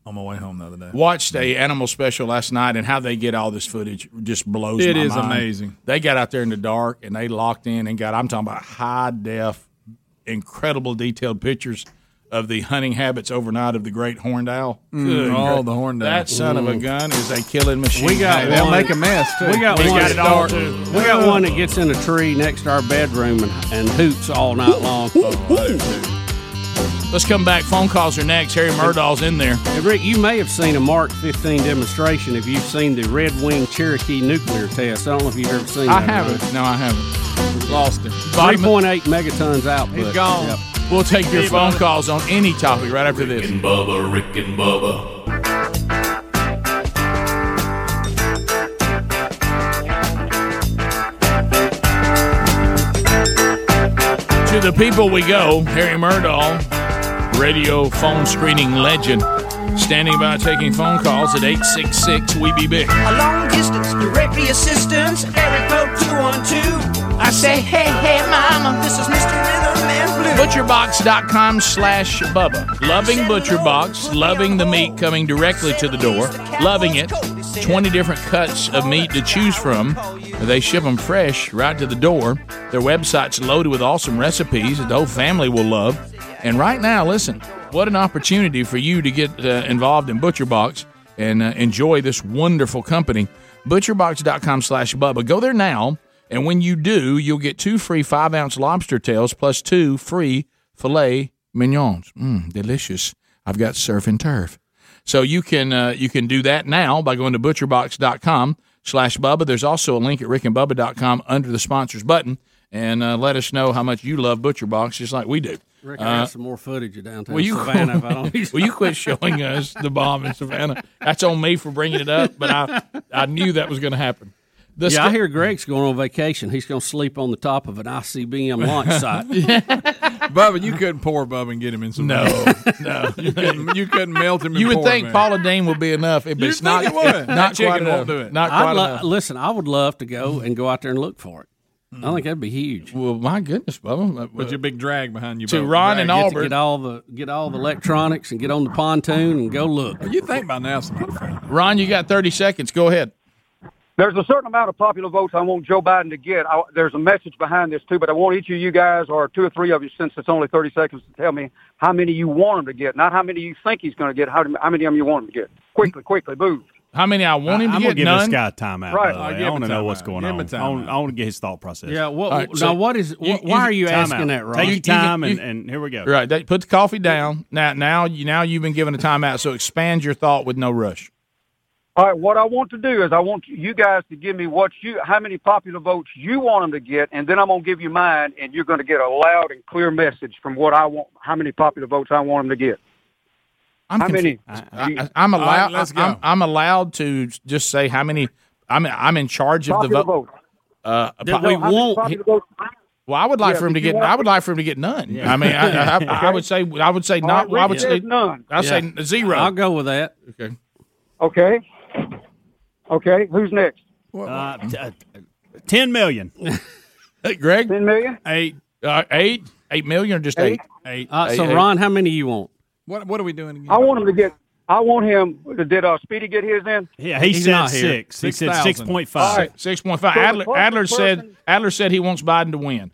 Speaker 10: on my way home the other day.
Speaker 2: Watched a animal special last night, and how they get all this footage just blows.
Speaker 10: It
Speaker 2: my
Speaker 10: is
Speaker 2: mind.
Speaker 10: amazing.
Speaker 2: They got out there in the dark and they locked in and got. I'm talking about high def, incredible detailed pictures of the hunting habits overnight of the great horned owl.
Speaker 10: Mm.
Speaker 2: Good
Speaker 10: Oh,
Speaker 2: gra-
Speaker 10: the horned owl.
Speaker 2: That son of a
Speaker 10: Mm.
Speaker 2: gun is a killing machine.
Speaker 4: We got
Speaker 2: Hey, they'll
Speaker 4: one-
Speaker 2: make a mess too.
Speaker 4: We got
Speaker 2: We
Speaker 4: one.
Speaker 2: got it all, too.
Speaker 4: We got one that gets in a tree next to our bedroom and, and hoots all night long.
Speaker 2: Let's come back. Phone calls are next. Harry Murdahl's in there.
Speaker 4: And Rick, you may have seen a Mark 15 demonstration if you've seen the Red Wing Cherokee nuclear test. I don't know if you've ever seen
Speaker 2: I
Speaker 4: that. or
Speaker 2: haven't. No, I haven't. Lost him.
Speaker 4: not. 3.8 megatons output. Yep.
Speaker 2: We'll take your phone calls on any topic right after this.
Speaker 12: and Bubba, Rick and Bubba,
Speaker 2: To the people we go, Harry Murdahl, radio phone screening legend, standing by taking phone calls at 866 We Be Big.
Speaker 3: A long distance directory assistance, Eric Pope 212. I say, hey, hey, mama, this is Mr. Rhythm and Blue.
Speaker 2: Butcherbox.com slash Bubba. Loving ButcherBox, loving the meat coming directly to the door, loving it. 20 different cuts of meat to choose from. They ship them fresh right to the door. Their website's loaded with awesome recipes that the whole family will love. And right now, listen, what an opportunity for you to get uh, involved in ButcherBox and uh, enjoy this wonderful company. ButcherBox.com slash Bubba. Go there now. And when you do, you'll get two free five ounce lobster tails plus two free filet mignons. Mmm, delicious. I've got surf and turf. So you can uh, you can do that now by going to butcherbox.com slash Bubba. There's also a link at rickandbubba.com under the sponsors button. And uh, let us know how much you love ButcherBox, just like we do.
Speaker 4: Rick, I
Speaker 2: Uh,
Speaker 4: got some more footage of downtown
Speaker 2: Will you,
Speaker 4: Savannah. if I don't
Speaker 2: will you quit showing us the bomb in Savannah? That's on me for bringing it up, but I I knew that was going to happen. The
Speaker 4: yeah, I
Speaker 2: sta-
Speaker 4: hear Greg's going on vacation. He's going to sleep on the top of an ICBM launch site.
Speaker 10: Bubba, you couldn't pour Bubba and get him in some.
Speaker 4: No,
Speaker 2: no,
Speaker 10: you couldn't, you couldn't melt him.
Speaker 2: You
Speaker 10: and
Speaker 2: would
Speaker 10: pour
Speaker 2: think
Speaker 10: him in.
Speaker 2: Paula Dean would be enough, but
Speaker 10: You'd
Speaker 2: it's
Speaker 10: think
Speaker 2: not.
Speaker 10: it
Speaker 2: Not
Speaker 10: would. That
Speaker 2: quite
Speaker 10: chicken won't
Speaker 2: enough.
Speaker 10: do it.
Speaker 2: Not
Speaker 4: I'd
Speaker 2: quite
Speaker 4: lo-
Speaker 2: enough.
Speaker 4: Listen, I would love to go and go out there and look for it. I think that'd be huge.
Speaker 2: Well, my goodness, Bubba. uh,
Speaker 10: With your big drag behind Hmm. you.
Speaker 4: to
Speaker 10: Bubba.
Speaker 4: Ron
Speaker 10: Drag
Speaker 4: and
Speaker 10: gets to
Speaker 4: Auburn.
Speaker 10: get
Speaker 4: Get all the get all the electronics and get on the pontoon and go look.
Speaker 10: You think by now somebody
Speaker 2: Ron, you got thirty seconds. Go ahead.
Speaker 8: There's a certain amount of popular votes I want Joe Biden to get. I, there's a message behind this too, but I want each of you guys, or two or three of you, since it's only 30 seconds, to tell me how many you want him to get, not how many you think he's going to get. How, how many of them you want him to get? Quickly, quickly, move.
Speaker 2: How many I want him to
Speaker 5: I'm
Speaker 2: get?
Speaker 5: gonna give
Speaker 2: None.
Speaker 5: this guy a timeout.
Speaker 8: Right.
Speaker 5: By
Speaker 8: I'll
Speaker 5: the way.
Speaker 8: give
Speaker 5: I
Speaker 8: him
Speaker 5: want to know what's
Speaker 2: timeout.
Speaker 5: going
Speaker 2: Give
Speaker 5: on.
Speaker 2: him a
Speaker 5: I want, I want to get his thought process.
Speaker 4: Yeah, what-
Speaker 5: All right,
Speaker 4: now what is- wh- why are you
Speaker 5: time
Speaker 4: asking
Speaker 5: out.
Speaker 4: that, Ron?
Speaker 5: Take
Speaker 4: You-
Speaker 5: your
Speaker 4: you-
Speaker 5: time, and,
Speaker 4: you-
Speaker 5: and here we go.
Speaker 2: Right. That, put the coffee down. Now, now, you, now you've been given a timeout, so expand your thought with no rush.
Speaker 8: All right, what I want to do is I want you guys to give me what you, how many popular votes you want him to get, and then I'm going to give you mine, and you're going to get a loud and clear message from what I want, how many popular votes I want him to get.
Speaker 2: I'm
Speaker 8: how many?
Speaker 2: I, I, am
Speaker 8: All
Speaker 2: allowed.
Speaker 8: right, let's go.
Speaker 2: I'm, I'm allowed to just say how many. I'm I'm in charge of
Speaker 8: Popular
Speaker 2: the vote. Uh,
Speaker 8: That
Speaker 2: po-
Speaker 8: we want- Popular vote.
Speaker 2: Well, I would like
Speaker 8: Yeah,
Speaker 2: for him
Speaker 8: but
Speaker 2: to
Speaker 8: you
Speaker 2: get.
Speaker 8: want-
Speaker 2: I would like for him to get none. I mean, I, I, I, I would say. I would say
Speaker 8: All
Speaker 2: not.
Speaker 8: right,
Speaker 2: I
Speaker 8: Rick
Speaker 2: would say
Speaker 8: says none.
Speaker 2: I say
Speaker 8: Yeah.
Speaker 2: zero.
Speaker 8: I'll
Speaker 4: go with that.
Speaker 2: Okay.
Speaker 8: Okay. Okay. Who's next?
Speaker 5: Uh, t- uh, Ten million.
Speaker 2: hey, Greg.
Speaker 8: Ten million.
Speaker 2: Eight. Uh, eight. Eight million or just eight? Eight.
Speaker 4: Uh, so,
Speaker 2: Eight.
Speaker 4: Ron, how many you want?
Speaker 10: What What are we doing again?
Speaker 8: I want him to get. I want him. Did uh, Speedy get his in?
Speaker 5: Yeah, he He's said not here. six. He said 6,000. 6.5.
Speaker 8: All right.
Speaker 2: Six point five.
Speaker 8: So the
Speaker 2: Adler,
Speaker 8: closest
Speaker 2: Adler said. Adler said he wants Biden to win.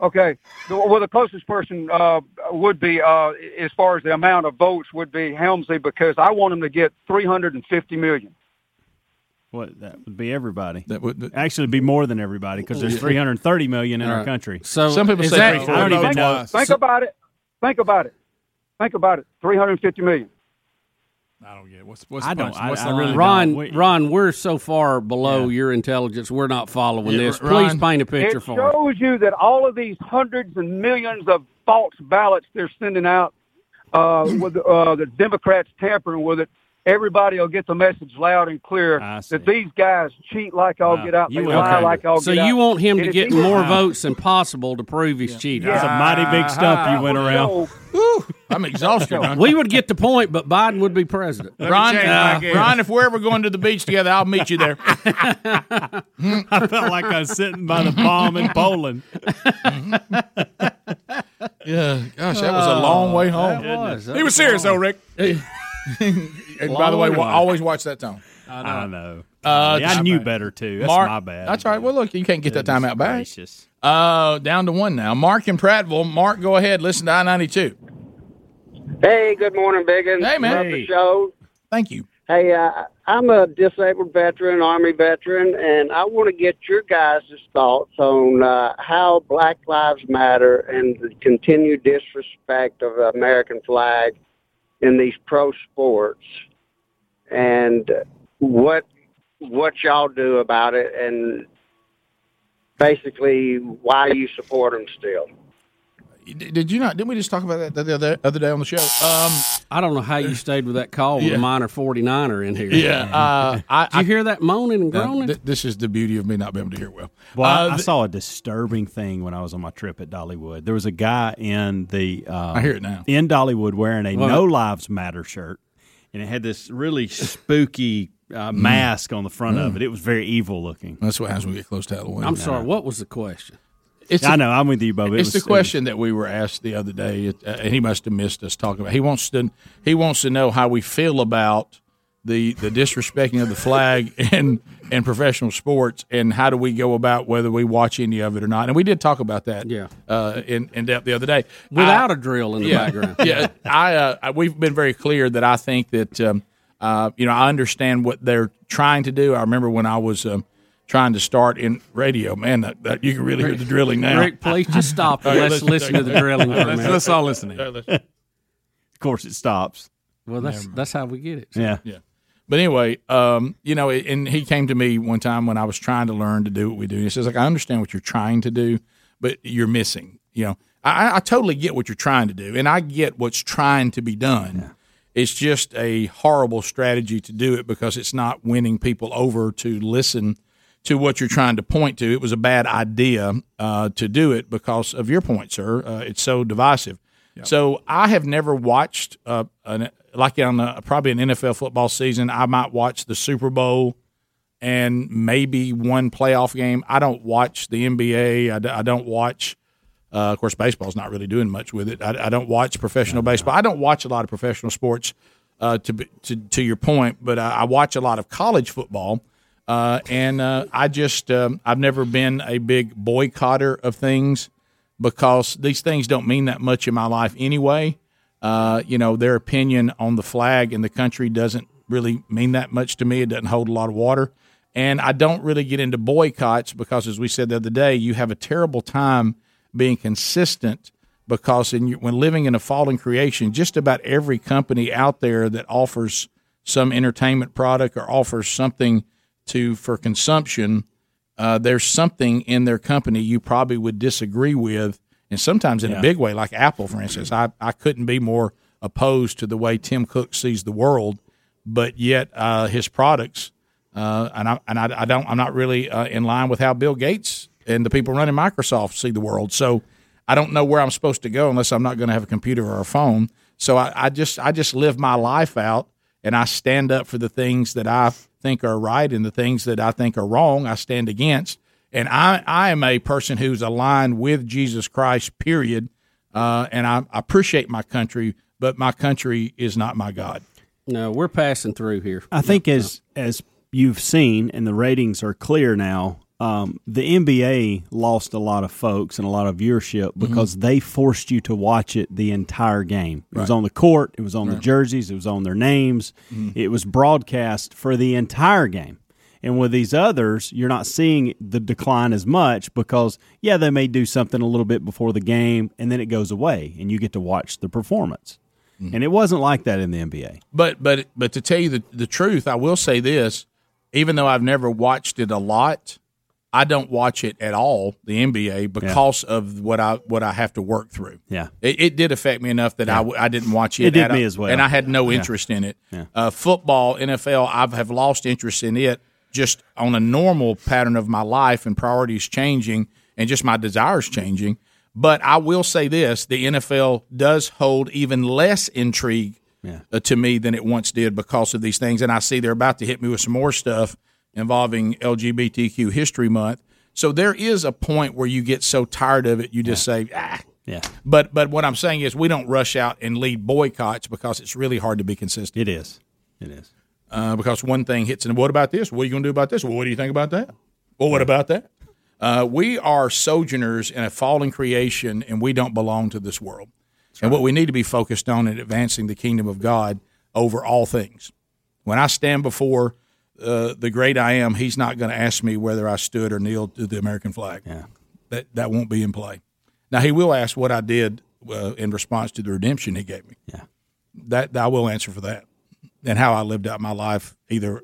Speaker 8: Okay. The- Well, the closest person uh, would be, uh, as far as the amount of votes, would be Helmsley because I want him to get 350 million.
Speaker 5: What that would be everybody.
Speaker 2: That would
Speaker 5: actually it'd be more than everybody because there's 330 million in our
Speaker 4: Right.
Speaker 5: country.
Speaker 4: So is
Speaker 5: I don't even
Speaker 8: think,
Speaker 5: know.
Speaker 8: Think about it. Think about it. Think about it. 350 million.
Speaker 10: What's, what's
Speaker 8: I
Speaker 10: the
Speaker 8: don't-
Speaker 10: punch? What's the line?
Speaker 4: Ron, Ron, we're so far below your intelligence. We're not following this. Please paint a picture
Speaker 8: it
Speaker 4: for us.
Speaker 8: shows you that all of these hundreds and millions of false ballots they're sending out, uh, with uh, the Democrats tampering with it, everybody will get the message loud and clear that these guys cheat like all get out. They lie like all
Speaker 4: so
Speaker 8: get out.
Speaker 4: you want him
Speaker 8: And
Speaker 4: to
Speaker 8: if
Speaker 4: get
Speaker 8: he was-
Speaker 4: more votes than possible to prove he's cheating.
Speaker 8: That's a mighty big stump you went around.
Speaker 2: I'm exhausted. Ron.
Speaker 4: we would get the point, but Biden would be president.
Speaker 2: Ron, uh, Ron, if we're ever going to the beach together, I'll meet you there.
Speaker 5: I felt like I was sitting by the bomb in Poland.
Speaker 2: yeah, gosh, that was a long way home.
Speaker 1: That was.
Speaker 2: He was serious, though, Rick. and by the way,
Speaker 1: Long
Speaker 2: wa-
Speaker 1: way.
Speaker 2: always watch that time.
Speaker 5: I know.
Speaker 2: Uh,
Speaker 5: Yeah, I
Speaker 2: my
Speaker 5: knew
Speaker 2: bad.
Speaker 5: better too. That's
Speaker 2: Mark-
Speaker 5: my bad.
Speaker 2: That's all right. Well, look, you can't get that time out back.
Speaker 5: Gracious.
Speaker 2: Uh, down to one now. Mark in Prattville. Mark, go ahead. Listen to I ninety two.
Speaker 16: Hey, good morning, Biggins.
Speaker 2: Hey, man.
Speaker 16: Love
Speaker 2: Hey.
Speaker 16: the show.
Speaker 2: Thank you.
Speaker 16: Hey, uh, I'm a disabled veteran, Army veteran, and I want to get your guys' thoughts on uh, how Black Lives Matter and the continued disrespect of the American flag in these pro sports, and what what y'all do about it, and basically why you support them still.
Speaker 2: D- Did you not? Didn't we just talk about that the other, other day on the show? Um,
Speaker 4: I don't know how you stayed with that call with
Speaker 2: Yeah.
Speaker 4: a minor 49er in here.
Speaker 2: Yeah, uh, I,
Speaker 4: Did you hear that moaning and groaning?
Speaker 2: this is the beauty of me not being able to hear well.
Speaker 5: Well, I-
Speaker 4: Uh,
Speaker 5: I
Speaker 4: th-
Speaker 5: saw a disturbing thing when I was on my trip at Dollywood. There was a guy in the um,
Speaker 2: I hear it now.
Speaker 5: in Dollywood wearing a
Speaker 2: Well,
Speaker 5: No
Speaker 2: that-
Speaker 5: Lives Matter shirt, and it had this really spooky uh, mask on the front of
Speaker 2: Mm.
Speaker 5: it. It was very evil looking.
Speaker 2: That's what happens when we get close to Halloween.
Speaker 4: I'm sorry. What was the question?
Speaker 2: It's
Speaker 5: I
Speaker 2: a-
Speaker 5: know. I'm with you, Bubba. It
Speaker 2: it's
Speaker 5: was-
Speaker 2: the
Speaker 5: it was-
Speaker 2: question that we were asked the other day, uh, and he must have missed us talking about. He wants to he wants to know how we feel about the the disrespecting of the flag in in professional sports, and how do we go about whether we watch any of it or not. And we did talk about that, yeah, uh, in in depth the other day
Speaker 4: Without
Speaker 2: a
Speaker 4: a drill in the
Speaker 2: yeah,
Speaker 4: background.
Speaker 2: yeah, I, uh, I we've been very clear that I think that um, uh, you know I understand what they're trying to do. I remember when I was um, trying to start in radio, man, that, that you can really hear the drilling now.
Speaker 4: Rick, please just stop
Speaker 2: All
Speaker 4: and
Speaker 2: right,
Speaker 4: let's listen to the drilling for a minute.
Speaker 2: of
Speaker 5: course, it stops.
Speaker 4: Well, that's that's how we get it.
Speaker 5: Yeah.
Speaker 2: Yeah. But anyway, um, you know, and he came to me one time when I was trying to learn to do what we do. He says, like, I understand what you're trying to do, but you're missing. You know, I, I- I totally get what you're trying to do, and I get what's trying to be done. It's just a horrible strategy to do it because it's not winning people over to listen to what you're trying to point to. It was a bad idea uh, to do it because of your point, sir. Uh, it's so divisive. So I have never watched uh, an, like on a, probably an NFL football season. I might watch the Super Bowl and maybe one playoff game. I don't watch the NBA. I, d- I don't watch. Uh, of course, baseball's not really doing much with it. I, I don't watch professional baseball. I don't watch a lot of professional sports. Uh, to be- to to your point, but I, I watch a lot of college football, uh, and uh, I just um, I've never been a big boycotter of things because these things don't mean that much in my life anyway. Uh, you know, their opinion on the flag and the country doesn't really mean that much to me. It doesn't hold a lot of water. And I don't really get into boycotts because, as we said the other day, you have a terrible time being consistent because in, your- when living in a fallen creation, just about every company out there that offers some entertainment product or offers something to for consumption – uh, there's something in their company you probably would disagree with, and sometimes in
Speaker 1: Yeah.
Speaker 2: a big way, like Apple, for instance. I, I couldn't be more opposed to the way Tim Cook sees the world, but yet uh, his products, uh, and I and I, I don't I'm not really uh, in line with how Bill Gates and the people running Microsoft see the world. So I don't know where I'm supposed to go unless I'm not going to have a computer or a phone. So I, I just I just live my life out and I stand up for the things that I think are right and the things that I think are wrong. I stand against, and I I am a person who's aligned with Jesus Christ. Period. Uh, and I, I appreciate my country, but my country is not my God.
Speaker 4: No, we're passing through here.
Speaker 5: I think as as you've seen, and the ratings are clear now. Um, the NBA lost a lot of folks and a lot of viewership because they forced you to watch it the entire game. It was
Speaker 1: Right.
Speaker 5: on the court, it was on the
Speaker 1: Right.
Speaker 5: jerseys, it was on their names,
Speaker 1: Mhm.
Speaker 5: it was broadcast for the entire game. And with these others, you're not seeing the decline as much because, yeah, they may do something a little bit before the game and then it goes away and you get to watch the performance. And it wasn't like that in the NBA.
Speaker 2: But but but to tell you the, the truth, I will say this: even though I've never watched it a lot, I don't watch it at all, the NBA, because of what I what I have to work through.
Speaker 5: Yeah.
Speaker 2: It, it did affect me enough that I w- I, didn't watch it.
Speaker 5: It did
Speaker 2: at
Speaker 5: me
Speaker 2: all,
Speaker 5: as well.
Speaker 2: and I had no
Speaker 5: Yeah.
Speaker 2: interest in it.
Speaker 5: Yeah.
Speaker 2: Uh, football, NFL, I have lost interest in it just on a normal pattern of my life and priorities changing and just my desires changing. But I will say this: the NFL does hold even less intrigue uh, to me than it once did because of these things, and I see they're about to hit me with some more stuff involving LGBTQ History Month. So there is a point where you get so tired of it, you just say, ah,
Speaker 5: Yeah.
Speaker 2: but but what I'm saying is we don't rush out and lead boycotts because it's really hard to be consistent.
Speaker 5: It is. It is.
Speaker 2: Uh, because one thing hits and what about this? What are you going to do about this? Well, what do you think about that? Well, what about that? Uh, we are sojourners in a fallen creation, and we don't belong to this world. And what we need to be focused on is advancing the kingdom of God over all things. When I stand before uh, the great I am, He's not going to ask me whether I stood or kneeled to the American flag. That that won't be in play. Now He will ask what I did uh, in response to the redemption He gave me.
Speaker 5: Yeah,
Speaker 2: that I will answer for that, and how I lived out my life either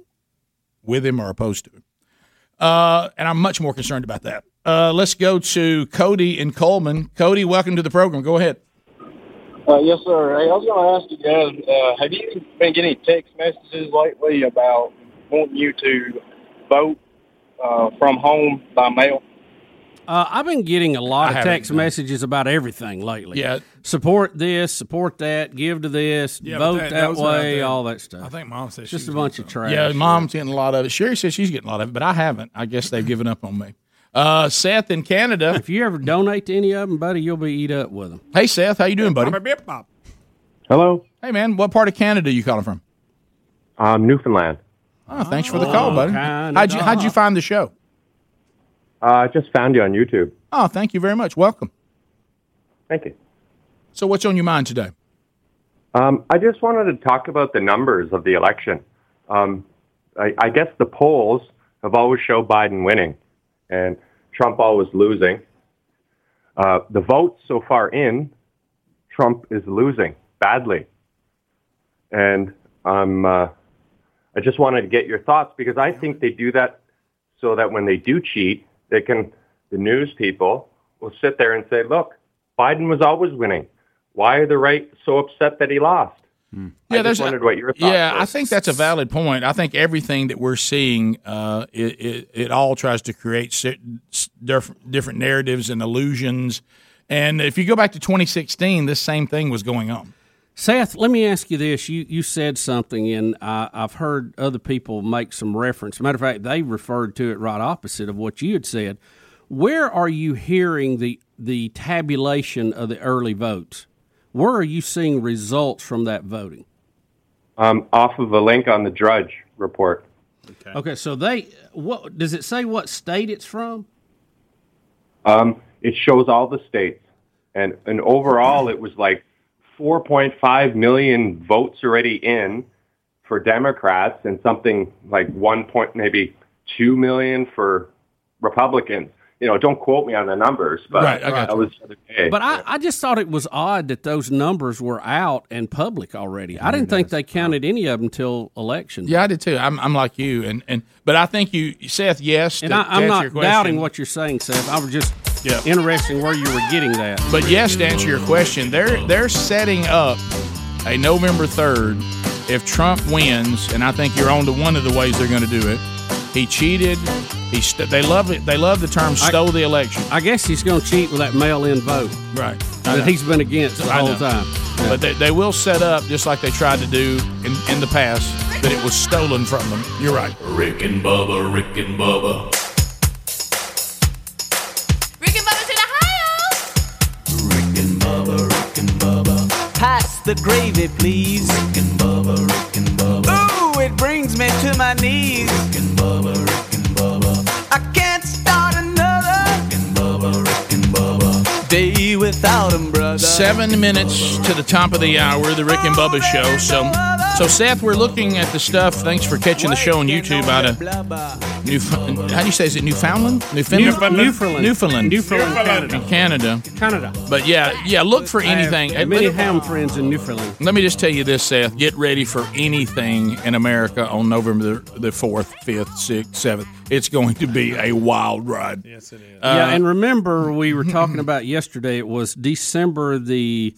Speaker 2: with Him or opposed to Him. Uh, and I'm much more concerned about that. Uh, let's go to Cody and Coleman. Cody, welcome to the program. Go ahead.
Speaker 9: Uh, yes, sir. Hey, I was going to ask you guys, uh, have you been getting any text messages lately about wanting you to vote uh, from home by mail?
Speaker 4: Uh, I've been getting a lot
Speaker 9: I
Speaker 4: of
Speaker 9: haven't,
Speaker 4: text messages about everything lately.
Speaker 2: Yeah.
Speaker 4: Support this, support that, give to this,
Speaker 2: Yeah, but
Speaker 4: vote
Speaker 2: that-
Speaker 4: that,
Speaker 2: those are out
Speaker 4: way,
Speaker 2: there.
Speaker 4: all that stuff.
Speaker 2: I think Mom said she
Speaker 4: just a
Speaker 2: was
Speaker 4: bunch of trash.
Speaker 2: Yeah, mom's getting a lot of it. Sherry says she's getting a lot of it, but I haven't. I guess they've given up on me. Uh, Seth in Canada.
Speaker 4: If you ever donate to any of them, buddy, you'll be eat up with them.
Speaker 2: Hey, Seth, how you doing, buddy?
Speaker 17: Hello.
Speaker 2: Hey, man, what part of Canada you calling from?
Speaker 17: Um, Newfoundland.
Speaker 2: Oh, thanks for the call,
Speaker 17: Oh,
Speaker 2: buddy.
Speaker 17: kind
Speaker 2: How'd you,
Speaker 17: of.
Speaker 2: how'd you find the show?
Speaker 17: Uh, I just found you on YouTube.
Speaker 2: Oh, thank you very much. Welcome.
Speaker 17: Thank you.
Speaker 2: So, what's on your mind today?
Speaker 17: Um, I just wanted to talk about the numbers of the election. Um, I, I guess the polls have always show Biden winning and Trump always losing. Uh, the votes so far in, Trump is losing badly. And I'm, uh, I just wanted to get your thoughts because I think they do that so that when they do cheat, they can, the news people will sit there and say, look, Biden was always winning. Why are the right so upset that he lost?
Speaker 2: Yeah,
Speaker 17: I
Speaker 2: there's
Speaker 17: just
Speaker 2: a-
Speaker 17: wondered what your thoughts
Speaker 2: Yeah,
Speaker 17: were.
Speaker 2: I think that's a valid point. I think everything that we're seeing, uh, it, it, it all tries to create certain, s- diff- different narratives and illusions. And if you go back to 2016, this same thing was going on.
Speaker 4: Seth, let me ask you this. You you said something, and I, I've heard other people make some reference. Matter of fact, they referred to it right opposite of what you had said. Where are you hearing the the tabulation of the early votes? Where are you seeing results from that voting?
Speaker 17: Um, off of a link on the Drudge report.
Speaker 4: Okay, so they what does it say? What state it's from?
Speaker 17: Um, it shows all the states, and and overall, it was like 4.5 million votes already in for Democrats, and something like one point maybe two million for Republicans. You know, don't quote me on the numbers, but
Speaker 4: Right, I got
Speaker 17: that
Speaker 4: you.
Speaker 17: was the other day.
Speaker 4: But I, I just thought it was odd that those numbers were out and public already. I didn't think they counted any of them until election.
Speaker 2: Yeah, I did too. I'm, I'm like you, and, and but I think you, Seth. Yes,
Speaker 4: And
Speaker 2: to,
Speaker 4: I,
Speaker 2: to
Speaker 4: I'm
Speaker 2: answer your
Speaker 4: not
Speaker 2: question.
Speaker 4: doubting what you're saying, Seth. I was just interested in where you were getting that.
Speaker 2: But yes, to answer your question, they're they're setting up a November third. If Trump wins, and I think you're on to one of the ways they're going to do it, he cheated. He st- they love it. They love the term "stole the election."
Speaker 4: I guess he's going to cheat with that mail-in vote,
Speaker 2: right? I know.
Speaker 4: That he's been against the
Speaker 2: I
Speaker 4: whole
Speaker 2: know.
Speaker 4: time.
Speaker 2: But they, they will set up just like they tried to do in, in the past that it was stolen from them. You're right.
Speaker 12: Rick and Bubba, Rick and Bubba.
Speaker 18: Rick and Bubba's in Ohio.
Speaker 15: Pass the gravy, please. Rick and Bubba, Rick and Bubba. Ooh, it brings me to my knees. Rick and Bubba, Rick and Bubba. I can't start another. Rick and Bubba, Rick and Bubba. Day without 'em, brother.
Speaker 2: Seven minutes to the top of the hour, the Rick and Bubba show. So So, Seth, we're looking at the stuff. Thanks for catching the show on YouTube out of New. How do you say? Is it Newfoundland? Newfoundland.
Speaker 4: Newfoundland.
Speaker 2: Newfoundland.
Speaker 4: Newfoundland,
Speaker 2: In Canada.
Speaker 4: Canada.
Speaker 2: But yeah, yeah. Look for anything.
Speaker 4: Have many ham friends in Newfoundland.
Speaker 2: Let me just tell you this, Seth. Get ready for anything in America on November the fourth, fifth, sixth, seventh. It's going to be a wild ride. Yes, it is.
Speaker 4: yeah, and remember we were talking about yesterday. It was December the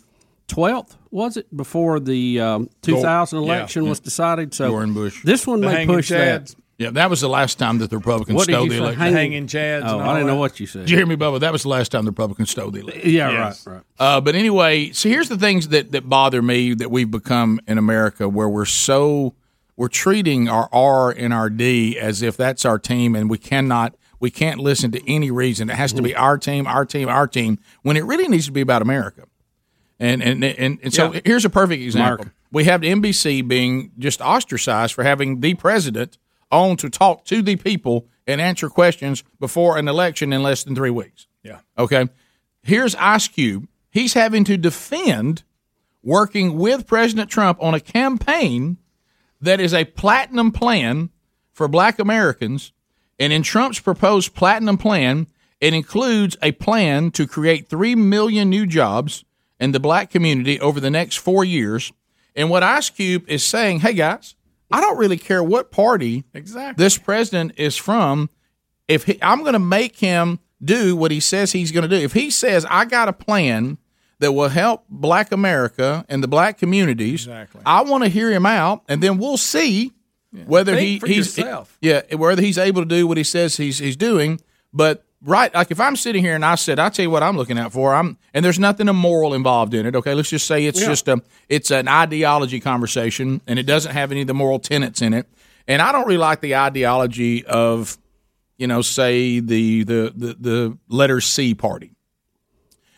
Speaker 4: twelfth, was it? Before the um, two thousand
Speaker 2: Go- yeah,
Speaker 4: election
Speaker 2: yeah.
Speaker 4: was decided. So
Speaker 2: Warren Bush.
Speaker 4: This one may push that.
Speaker 2: Yeah, that was the last time that the Republicans
Speaker 4: What did
Speaker 2: stole
Speaker 4: you
Speaker 2: the
Speaker 4: say?
Speaker 2: election.
Speaker 4: Hanging- Hanging Chads Oh, and I all didn't know that. what you said.
Speaker 2: Jeremy Bubba, that was the last time the Republicans stole the election.
Speaker 4: Yeah, right, right.
Speaker 2: Uh, but anyway, so here's the things that, that bother me that we've become in America where we're so we're treating our R and our D as if that's our team and we cannot we can't listen to any reason. It has to
Speaker 1: Mm-hmm.
Speaker 2: be our team, our team, our team, when it really needs to be about America. And and and, and so
Speaker 1: Yeah.
Speaker 2: here's a perfect example.
Speaker 1: Mark.
Speaker 2: We have NBC being just ostracized for having the president on to talk to the people and answer questions before an election in less than three weeks.
Speaker 1: Yeah.
Speaker 2: Okay. Here's Ice Cube. He's having to defend working with President Trump on a campaign that is a platinum plan for black Americans. And in Trump's proposed platinum plan, it includes a plan to create 3 million new jobs in the black community over the next four years. And what Ice Cube is saying, hey guys, I don't really care what party
Speaker 1: Exactly.
Speaker 2: this president is from. If he, I'm going to make him do what he says he's going to do, if he says I got a plan that will help Black America and the Black communities, I want to hear him out, and then we'll see whether
Speaker 1: Think
Speaker 2: he,
Speaker 1: for
Speaker 2: he's
Speaker 1: yourself.
Speaker 2: yeah whether he's able to do what he says he's he's doing. But right, like if I'm sitting here and I said I tell you what I'm looking out for, I'm and there's nothing immoral involved in it. Okay, let's just say it's
Speaker 1: Yeah.
Speaker 2: just a it's an ideology conversation, and it doesn't have any of the moral tenets in it. And I don't really like the ideology of you know say the the the, the letter C party.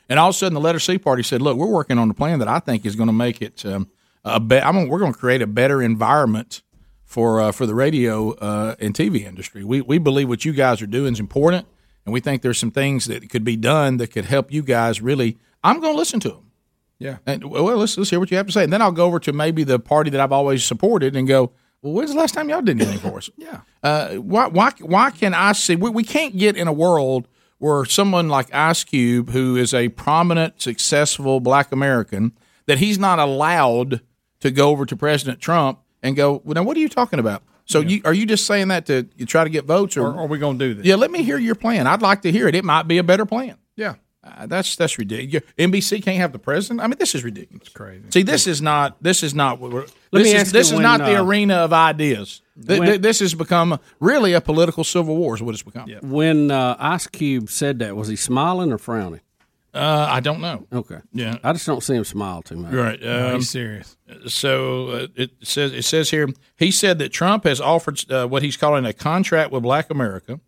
Speaker 2: And all of a sudden, the letter C party said, "Look, we're working on a plan that I think is going to make it um, a be- I'm gonna, we're going to create a better environment for uh, for the radio uh, and TV industry. We we believe what you guys are doing is important, and we think there's some things that could be done that could help you guys really. I'm going to listen to them.
Speaker 10: Yeah.
Speaker 2: And well, let's let's hear what you have to say, and then I'll go over to maybe the party that I've always supported and go. Well, when's the last time y'all did anything for us? yeah. Uh, why, why, why can I see? We, we can't get in a world where someone like Ice Cube, who is a prominent, successful black American, that he's not allowed to go over to President Trump and go, well, now, what are you talking about? So you are you just saying that to you try to get votes, or,
Speaker 10: Or are we going to do this?
Speaker 2: yeah? Let me hear your plan. I'd like to hear it. It might be a better plan.
Speaker 10: Yeah.
Speaker 2: Uh, that's that's ridiculous. NBC can't have the president. I mean, this is ridiculous.
Speaker 10: crazy.
Speaker 2: See, this is not. This is not. What we're,
Speaker 4: Let
Speaker 2: this
Speaker 4: me
Speaker 2: is,
Speaker 4: ask
Speaker 2: this
Speaker 4: you
Speaker 2: is
Speaker 4: when,
Speaker 2: not the
Speaker 4: uh,
Speaker 2: arena of ideas. Th-
Speaker 4: when-
Speaker 2: th- this has become uh, really a political civil war. Is what it's become.
Speaker 4: When uh, Ice Cube said that, was he smiling or frowning?
Speaker 2: Uh, I don't know.
Speaker 4: Okay.
Speaker 2: Yeah.
Speaker 4: I just don't see him smile too much.
Speaker 2: Right. um,
Speaker 10: serious.
Speaker 2: So uh, it says it says here he said that Trump has offered uh, what he's calling a contract with Black America.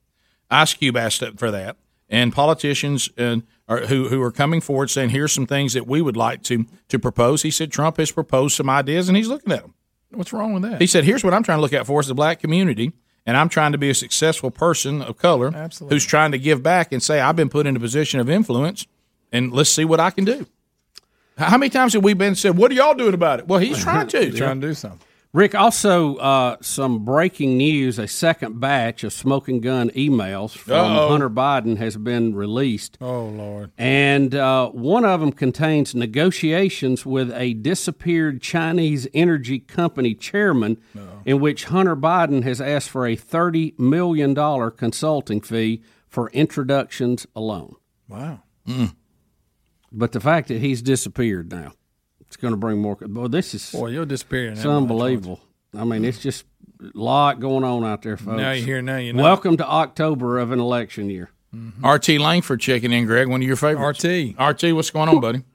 Speaker 2: Ice Cube asked up for that, and politicians and are, who who are coming forward saying here's some things that we would like to to propose. He said Trump has proposed some ideas, and he's looking at them.
Speaker 10: What's wrong with that?
Speaker 2: He said, "Here's what I'm trying to look out for is the black community, and I'm trying to be a successful person of color
Speaker 10: Absolutely.
Speaker 2: who's trying to give back and say I've been put in a position of influence, and let's see what I can do." How how many times have we been said, "What are y'all doing about it?" Well, he's trying to.
Speaker 10: trying to do something.
Speaker 4: Rick, also uh, some breaking news: a second batch of smoking gun emails from
Speaker 10: Uh-oh.
Speaker 4: Hunter Biden has been released,
Speaker 10: Oh, Lord.
Speaker 4: and uh, one of them contains negotiations with a disappeared Chinese energy company chairman, in which Hunter Biden has asked for a thirty million dollar consulting fee for introductions alone.
Speaker 10: Wow.
Speaker 2: Hmm.
Speaker 4: But the fact that he's disappeared now, it's going to bring more. Boy, this is
Speaker 10: Boy, you'll disappear in
Speaker 4: It's
Speaker 10: that much,
Speaker 4: unbelievable. I mean, it's just a lot going on out there, folks.
Speaker 10: Now you hear, now you know.
Speaker 4: Welcome to October of an election year.
Speaker 2: RT Langford checking in, Greg. One of your favorites. RT. RT, what's going on, buddy?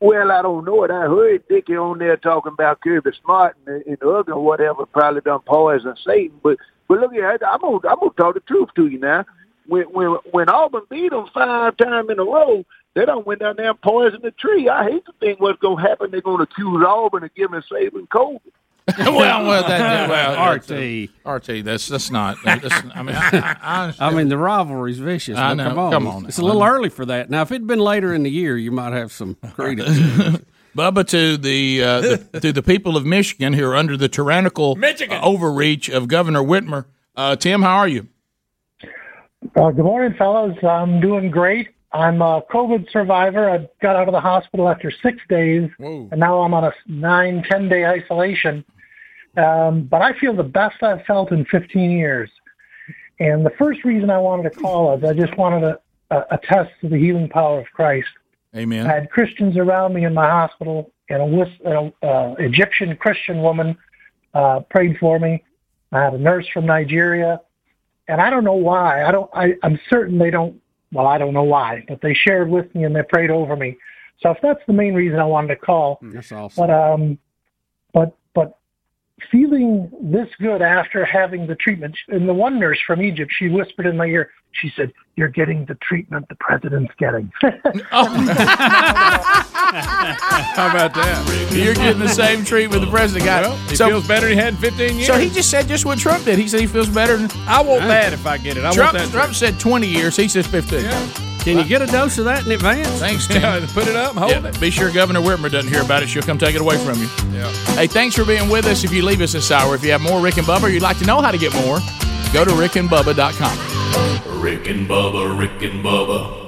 Speaker 11: Well, I don't know it. I heard Dickie on there talking about Kirby Smart and, and Ugg or whatever probably done poison Satan. But but look here, I- I'm gonna I'm gonna talk the truth to you now. When when when Auburn beat them five times in a row, they don't went down there and poisoned the tree. I hate to think what's gonna happen. They're gonna accuse Auburn of giving Saban COVID.
Speaker 2: well, well, that, well
Speaker 4: RT.
Speaker 2: RT, that's that's not. That's, I mean, I, I, I,
Speaker 4: I mean, the rivalry's vicious. but
Speaker 2: I know.
Speaker 4: Come on,
Speaker 2: Come on
Speaker 4: it's a
Speaker 2: now.
Speaker 4: little early for that. Now, if it'd been later in the year, you might have some credence.
Speaker 2: Bubba to the, uh, the to the people of Michigan who are under the tyrannical
Speaker 1: Michigan.
Speaker 2: uh, overreach of Governor Whitmer. Uh, Tim, how are you?
Speaker 21: Uh, good morning, fellas. I'm doing great. I'm a COVID survivor. I got out of the hospital after six days, and now I'm on a nine, ten day isolation. Um, but I feel the best I've felt in 15 years. And the first reason I wanted to call is I just wanted to uh, attest to the healing power of Christ.
Speaker 2: Amen.
Speaker 21: I had Christians around me in my hospital, and a Wis- uh, uh, Egyptian Christian woman uh, prayed for me. I had a nurse from Nigeria, and I don't know why. I don't. I, I'm certain they don't. Well, I don't know why, but they shared with me and they prayed over me. So if that's the main reason I wanted to call,
Speaker 4: That's awesome.
Speaker 21: but um, but but feeling this good after having the treatment, and the one nurse from Egypt, she whispered in my ear, she said, "You're getting the treatment the president's getting."
Speaker 2: How about that? You're getting the same treatment the president got.
Speaker 10: Well, he feels better than he had in 15 years.
Speaker 2: So he just said just what Trump did. He said he feels better. Than, I want
Speaker 10: that if I get it. I want
Speaker 2: Trump,
Speaker 10: that.
Speaker 2: Trump said 20 years. He says 15.
Speaker 4: Can you get a dose of that in advance?
Speaker 2: Thanks, Tim.
Speaker 10: Put it up, hold
Speaker 2: it. Be sure Governor Whitmer doesn't hear about it. She'll come take it away from you. Hey, thanks for being with us. If you leave us this hour, if you have more Rick and Bubba, or you'd like to know how to get more, go to rickandbubba.com.
Speaker 12: Rick and Bubba, Rick and Bubba.